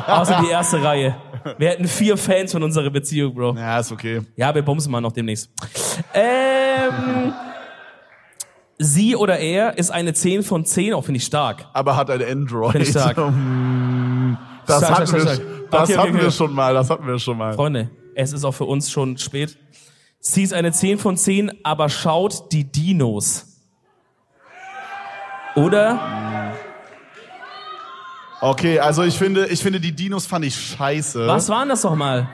[SPEAKER 2] Außer die erste Reihe. Wir hätten vier Fans von unserer Beziehung, Bro.
[SPEAKER 1] Ja, ist okay.
[SPEAKER 2] Ja, wir bumsen mal noch demnächst. Ähm, sie oder er ist eine 10 von 10, auch finde ich stark.
[SPEAKER 1] Aber hat ein Android.
[SPEAKER 2] Finde ich stark.
[SPEAKER 1] Hm, Das
[SPEAKER 2] Stark,
[SPEAKER 1] hatten,
[SPEAKER 2] stark,
[SPEAKER 1] wir,
[SPEAKER 2] stark.
[SPEAKER 1] das
[SPEAKER 2] Okay, okay,
[SPEAKER 1] hatten
[SPEAKER 2] okay.
[SPEAKER 1] wir schon mal. Das hatten wir schon mal.
[SPEAKER 2] Freunde, es ist auch für uns schon spät. Sie ist eine 10 von 10, aber schaut die Dinos. Oder?
[SPEAKER 1] Okay, also ich finde, ich finde, die Dinos fand ich scheiße.
[SPEAKER 2] Was waren das nochmal?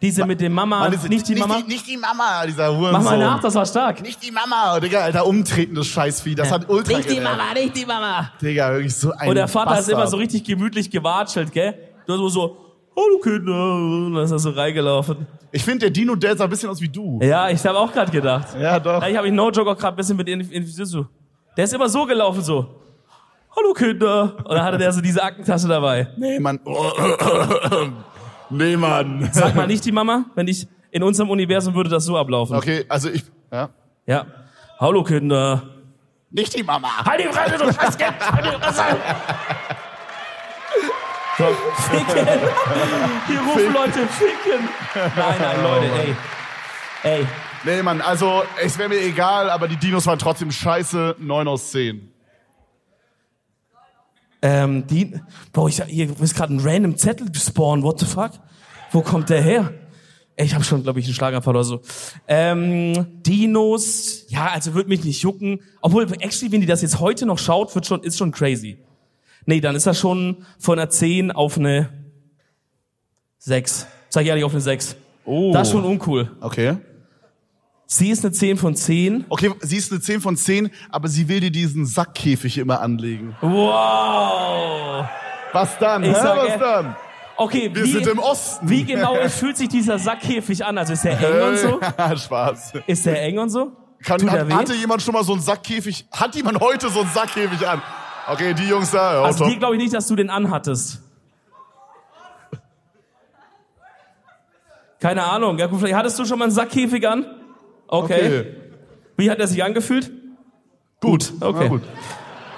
[SPEAKER 2] Diese mit dem Mama,
[SPEAKER 1] Mann, diese-
[SPEAKER 2] nicht die
[SPEAKER 1] nicht
[SPEAKER 2] Mama.
[SPEAKER 1] Die, nicht die Mama, dieser Hurensohn.
[SPEAKER 2] Mach mal nach, das war stark.
[SPEAKER 1] Nicht die Mama, Digga, alter, umtretendes Scheißvieh. Das hat ultra
[SPEAKER 2] Nicht die
[SPEAKER 1] genervt.
[SPEAKER 2] Mama, nicht die Mama.
[SPEAKER 1] Digga, wirklich so ein
[SPEAKER 2] Und der Vater
[SPEAKER 1] Bastard.
[SPEAKER 2] ist immer so richtig gemütlich gewatschelt, gell? Du hast immer so, hallo Kinder, und dann ist er so reingelaufen.
[SPEAKER 1] Ich finde, der Dino, der sah ein bisschen aus wie du.
[SPEAKER 2] Ja, ich habe auch gerade gedacht.
[SPEAKER 1] Ja, doch.
[SPEAKER 2] Ja, ich habe mich No Joke auch gerade ein bisschen mit inf- infiziert. so. Der ist immer so gelaufen, so. Hallo Kinder. Und dann hatte der so diese Aktentasche dabei.
[SPEAKER 1] Nee, Mann. nee, Mann.
[SPEAKER 2] Sag mal nicht die Mama, wenn ich, in unserem Universum würde das so ablaufen.
[SPEAKER 1] Okay, also ich. Ja.
[SPEAKER 2] Ja. Hallo Kinder.
[SPEAKER 1] Nicht die Mama.
[SPEAKER 2] Halt die Fresse, du Scheißkind! Halt die Fresse! Komm, Ficken! Hier rufen Leute, ficken! Oh, Nein, nein, Leute, ey. Ey,
[SPEAKER 1] Nee, Mann, also es wäre mir egal, aber die Dinos waren trotzdem scheiße. 9 aus 10.
[SPEAKER 2] Ähm, die, Bro, ich, hier ist gerade ein random Zettel gespawnt, what the fuck? Wo kommt der her? Ey, Ich habe schon, glaube ich, einen Schlaganfall oder so. Ähm, Dinos, ja, also wird mich nicht jucken. Obwohl, actually, wenn die das jetzt heute noch schaut, wird schon, ist schon crazy. Nee, dann ist das schon von einer 10 auf eine 6. Sag ich ehrlich, auf eine 6.
[SPEAKER 1] Oh.
[SPEAKER 2] Das ist schon uncool.
[SPEAKER 1] Okay.
[SPEAKER 2] Sie ist eine 10 von 10.
[SPEAKER 1] Okay, sie ist eine 10 von 10, aber sie will dir diesen Sackkäfig immer anlegen.
[SPEAKER 2] Wow!
[SPEAKER 1] Was dann?
[SPEAKER 2] Ich
[SPEAKER 1] hä?
[SPEAKER 2] sag,
[SPEAKER 1] was
[SPEAKER 2] äh,
[SPEAKER 1] dann?
[SPEAKER 2] Okay,
[SPEAKER 1] Wir
[SPEAKER 2] wie,
[SPEAKER 1] sind im Osten.
[SPEAKER 2] wie genau fühlt sich dieser Sackkäfig an? Also ist der eng und so?
[SPEAKER 1] Spaß.
[SPEAKER 2] Ist der eng und so?
[SPEAKER 1] Kann,
[SPEAKER 2] Tut er
[SPEAKER 1] hat,
[SPEAKER 2] weh?
[SPEAKER 1] hatte jemand schon mal so einen Sackkäfig? Hat jemand heute so einen Sackkäfig an? Okay, die Jungs da. Ja,
[SPEAKER 2] also
[SPEAKER 1] top.
[SPEAKER 2] dir glaube ich nicht, dass du den anhattest. Keine Ahnung. Ja, gut, vielleicht hattest du schon mal einen Sackkäfig an? Okay. Wie hat er sich angefühlt?
[SPEAKER 1] Gut.
[SPEAKER 2] Okay.
[SPEAKER 1] Na gut.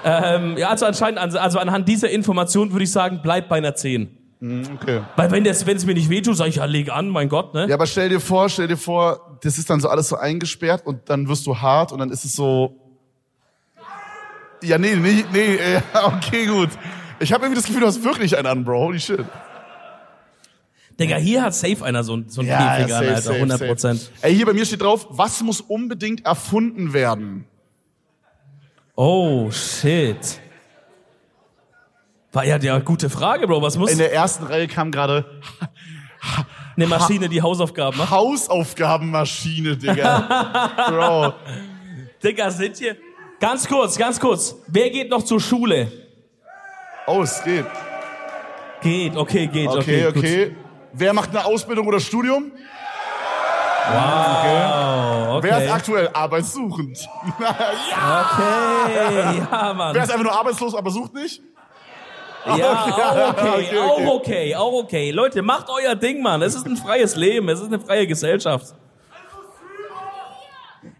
[SPEAKER 2] Ähm, ja, also anscheinend, also- also anhand dieser Information würde ich sagen, bleib bei einer 10.
[SPEAKER 1] Okay.
[SPEAKER 2] Weil wenn es wenn es mir nicht wehtut, sage ich, ja, leg an, mein Gott, ne?
[SPEAKER 1] Ja, aber stell dir vor, stell dir vor, das ist dann so alles so eingesperrt und dann wirst du hart und dann ist es so. Ja, nee, nee, nee, äh, okay, gut. Ich habe irgendwie das Gefühl, du hast wirklich einen an, Bro. Holy shit.
[SPEAKER 2] Digga, hier hat safe einer so, ein- so einen Käfig an, Alter, 100 Prozent.
[SPEAKER 1] Ey, hier bei mir steht drauf, was muss unbedingt erfunden werden?
[SPEAKER 2] Oh, shit. War ja, ja, gute Frage, Bro. Was muss
[SPEAKER 1] In der ersten Reihe kam gerade
[SPEAKER 2] eine Maschine, die Hausaufgaben macht?
[SPEAKER 1] Hausaufgabenmaschine, Digga. Bro.
[SPEAKER 2] Digga, sind hier. Ganz kurz, ganz kurz. Wer geht noch zur Schule?
[SPEAKER 1] Oh, es geht.
[SPEAKER 2] Geht, okay, geht,
[SPEAKER 1] Okay,
[SPEAKER 2] okay.
[SPEAKER 1] okay.
[SPEAKER 2] gut.
[SPEAKER 1] Wer macht eine Ausbildung oder Studium?
[SPEAKER 2] Oh, okay.
[SPEAKER 1] Wer ist aktuell arbeitssuchend? ja.
[SPEAKER 2] okay, ja, Mann.
[SPEAKER 1] Wer ist einfach nur arbeitslos, aber sucht nicht?
[SPEAKER 2] Ja, auch okay,
[SPEAKER 1] okay,
[SPEAKER 2] auch
[SPEAKER 1] okay.
[SPEAKER 2] okay, auch okay. Leute, macht euer Ding, Mann. Es ist ein freies Leben, es ist eine freie Gesellschaft.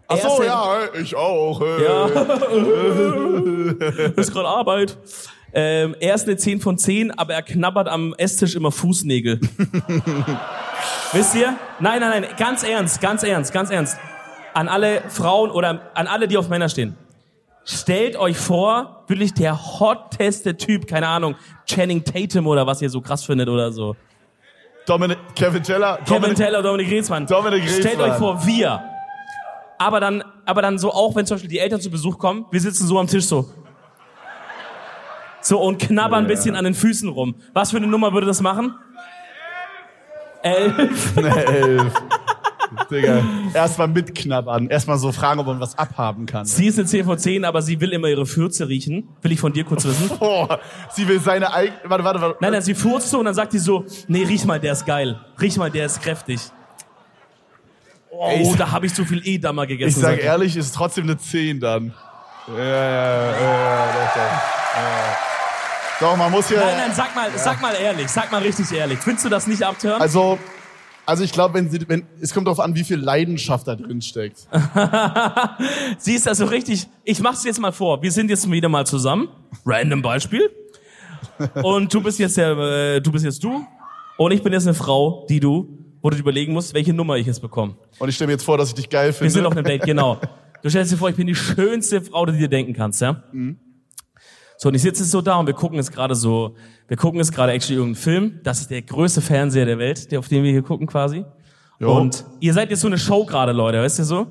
[SPEAKER 1] Ach
[SPEAKER 2] Er ist
[SPEAKER 1] so,
[SPEAKER 2] ein-
[SPEAKER 1] ja, ey, ich auch. ey.
[SPEAKER 2] Ja. ist gerade Arbeit. Ähm, er ist eine 10 von 10, aber er knabbert am Esstisch immer Fußnägel. Wisst ihr? Nein, nein, nein, ganz ernst, ganz ernst, ganz ernst. An alle Frauen oder an alle, die auf Männer stehen. Stellt euch vor, wirklich der hotteste Typ, keine Ahnung, Channing Tatum oder was ihr so krass findet oder so.
[SPEAKER 1] Dominic, Kevin Teller.
[SPEAKER 2] Kevin
[SPEAKER 1] Dominic-
[SPEAKER 2] Teller, Dominik Reetzmann.
[SPEAKER 1] Dominik
[SPEAKER 2] Stellt
[SPEAKER 1] Reetzmann.
[SPEAKER 2] euch vor, wir. Aber dann, aber dann so auch, wenn zum Beispiel die Eltern zu Besuch kommen, wir sitzen so am Tisch so. So und knabbern ein bisschen an den Füßen rum. Was für eine Nummer würde das machen? Elf.
[SPEAKER 1] Ne, elf. Digga. Erstmal mitknabbern. Erstmal so fragen, ob man was abhaben kann.
[SPEAKER 2] Sie ist eine 10 von 10, aber sie will immer ihre Fürze riechen. Will ich von dir kurz wissen?
[SPEAKER 1] Boah, sie will seine eigene. Warte, warte, warte.
[SPEAKER 2] Nein, nein, sie furzt so und dann sagt sie so, nee, riech mal, der ist geil. Riech mal, der ist kräftig. Oh,
[SPEAKER 1] Ey, ich-
[SPEAKER 2] da habe ich zu viel E-Dammer gegessen.
[SPEAKER 1] ich sag
[SPEAKER 2] sagt sie.
[SPEAKER 1] ehrlich, ist trotzdem eine 10 dann. Ja, ja, ja, ja, doch, doch. ja. Doch, man muss hier.
[SPEAKER 2] Nein, nein, sag mal, sag mal ehrlich, sag mal richtig ehrlich. Findest du das nicht abtören?
[SPEAKER 1] Also, also ich glaube, wenn sie, wenn, es kommt darauf an, wie viel Leidenschaft da drin steckt.
[SPEAKER 2] Sie ist also richtig. Ich mach's jetzt mal vor. Wir sind jetzt wieder mal zusammen. Random Beispiel. Und du bist jetzt der, äh, du bist jetzt du. Und ich bin jetzt eine Frau, die du, wo du dir überlegen musst, welche Nummer ich jetzt bekomme.
[SPEAKER 1] Und ich stelle mir jetzt vor, dass ich dich geil finde.
[SPEAKER 2] Wir sind auf einem Date, genau. Du stellst dir vor, ich bin die schönste Frau, die du dir denken kannst, ja? So, und ich sitze jetzt so da und wir gucken jetzt gerade so, wir gucken jetzt gerade actually irgendeinen Film. Das ist der größte Fernseher der Welt, der, auf den wir hier gucken quasi.
[SPEAKER 1] Jo.
[SPEAKER 2] Und ihr seid jetzt so eine Show gerade, Leute, weißt du so?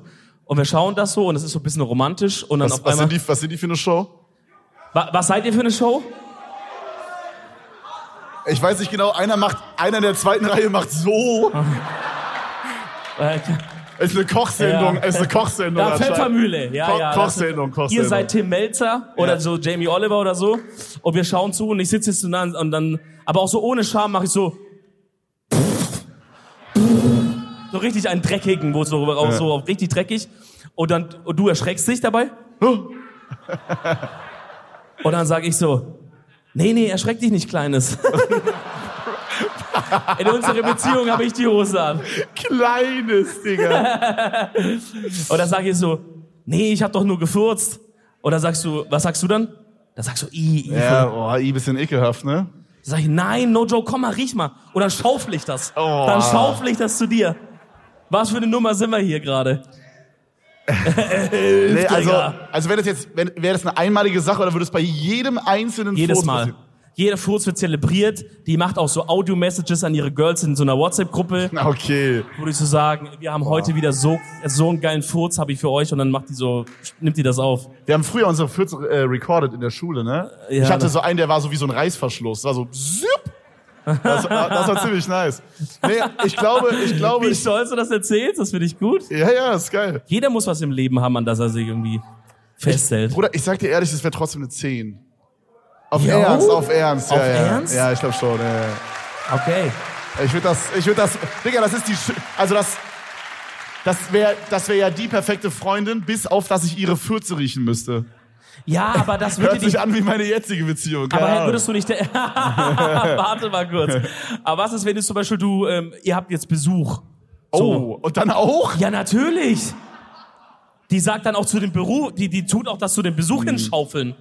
[SPEAKER 2] Und wir schauen das so und es ist so ein bisschen romantisch und dann
[SPEAKER 1] was,
[SPEAKER 2] auf
[SPEAKER 1] was,
[SPEAKER 2] einmal.
[SPEAKER 1] sind die, was sind die für eine Show?
[SPEAKER 2] Wa was seid ihr für eine Show?
[SPEAKER 1] Ich weiß nicht genau, einer macht, einer in der zweiten Reihe macht so.
[SPEAKER 2] Äh,
[SPEAKER 1] Es ist eine Kochsendung,
[SPEAKER 2] Ja.
[SPEAKER 1] es ist eine Kochsendung.
[SPEAKER 2] Da fällt
[SPEAKER 1] anscheinend.
[SPEAKER 2] Mühle. Ja,
[SPEAKER 1] Ko-
[SPEAKER 2] ja, das-
[SPEAKER 1] Kochsendung, Kochsendung.
[SPEAKER 2] Ihr seid Tim Melzer oder
[SPEAKER 1] Ja.
[SPEAKER 2] so Jamie Oliver oder so. Und wir schauen zu und ich sitze jetzt so nah und dann, aber auch so ohne Scham mache ich so. So richtig einen dreckigen, wo es so, auch so richtig dreckig. Und dann, und du erschreckst dich dabei. Und dann sage ich so, nee, nee, erschreck dich nicht, Kleines. In unserer Beziehung habe ich die Hose an.
[SPEAKER 1] Kleines, Digga.
[SPEAKER 2] Und dann sag ich so, nee, ich hab doch nur gefurzt. Oder sagst du, was sagst du dann? Da sagst du, i, i.
[SPEAKER 1] ja, oh, ein bisschen ekelhaft, ne?
[SPEAKER 2] Sag ich, nein, no joke, komm mal, riech mal. Und dann schaufel ich das.
[SPEAKER 1] Oh.
[SPEAKER 2] Dann schaufel ich das zu dir. Was für eine Nummer sind wir hier gerade?
[SPEAKER 1] Nee, also,
[SPEAKER 2] Digga.
[SPEAKER 1] also wäre das jetzt, wäre wär das eine einmalige Sache oder würde es bei jedem einzelnen
[SPEAKER 2] Jedes
[SPEAKER 1] Furz
[SPEAKER 2] Mal.
[SPEAKER 1] passieren?
[SPEAKER 2] Jeder Furz wird zelebriert. Die macht auch so Audio-Messages an ihre Girls in so einer WhatsApp-Gruppe,
[SPEAKER 1] Na, Ah, Okay.
[SPEAKER 2] wo die so sagen, wir haben heute wieder so, so einen geilen Furz habe ich für euch. Und dann macht die so, nimmt die das auf.
[SPEAKER 1] Wir haben früher unsere Furz äh, recorded in der Schule, ne?
[SPEAKER 2] Ja,
[SPEAKER 1] ich hatte
[SPEAKER 2] ne.
[SPEAKER 1] so einen, der war so wie so ein Reißverschluss. War so, zip. Das, war- das war ziemlich nice. Nee, ich glaube, ich glaube,
[SPEAKER 2] Wie
[SPEAKER 1] Oh, ich,
[SPEAKER 2] stolz du das erzählst, das finde ich gut.
[SPEAKER 1] ja, ja, ist geil.
[SPEAKER 2] Jeder muss was im Leben haben, an das er sich irgendwie festhält.
[SPEAKER 1] Bruder, ich sag dir ehrlich, das wäre trotzdem eine 10. Auf
[SPEAKER 2] Ja?
[SPEAKER 1] Ernst, auf Ernst, ja,
[SPEAKER 2] Auf
[SPEAKER 1] ja.
[SPEAKER 2] Ernst?
[SPEAKER 1] Ja, ich glaube schon, ja, ja.
[SPEAKER 2] Okay.
[SPEAKER 1] Ich würde das, ich würde das, Digga, das ist die, schö- also das, das wäre, das wäre ja die perfekte Freundin, bis auf, dass ich ihre Fürze riechen müsste.
[SPEAKER 2] Ja, aber das würde
[SPEAKER 1] Hört
[SPEAKER 2] dich.
[SPEAKER 1] sich an wie meine jetzige Beziehung. Keine
[SPEAKER 2] Aber
[SPEAKER 1] Ahnung.
[SPEAKER 2] würdest du nicht. de- Warte mal kurz. Aber was ist, wenn du zum Beispiel du, ähm, ihr habt jetzt Besuch.
[SPEAKER 1] oh, und dann auch?
[SPEAKER 2] Ja, natürlich. Die sagt dann auch zu dem Beruf, die, die tut auch das zu dem
[SPEAKER 1] Hm.
[SPEAKER 2] Besuch hinschaufeln.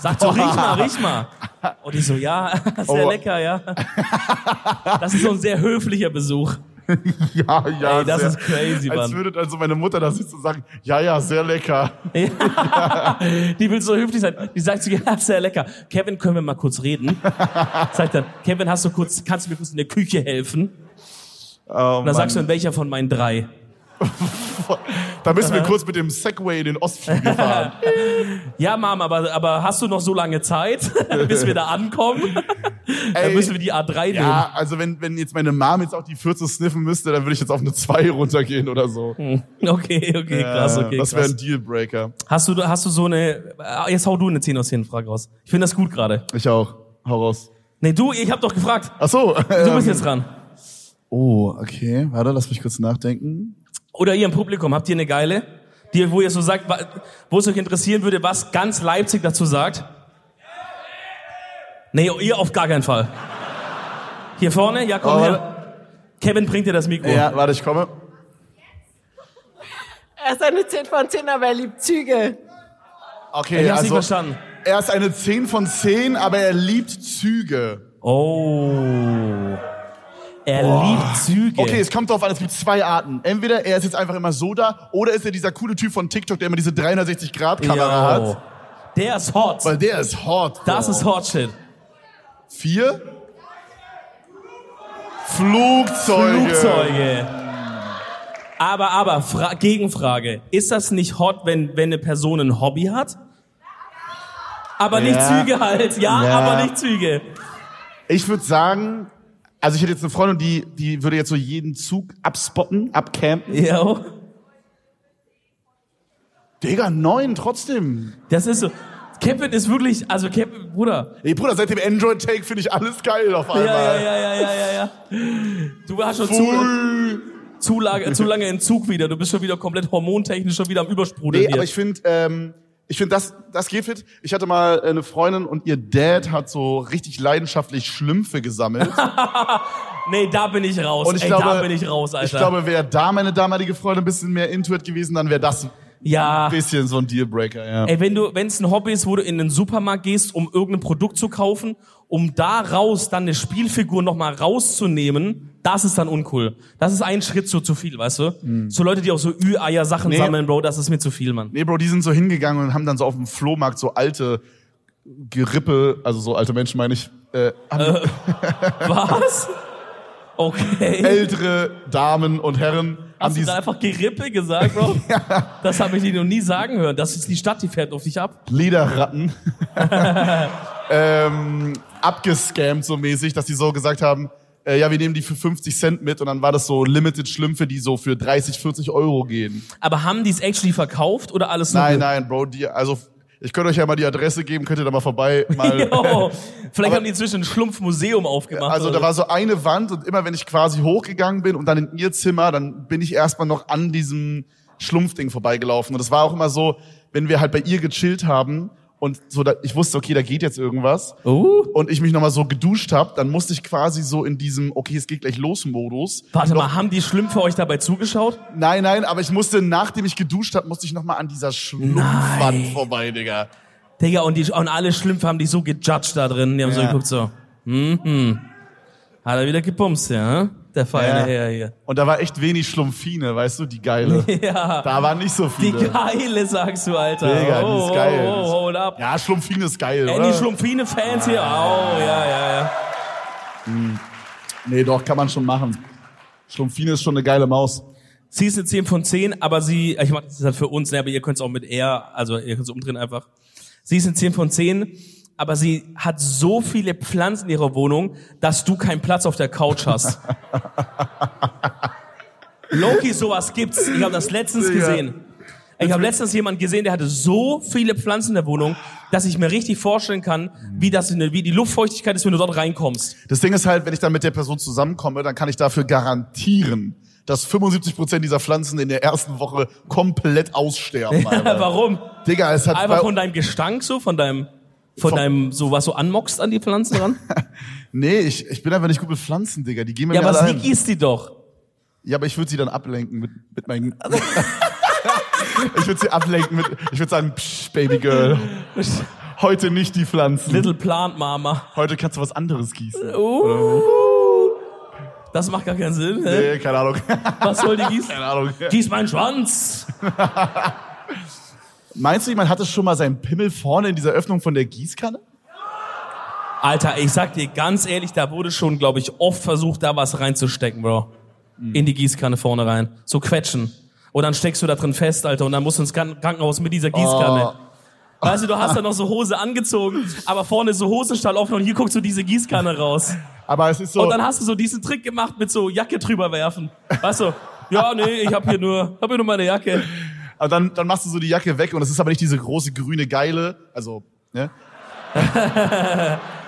[SPEAKER 2] Sagt so, riech mal, riech mal. Und ich so, ja, sehr
[SPEAKER 1] Oh.
[SPEAKER 2] lecker, ja. Das ist so ein sehr höflicher Besuch.
[SPEAKER 1] Ja, ja.
[SPEAKER 2] Ey, das
[SPEAKER 1] sehr-
[SPEAKER 2] ist crazy,
[SPEAKER 1] Als
[SPEAKER 2] Mann.
[SPEAKER 1] würde also meine Mutter das jetzt so sagen, ja, ja, sehr lecker.
[SPEAKER 2] Die will so höflich sein. Die sagt zu ihr, ja, sehr lecker. Kevin, können wir mal kurz reden? Sagt dann, Kevin, hast du kurz, kannst du mir kurz in der Küche helfen?
[SPEAKER 1] Oh,
[SPEAKER 2] Und dann sagst du, in welcher von meinen drei?
[SPEAKER 1] da müssen wir kurz mit dem Segway in den Ostflügel fahren.
[SPEAKER 2] Ja, Mom, aber, aber hast du noch so lange Zeit, bis wir da ankommen?
[SPEAKER 1] Ey.
[SPEAKER 2] Dann müssen wir die A3 nehmen.
[SPEAKER 1] ja, also wenn, wenn jetzt meine Mom jetzt auch die Fürze sniffen müsste, dann würde ich jetzt auf eine 2 runtergehen oder so.
[SPEAKER 2] Okay, okay, Hm, krass,
[SPEAKER 1] Äh,
[SPEAKER 2] okay.
[SPEAKER 1] das wäre
[SPEAKER 2] krass.
[SPEAKER 1] ein Dealbreaker.
[SPEAKER 2] Hast du, hast du so eine, ah, jetzt hau du eine 10 aus 10 Frage raus. Ich finde das gut gerade.
[SPEAKER 1] Ich auch. Hau raus.
[SPEAKER 2] Nee, du, ich hab doch gefragt.
[SPEAKER 1] Ach so.
[SPEAKER 2] Du
[SPEAKER 1] Ähm.
[SPEAKER 2] bist jetzt dran.
[SPEAKER 1] Oh, okay. Warte, lass mich kurz nachdenken.
[SPEAKER 2] Oder ihr im Publikum, habt ihr eine geile? Die, wo ihr so sagt, wa- wo es euch interessieren würde, was ganz Leipzig dazu sagt? Nee, ihr auf gar keinen Fall. Hier vorne, ja, komm
[SPEAKER 1] Oh,
[SPEAKER 2] her. Kevin bringt dir das Mikro.
[SPEAKER 1] Ja, warte, ich komme.
[SPEAKER 5] Er ist eine 10 von 10, aber er liebt Züge.
[SPEAKER 1] Okay,
[SPEAKER 2] ich hab's nicht
[SPEAKER 1] also
[SPEAKER 2] verstanden.
[SPEAKER 1] er ist eine 10 von 10, aber er liebt Züge.
[SPEAKER 2] Oh. Er liebt Züge.
[SPEAKER 1] Okay, es kommt drauf an, es gibt zwei Arten. Entweder er ist jetzt einfach immer so da, oder ist er dieser coole Typ von TikTok, der immer diese 360-Grad-Kamera
[SPEAKER 2] Yo.
[SPEAKER 1] hat.
[SPEAKER 2] Der ist hot.
[SPEAKER 1] Weil der ist hot.
[SPEAKER 2] Das ist hot shit.
[SPEAKER 1] Vier. Flugzeuge.
[SPEAKER 2] Flugzeuge. Aber, aber, Fra Gegenfrage. Ist das nicht hot, wenn, wenn eine Person ein Hobby hat? Aber nicht
[SPEAKER 1] Ja.
[SPEAKER 2] Züge halt. Ja,
[SPEAKER 1] Ja.
[SPEAKER 2] aber nicht Züge.
[SPEAKER 1] Ich würde sagen, also ich hätte jetzt eine Freundin, die, die würde jetzt so jeden Zug abspotten, abcampen.
[SPEAKER 2] Yo.
[SPEAKER 1] Digga, neun trotzdem.
[SPEAKER 2] Das ist so. Kevin ist wirklich, also Kevin, Bruder.
[SPEAKER 1] Ey, Bruder, seit dem Android-Take finde ich alles geil auf
[SPEAKER 2] Ja,
[SPEAKER 1] einmal.
[SPEAKER 2] ja, ja, ja, ja, ja, ja. Du hast schon zu,
[SPEAKER 1] Full.
[SPEAKER 2] zu, lange, zu lange in Zug wieder. Du bist schon wieder komplett hormontechnisch schon wieder am Übersprudeln.
[SPEAKER 1] Nee,
[SPEAKER 2] hier.
[SPEAKER 1] aber ich finde, ähm, ich finde, das, das geht fit. Ich hatte mal äh, eine Freundin und ihr Dad hat so richtig leidenschaftlich Schlümpfe gesammelt.
[SPEAKER 2] Nee, da bin ich raus.
[SPEAKER 1] Und ich
[SPEAKER 2] Ey,
[SPEAKER 1] glaube,
[SPEAKER 2] da bin ich raus, Alter.
[SPEAKER 1] ich glaube, wäre da meine damalige Freundin ein bisschen mehr intuit gewesen, dann wäre das ein
[SPEAKER 2] ja.
[SPEAKER 1] bisschen so ein Dealbreaker, ja.
[SPEAKER 2] Ey, wenn du, wenn es ein Hobby ist, wo du in den Supermarkt gehst, um irgendein Produkt zu kaufen, um da raus dann eine Spielfigur nochmal rauszunehmen, das ist dann uncool. Das ist ein Schritt so zu viel, weißt du? So Leute, die auch so Ü-Eier
[SPEAKER 1] Mhm.
[SPEAKER 2] Sachen
[SPEAKER 1] Nee.
[SPEAKER 2] sammeln, Bro, das ist mir zu viel, Mann.
[SPEAKER 1] Nee, Bro, die sind so hingegangen und haben dann so auf dem Flohmarkt so alte Gerippe, also so alte Menschen meine ich, äh, haben
[SPEAKER 2] Was? Okay.
[SPEAKER 1] ältere Damen und Herren, haben
[SPEAKER 2] Hast du
[SPEAKER 1] die
[SPEAKER 2] da einfach Gerippe gesagt, Bro? Das habe ich dir noch nie sagen hören. Das ist die Stadt, die fährt auf dich ab.
[SPEAKER 1] Lederratten ähm, abgescammt so mäßig, dass die so gesagt haben, äh, ja, wir nehmen die für 50 Cent mit und dann war das so limited schlimm für die so für 30, 40 Euro gehen.
[SPEAKER 2] Aber haben die es actually verkauft oder alles nur
[SPEAKER 1] Nein,
[SPEAKER 2] ge-
[SPEAKER 1] nein, Bro, die, also ich könnte euch ja mal die Adresse geben, könnt ihr da mal vorbei. Mal,
[SPEAKER 2] Oh, vielleicht
[SPEAKER 1] Aber-
[SPEAKER 2] haben die inzwischen ein Schlumpfmuseum aufgemacht.
[SPEAKER 1] also
[SPEAKER 2] oder
[SPEAKER 1] da war so eine Wand und immer wenn ich quasi hochgegangen bin und dann in ihr Zimmer, dann bin ich erstmal noch an diesem Schlumpfding vorbeigelaufen. Und es war auch immer so, wenn wir halt bei ihr gechillt haben und so, da, ich wusste, okay, da geht jetzt irgendwas.
[SPEAKER 2] Uh.
[SPEAKER 1] Und ich mich nochmal so geduscht habe, dann musste ich quasi so in diesem, okay, es geht gleich los Modus.
[SPEAKER 2] Warte mal, haben die Schlümpfe euch dabei zugeschaut?
[SPEAKER 1] Nein, nein, aber ich musste, nachdem ich geduscht habe, musste ich nochmal an dieser Schlumpfwand vorbei, Digga.
[SPEAKER 2] Digga, und, die, und alle Schlümpfe haben dich so gejudged da drin. Die haben so
[SPEAKER 1] Ja.
[SPEAKER 2] geguckt, so. Mhm. Hat er wieder gepumst, ja? hm? Der feine
[SPEAKER 1] Ja.
[SPEAKER 2] Herr hier.
[SPEAKER 1] Und da war echt wenig Schlumpfine, weißt du, die geile.
[SPEAKER 2] Ja.
[SPEAKER 1] Da waren nicht so
[SPEAKER 2] Die
[SPEAKER 1] viele.
[SPEAKER 2] geile, sagst du, Alter.
[SPEAKER 1] Digga,
[SPEAKER 2] oh,
[SPEAKER 1] die ist geil.
[SPEAKER 2] Oh, oh, hold up.
[SPEAKER 1] Ja, Schlumpfine ist geil,
[SPEAKER 2] Andy
[SPEAKER 1] oder?
[SPEAKER 2] Schlumpfine-Fans hier. Oh, ja, ja, ja.
[SPEAKER 1] nee, doch, kann man schon machen. Schlumpfine ist schon eine geile Maus.
[SPEAKER 2] Sie ist eine 10 von 10, aber sie, ich meine, das ist halt für uns, ne, aber ihr könnt es auch mit er, also ihr könnt es umdrehen einfach. Sie ist eine 10 von 10, aber sie hat so viele Pflanzen in ihrer Wohnung, dass du keinen Platz auf der Couch hast. Loki, sowas gibt's. Ich habe das letztens
[SPEAKER 1] Digga.
[SPEAKER 2] gesehen. Ich habe letztens jemanden gesehen, der hatte so viele Pflanzen in der Wohnung, dass ich mir richtig vorstellen kann, wie das, in der- wie die Luftfeuchtigkeit ist, wenn du dort reinkommst.
[SPEAKER 1] Das Ding ist halt, wenn ich dann mit der Person zusammenkomme, dann kann ich dafür garantieren, dass 75% dieser Pflanzen in der ersten Woche komplett aussterben. Alter.
[SPEAKER 2] Warum?
[SPEAKER 1] Digga, es hat
[SPEAKER 2] Einfach
[SPEAKER 1] bei-
[SPEAKER 2] von deinem Gestank so, von deinem, von
[SPEAKER 1] Vom-
[SPEAKER 2] deinem, so was du anmockst an die Pflanzen ran?
[SPEAKER 1] Nee, ich, ich bin einfach nicht gut mit Pflanzen, Digga. Die gehen mir
[SPEAKER 2] ja,
[SPEAKER 1] mir
[SPEAKER 2] aber
[SPEAKER 1] allein.
[SPEAKER 2] Sneaky ist die doch.
[SPEAKER 1] Ja, aber ich würde sie dann ablenken mit, mit meinen. ich würde sie ablenken mit. Ich würde sagen, Psch, Baby Girl. Heute nicht die Pflanzen.
[SPEAKER 2] Little Oh. Plant Mama. Uh.
[SPEAKER 1] Heute kannst du was anderes gießen.
[SPEAKER 2] Das macht gar keinen Sinn. Hä?
[SPEAKER 1] Nee, keine Ahnung.
[SPEAKER 2] Was soll die gießen?
[SPEAKER 1] keine Ahnung.
[SPEAKER 2] Gieß meinen Schwanz.
[SPEAKER 1] Meinst du, jemand hatte schon mal seinen Pimmel vorne in dieser Öffnung von der Gießkanne?
[SPEAKER 2] Alter, ich sag dir ganz ehrlich, da wurde schon, glaube ich, oft versucht, da was reinzustecken, Bro.
[SPEAKER 1] Mhm.
[SPEAKER 2] In die Gießkanne vorne rein. So quetschen. Und dann steckst du da drin fest, Alter, und dann musst du ins Kran- Krankenhaus mit dieser Gießkanne.
[SPEAKER 1] Oh.
[SPEAKER 2] Weißt du, du hast da noch so Hose angezogen, aber vorne ist so Hosenstall offen und hier guckst du diese Gießkanne raus.
[SPEAKER 1] Aber es ist so.
[SPEAKER 2] Und dann hast du so diesen Trick gemacht mit so Jacke drüber werfen. Weißt du? Ja, nee, ich hab hier nur, hab hier nur meine Jacke.
[SPEAKER 1] aber dann, dann machst du so die Jacke weg und es ist aber nicht diese große grüne geile. Also. Ne?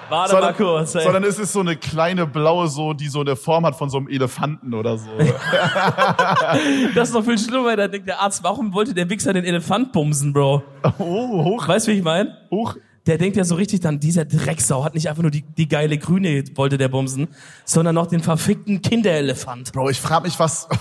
[SPEAKER 2] Warte mal kurz. Ey.
[SPEAKER 1] sondern es ist so eine kleine blaue, so, die so eine Form hat von so einem Elefanten oder so.
[SPEAKER 2] Das ist noch viel schlimmer, da denkt der Arzt, warum wollte der Wichser den Elefant bumsen, Bro?
[SPEAKER 1] oh, hoch,
[SPEAKER 2] Weißt du, wie ich meine?
[SPEAKER 1] hoch.
[SPEAKER 2] Der denkt ja so richtig dann, dieser Drecksau hat nicht einfach nur die, die geile Grüne wollte der bumsen, sondern noch den verfickten Kinderelefant.
[SPEAKER 1] Bro, ich frag mich, was.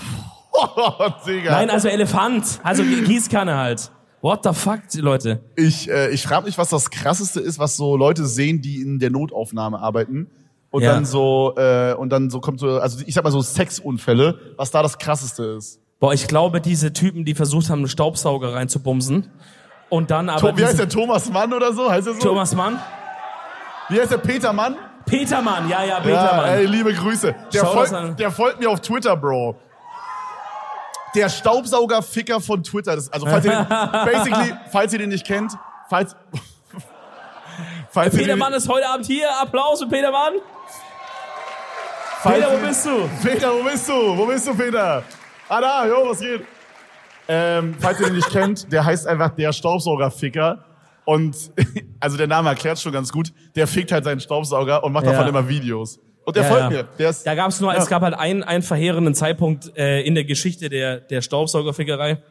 [SPEAKER 1] Oh, Digga.
[SPEAKER 2] Nein, also Elefant. Also Gießkanne halt. What the fuck, Leute?
[SPEAKER 1] Ich, äh, ich frage mich, was das Krasseste ist, was so Leute sehen, die in der Notaufnahme arbeiten. Und
[SPEAKER 2] Ja.
[SPEAKER 1] dann so, äh, und dann so kommt so, also ich sag mal so Sexunfälle, was da das Krasseste ist.
[SPEAKER 2] Boah, ich glaube, diese Typen, die versucht haben, einen Staubsauger reinzubumsen und dann aber
[SPEAKER 1] To wie heißt der
[SPEAKER 2] diese-
[SPEAKER 1] Thomas Mann oder so? Heißt er so?
[SPEAKER 2] Thomas Mann?
[SPEAKER 1] Wie heißt der Peter Mann?
[SPEAKER 2] Petermann, ja, ja,
[SPEAKER 1] Ja,
[SPEAKER 2] Petermann.
[SPEAKER 1] ey, liebe Grüße. Der,
[SPEAKER 2] Schau das an.
[SPEAKER 1] folgt, der folgt mir auf Twitter, Bro. Der Staubsaugerficker von Twitter. Das, also falls ihr den, basically, falls ihr den nicht kennt, falls. falls ihr den-
[SPEAKER 2] Äh, Petermann ist heute Abend hier. Applaus für Petermann.
[SPEAKER 1] falls
[SPEAKER 2] Peter,
[SPEAKER 1] ihr-
[SPEAKER 2] wo bist du?
[SPEAKER 1] Peter, wo bist du? Wo bist du, Peter? Ah, da, jo, was geht? Ähm, falls ihr den nicht kennt, der heißt einfach der Staubsaugerficker. Und, also der Name erklärt schon ganz gut. Der fickt halt seinen Staubsauger und macht
[SPEAKER 2] Ja.
[SPEAKER 1] davon immer Videos. Und der
[SPEAKER 2] Ja,
[SPEAKER 1] folgt
[SPEAKER 2] ja.
[SPEAKER 1] mir. Der ist, äh,
[SPEAKER 2] Da gab es nur, es gab halt einen, einen verheerenden Zeitpunkt äh, in der Geschichte der, der Staubsaugerfickerei.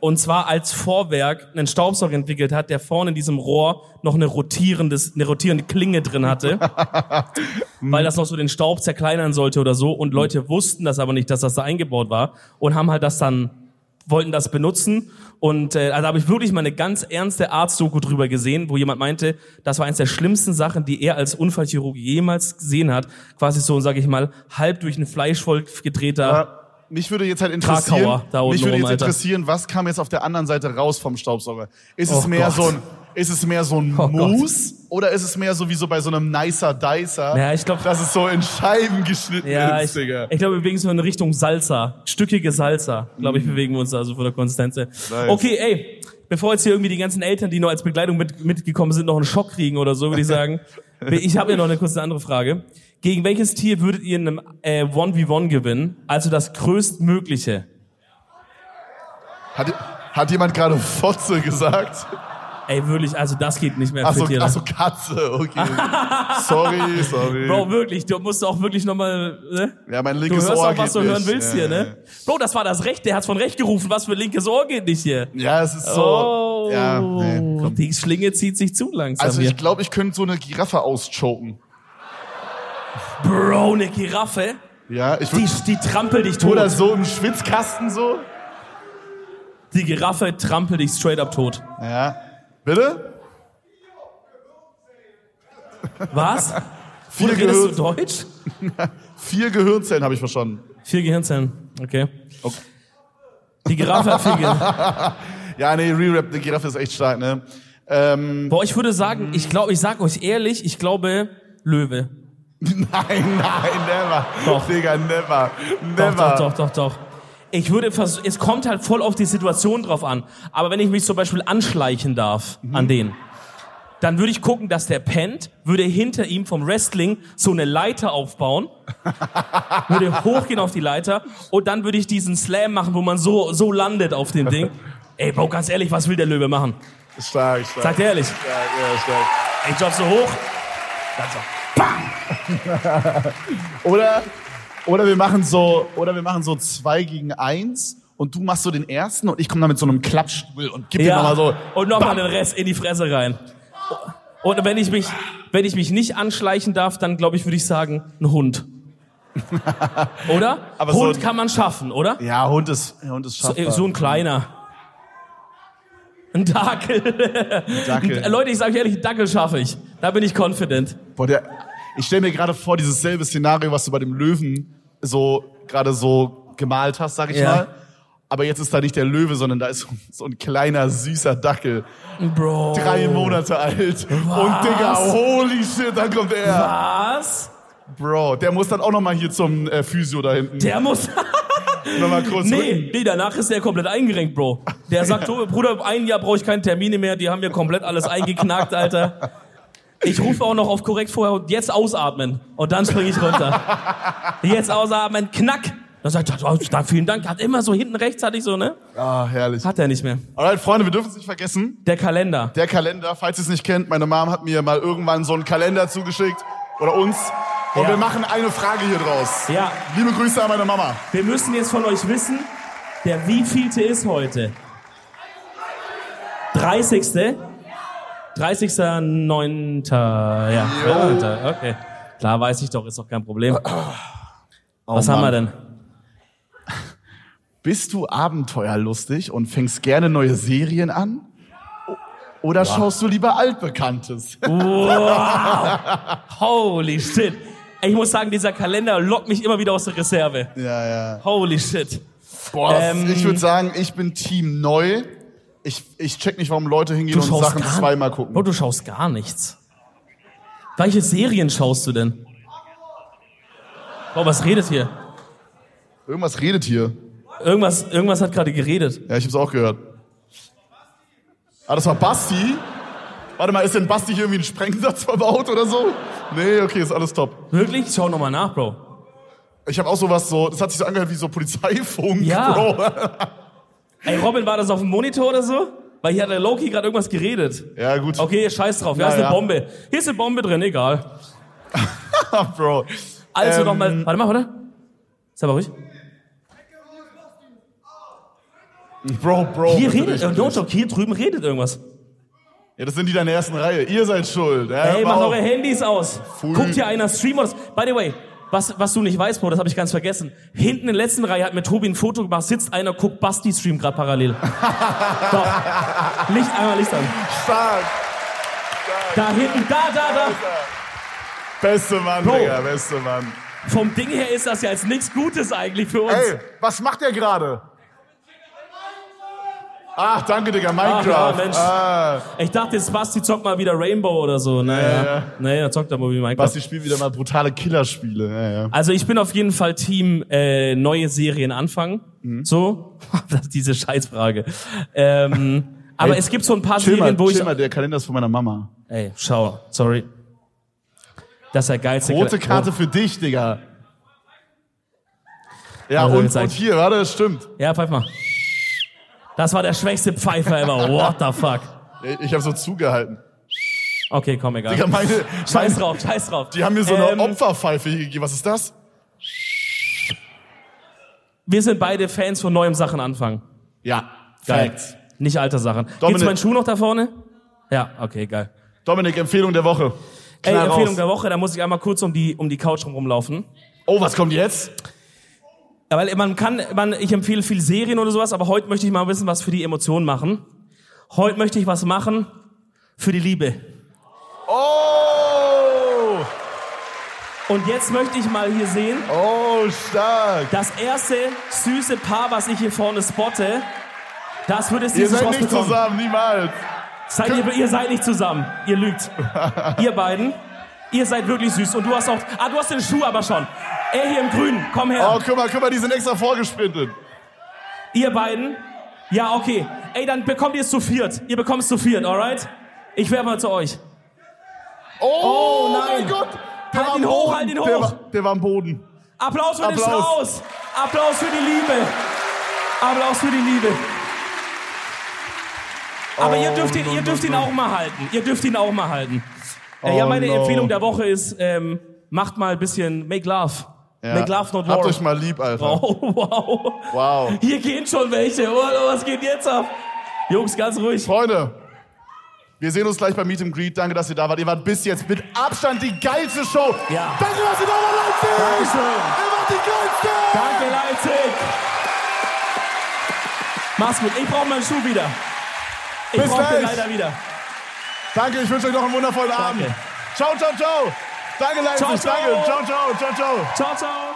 [SPEAKER 2] Und zwar als Vorwerk einen Staubsauger entwickelt hat, der vorne in diesem Rohr noch eine, rotierendes, eine rotierende Klinge drin hatte, weil das noch so den Staub zerkleinern sollte oder so. Und Leute wussten das aber nicht, dass das da eingebaut war und haben halt das dann wollten das benutzen und äh, also da habe ich wirklich mal eine ganz ernste Arztdoku drüber gesehen, wo jemand meinte, das war eines der schlimmsten Sachen, die er als Unfallchirurg jemals gesehen hat. Quasi so, sage ich mal, halb durch ein Fleischwolf gedrehter.
[SPEAKER 1] Aber mich würde jetzt halt interessieren,
[SPEAKER 2] genau. Krakauer, da unten
[SPEAKER 1] mich würde
[SPEAKER 2] rum,
[SPEAKER 1] jetzt
[SPEAKER 2] Alter.
[SPEAKER 1] interessieren, was kam jetzt auf der anderen Seite raus vom Staubsauger? Ist es
[SPEAKER 2] Oh
[SPEAKER 1] mehr
[SPEAKER 2] Gott.
[SPEAKER 1] so ein, ist es mehr so ein
[SPEAKER 2] Oh Gott.
[SPEAKER 1] Mousse oder ist es mehr so wie so bei so einem nicer Dicer,
[SPEAKER 2] Ja, ich glaub-
[SPEAKER 1] dass es so in Scheiben geschnitten
[SPEAKER 2] Ja,
[SPEAKER 1] ist,
[SPEAKER 2] ich,
[SPEAKER 1] Digga?
[SPEAKER 2] ich glaube, wir bewegen uns so in Richtung Salsa. Stückige Salsa, glaube ich, bewegen wir uns also von der Konsistenz. her.
[SPEAKER 1] Mhm. Nice.
[SPEAKER 2] Okay, ey, bevor jetzt hier irgendwie die ganzen Eltern, die noch als Begleitung mit, mitgekommen sind, noch einen Schock kriegen oder so, würde ich sagen. Ich habe ja noch eine kurze andere Frage. Gegen welches Tier würdet ihr in einem äh, 1v1 gewinnen? Also das größtmögliche.
[SPEAKER 1] Hat, hat jemand gerade Fotze gesagt?
[SPEAKER 2] Ey, wirklich, also das geht nicht mehr für
[SPEAKER 1] Achso,
[SPEAKER 2] Tiere.
[SPEAKER 1] achso Katze, okay. sorry, sorry.
[SPEAKER 2] Bro, wirklich, du musst auch wirklich nochmal... Ne?
[SPEAKER 1] ja, mein
[SPEAKER 2] Du
[SPEAKER 1] linkes
[SPEAKER 2] hörst
[SPEAKER 1] Ohr
[SPEAKER 2] auch, was
[SPEAKER 1] geht
[SPEAKER 2] du hören
[SPEAKER 1] nicht.
[SPEAKER 2] willst
[SPEAKER 1] ja,
[SPEAKER 2] hier, ne? Bro, das war das Recht, der hat's von Recht gerufen. Was für linkes Ohr geht nicht hier?
[SPEAKER 1] Ja, es ist so.
[SPEAKER 2] Oh,
[SPEAKER 1] Ja, nee, komm.
[SPEAKER 2] die Schlinge zieht sich zu langsam
[SPEAKER 1] Also
[SPEAKER 2] hier.
[SPEAKER 1] ich glaube, ich könnte so eine Giraffe auschoken.
[SPEAKER 2] Bro, eine Giraffe,
[SPEAKER 1] Ja, ich
[SPEAKER 2] die,
[SPEAKER 1] würde
[SPEAKER 2] die trampelt dich tot.
[SPEAKER 1] oder so im Schwitzkasten so.
[SPEAKER 2] Die Giraffe trampelt dich straight up tot.
[SPEAKER 1] Ja. Bitte?
[SPEAKER 2] Was? Oder
[SPEAKER 1] Vier,
[SPEAKER 2] redest du
[SPEAKER 1] Gehirn,
[SPEAKER 2] Deutsch?
[SPEAKER 1] vier Gehirnzellen habe ich verstanden.
[SPEAKER 2] Vier Gehirnzellen, okay. Die Giraffe hat vier Gehirn.
[SPEAKER 1] Ja, nee, Re-Rap, eine Giraffe ist echt stark, ne? Ähm,
[SPEAKER 2] Boah, ich würde sagen, ich glaube, ich sag euch ehrlich, ich glaube Löwe.
[SPEAKER 1] nein, nein, never.
[SPEAKER 2] Doch.
[SPEAKER 1] Digga, never.
[SPEAKER 2] Doch,
[SPEAKER 1] Never.
[SPEAKER 2] doch, doch, doch, doch. Ich würde versuchen, es kommt halt voll auf die Situation drauf an. Aber wenn ich mich zum Beispiel anschleichen darf
[SPEAKER 1] Mhm.
[SPEAKER 2] an den, dann würde ich gucken, dass der pennt, würde hinter ihm vom Wrestling so eine Leiter aufbauen, würde hochgehen auf die Leiter und dann würde ich diesen Slam machen, wo man so, so landet auf dem Ding. Ey, Bro, ganz ehrlich, was will der Löwe machen?
[SPEAKER 1] Stark, stark.
[SPEAKER 2] Sagt ehrlich.
[SPEAKER 1] stark, ja, stark.
[SPEAKER 2] Ey, Job so hoch. Dann so.
[SPEAKER 6] Oder, oder wir machen so, oder wir machen so zwei gegen eins und du machst so den ersten und ich komme da mit so einem Klappstuhl und gib dir
[SPEAKER 2] Ja.
[SPEAKER 6] nochmal so.
[SPEAKER 2] und nochmal den Rest in die Fresse rein. Und wenn ich mich, wenn ich mich nicht anschleichen darf, dann glaube ich, würde ich sagen, ein Hund. oder?
[SPEAKER 6] Aber so
[SPEAKER 2] Hund
[SPEAKER 6] ein-
[SPEAKER 2] kann man schaffen, oder?
[SPEAKER 6] Ja, Hund ist, ja, Hund ist
[SPEAKER 2] So, äh,
[SPEAKER 6] schaffbar.
[SPEAKER 2] so ein kleiner. Ein Dackel.
[SPEAKER 6] Dackel.
[SPEAKER 2] Leute, ich sage euch ehrlich, einen Dackel schaffe ich. Da bin ich confident.
[SPEAKER 6] Boah, der, ich stelle mir gerade vor, dieses selbe Szenario, was du bei dem Löwen so gerade so gemalt hast, sag ich
[SPEAKER 2] Ja.
[SPEAKER 6] mal. Aber jetzt ist da nicht der Löwe, sondern da ist so, so ein kleiner, süßer Dackel.
[SPEAKER 2] Bro.
[SPEAKER 6] Drei Monate alt. Und Digga, holy shit, dann kommt er.
[SPEAKER 2] Was?
[SPEAKER 6] Bro, der muss dann auch nochmal hier zum äh, Physio da hinten.
[SPEAKER 2] Der muss.
[SPEAKER 6] Nochmal kurz rücken.
[SPEAKER 2] Nee, nee, danach ist der komplett eingerenkt, Bro. Der sagt so, Bruder, ein Jahr brauche ich keine Termine mehr, die haben mir komplett alles eingeknackt, Alter. Ich rufe auch noch auf korrekt vorher und jetzt ausatmen. Und dann springe ich runter. Jetzt ausatmen, knack. Dann sagt er, oh, da- vielen Dank. Hat immer so hinten rechts hatte ich so, ne?
[SPEAKER 1] Ah, herrlich.
[SPEAKER 2] Hat er nicht mehr.
[SPEAKER 1] Alright, Freunde, wir dürfen es nicht vergessen.
[SPEAKER 2] Der Kalender.
[SPEAKER 1] Der Kalender, falls ihr es nicht kennt, meine Mom hat mir mal irgendwann so einen Kalender zugeschickt. Oder uns. Und
[SPEAKER 2] Ja.
[SPEAKER 1] wir machen eine Frage hier draus.
[SPEAKER 2] Ja,
[SPEAKER 1] Liebe Grüße an meine Mama.
[SPEAKER 2] wir müssen jetzt von euch wissen, der wievielte ist heute? 30. 30.09. Ja, Neunter, okay. Klar, weiß ich doch, ist doch kein Problem.
[SPEAKER 1] Oh
[SPEAKER 2] Was haben wir denn?
[SPEAKER 6] Bist du abenteuerlustig und fängst gerne neue Serien an? O- Oder schaust du lieber Altbekanntes?
[SPEAKER 1] Oh,
[SPEAKER 2] Holy shit. Ich muss sagen, dieser Kalender lockt mich immer wieder aus der Reserve.
[SPEAKER 1] Ja, ja.
[SPEAKER 2] Holy shit.
[SPEAKER 1] Boah, das-
[SPEAKER 2] Ähm.
[SPEAKER 1] ich würde sagen, ich bin Team Neu. Ich, ich check nicht, warum Leute hingehen und Sachen zweimal gucken.
[SPEAKER 2] Bro, du schaust gar nichts. Welche Serien schaust du denn? Bro, was redet hier?
[SPEAKER 1] Irgendwas redet hier.
[SPEAKER 2] Irgendwas, irgendwas hat gerade geredet.
[SPEAKER 1] Ja, ich hab's auch gehört. Ah, das war Basti. Warte mal, ist denn Basti hier irgendwie ein Sprengsatz verbaut oder so? Nee, okay, ist alles top.
[SPEAKER 2] Wirklich? Schau nochmal nach, Bro.
[SPEAKER 1] Ich habe auch sowas so, das hat sich so angehört wie so Polizeifunk,
[SPEAKER 2] Ja.
[SPEAKER 1] Bro.
[SPEAKER 2] Ey, Robin, war das auf dem Monitor oder so? Weil hier hat der Loki gerade irgendwas geredet.
[SPEAKER 1] Ja, gut.
[SPEAKER 2] Okay, scheiß drauf. Ja,
[SPEAKER 1] Na
[SPEAKER 2] ist eine
[SPEAKER 1] ja.
[SPEAKER 2] Bombe. Hier ist eine Bombe drin, egal.
[SPEAKER 1] Bro.
[SPEAKER 2] Also
[SPEAKER 1] Ähm, Oh,
[SPEAKER 2] nochmal. Warte mal, oder? Sei mal ruhig.
[SPEAKER 1] Bro, Bro.
[SPEAKER 2] Hier
[SPEAKER 1] bitte
[SPEAKER 2] redet,
[SPEAKER 1] nicht.
[SPEAKER 2] no joke, hier drüben redet irgendwas.
[SPEAKER 1] Ja, das sind die da in der ersten Reihe. Ihr seid schuld. Ja,
[SPEAKER 2] Ey,
[SPEAKER 1] hör
[SPEAKER 2] macht
[SPEAKER 1] mal auf.
[SPEAKER 2] eure Handys aus.
[SPEAKER 1] Pfui.
[SPEAKER 2] Guckt hier einer Stream aus. By the way, was, was du nicht weißt, Bro, das habe ich ganz vergessen. Hinten in der letzten Reihe hat mir Tobi ein Foto gemacht, sitzt einer, guckt Basti Stream gerade parallel. Doch. Licht einmal, Licht an.
[SPEAKER 1] Stark.
[SPEAKER 2] Da hinten, da, da, da.
[SPEAKER 1] Beste Mann,
[SPEAKER 2] Bro.
[SPEAKER 1] Digga, beste Mann.
[SPEAKER 2] Vom Ding her ist das ja jetzt nichts Gutes eigentlich für uns.
[SPEAKER 1] Ey, was macht der gerade? Ach, danke, Digga, Minecraft.
[SPEAKER 2] Ach, ja, Mensch.
[SPEAKER 1] Ah,
[SPEAKER 2] Ich dachte, jetzt Basti zockt mal wieder Rainbow oder so. Naja,
[SPEAKER 1] Ja, ja.
[SPEAKER 2] naja zockt er mal wie Minecraft.
[SPEAKER 1] Basti spielt wieder mal brutale Killerspiele. Ja, ja.
[SPEAKER 2] Also ich bin auf jeden Fall Team äh,
[SPEAKER 1] Mhm.
[SPEAKER 2] neue Serien anfangen. So, Das ist diese Scheißfrage. Ähm, Aber es gibt so ein paar
[SPEAKER 7] Chill mal,
[SPEAKER 2] Serien, wo
[SPEAKER 7] chill
[SPEAKER 2] ich.
[SPEAKER 7] mal, der Kalender ist von meiner Mama.
[SPEAKER 2] Ey, schau, sorry. Das ist der geilste
[SPEAKER 1] Rote
[SPEAKER 2] Kle-
[SPEAKER 1] Karte für dich, Digga. Ja,
[SPEAKER 2] Also,
[SPEAKER 1] und,
[SPEAKER 2] jetzt sag
[SPEAKER 1] und
[SPEAKER 2] ich-
[SPEAKER 1] hier, warte, das stimmt.
[SPEAKER 2] Ja, pfeif mal. Das war der schwächste Pfeifer ever. What the fuck?
[SPEAKER 1] Ich habe so zugehalten.
[SPEAKER 2] Okay, komm, egal.
[SPEAKER 1] Digga, meine,
[SPEAKER 2] scheiß drauf, scheiß drauf.
[SPEAKER 1] die haben mir so eine
[SPEAKER 2] Ähm,
[SPEAKER 1] Opferpfeife hier gegeben. Was ist das?
[SPEAKER 2] Wir sind beide Fans von neuem Sachen anfangen.
[SPEAKER 1] Ja,
[SPEAKER 2] Geil.
[SPEAKER 1] Facts.
[SPEAKER 2] Nicht alter Sachen. Gibt's
[SPEAKER 1] Dominik-
[SPEAKER 2] meinen Schuh noch da vorne? Ja, okay, geil.
[SPEAKER 1] Dominik, Empfehlung der Woche.
[SPEAKER 2] Ey,
[SPEAKER 1] Knall
[SPEAKER 2] Empfehlung
[SPEAKER 1] raus.
[SPEAKER 2] der Woche, da muss ich einmal kurz um die, um die Couch rum rumlaufen.
[SPEAKER 1] Oh, was kommt jetzt?
[SPEAKER 2] Ja, Weil man kann, man, ich empfehle viel Serien oder sowas, aber heute möchte ich mal ein bisschen was für die Emotionen machen. Heute möchte ich was machen für die Liebe.
[SPEAKER 1] Oh!
[SPEAKER 2] Und jetzt möchte ich mal hier sehen,
[SPEAKER 1] Oh, stark.
[SPEAKER 2] das erste süße Paar, was ich hier vorne spotte, das wird es
[SPEAKER 1] Ihr
[SPEAKER 2] dieses
[SPEAKER 1] seid
[SPEAKER 2] Ross
[SPEAKER 1] nicht
[SPEAKER 2] bekommen.
[SPEAKER 1] zusammen, niemals.
[SPEAKER 2] Seid ihr, ihr seid nicht zusammen. Ihr lügt. ihr beiden. Ihr seid wirklich süß. Und du hast auch. Ah, du hast den Schuh aber schon. Er hier im Grün. Komm her.
[SPEAKER 1] Oh, guck mal, guck mal, die sind extra vorgesprintet.
[SPEAKER 2] Ihr beiden. Ja, okay. Ey, dann bekommt ihr es zu viert. Ihr bekommt es zu viert, alright? Ich werfe mal zu euch.
[SPEAKER 1] Oh,
[SPEAKER 2] nein.
[SPEAKER 1] mein Gott. Der
[SPEAKER 2] Halt
[SPEAKER 1] war am
[SPEAKER 2] ihn hoch,
[SPEAKER 1] Boden.
[SPEAKER 2] halt ihn
[SPEAKER 1] Der
[SPEAKER 2] hoch.
[SPEAKER 1] war, der war am Boden.
[SPEAKER 2] Applaus für den
[SPEAKER 1] Applaus.
[SPEAKER 2] Strauß. Applaus für die Liebe. Applaus für die Liebe. Aber
[SPEAKER 1] Oh
[SPEAKER 2] ihr dürft, ihn, ihr dürft ihn auch mal halten. Ihr dürft ihn auch mal halten. Äh, ja,
[SPEAKER 1] Oh,
[SPEAKER 2] meine
[SPEAKER 1] no.
[SPEAKER 2] Empfehlung der Woche ist, ähm, macht mal ein bisschen Make Love.
[SPEAKER 1] Ja.
[SPEAKER 2] Make Love, not
[SPEAKER 1] Habt
[SPEAKER 2] War.
[SPEAKER 1] euch mal lieb, Alter.
[SPEAKER 2] Oh, wow.
[SPEAKER 1] Wow.
[SPEAKER 2] Hier gehen schon welche. Oh, was geht jetzt ab? Jungs, ganz ruhig.
[SPEAKER 1] Freunde, wir sehen uns gleich bei Meet and Greet. Danke, dass ihr da wart. Ihr wart bis jetzt mit Abstand die geilste Show.
[SPEAKER 2] Ja.
[SPEAKER 1] Danke, dass ihr da wart, Leipzig.
[SPEAKER 2] Dankeschön.
[SPEAKER 1] Ihr wart die geilste.
[SPEAKER 2] Danke, Leipzig. Mach's gut. Ich brauche meinen Schuh wieder. Ich
[SPEAKER 1] Bis
[SPEAKER 2] brauch den
[SPEAKER 1] gleich.
[SPEAKER 2] leider wieder.
[SPEAKER 1] Danke, ich wünsche euch noch einen wundervollen Abend. Ciao, ciao, ciao. Danke, Leipzig.
[SPEAKER 2] Ciao, ciao.
[SPEAKER 1] Danke. Ciao, ciao, ciao, ciao.
[SPEAKER 2] Ciao, ciao.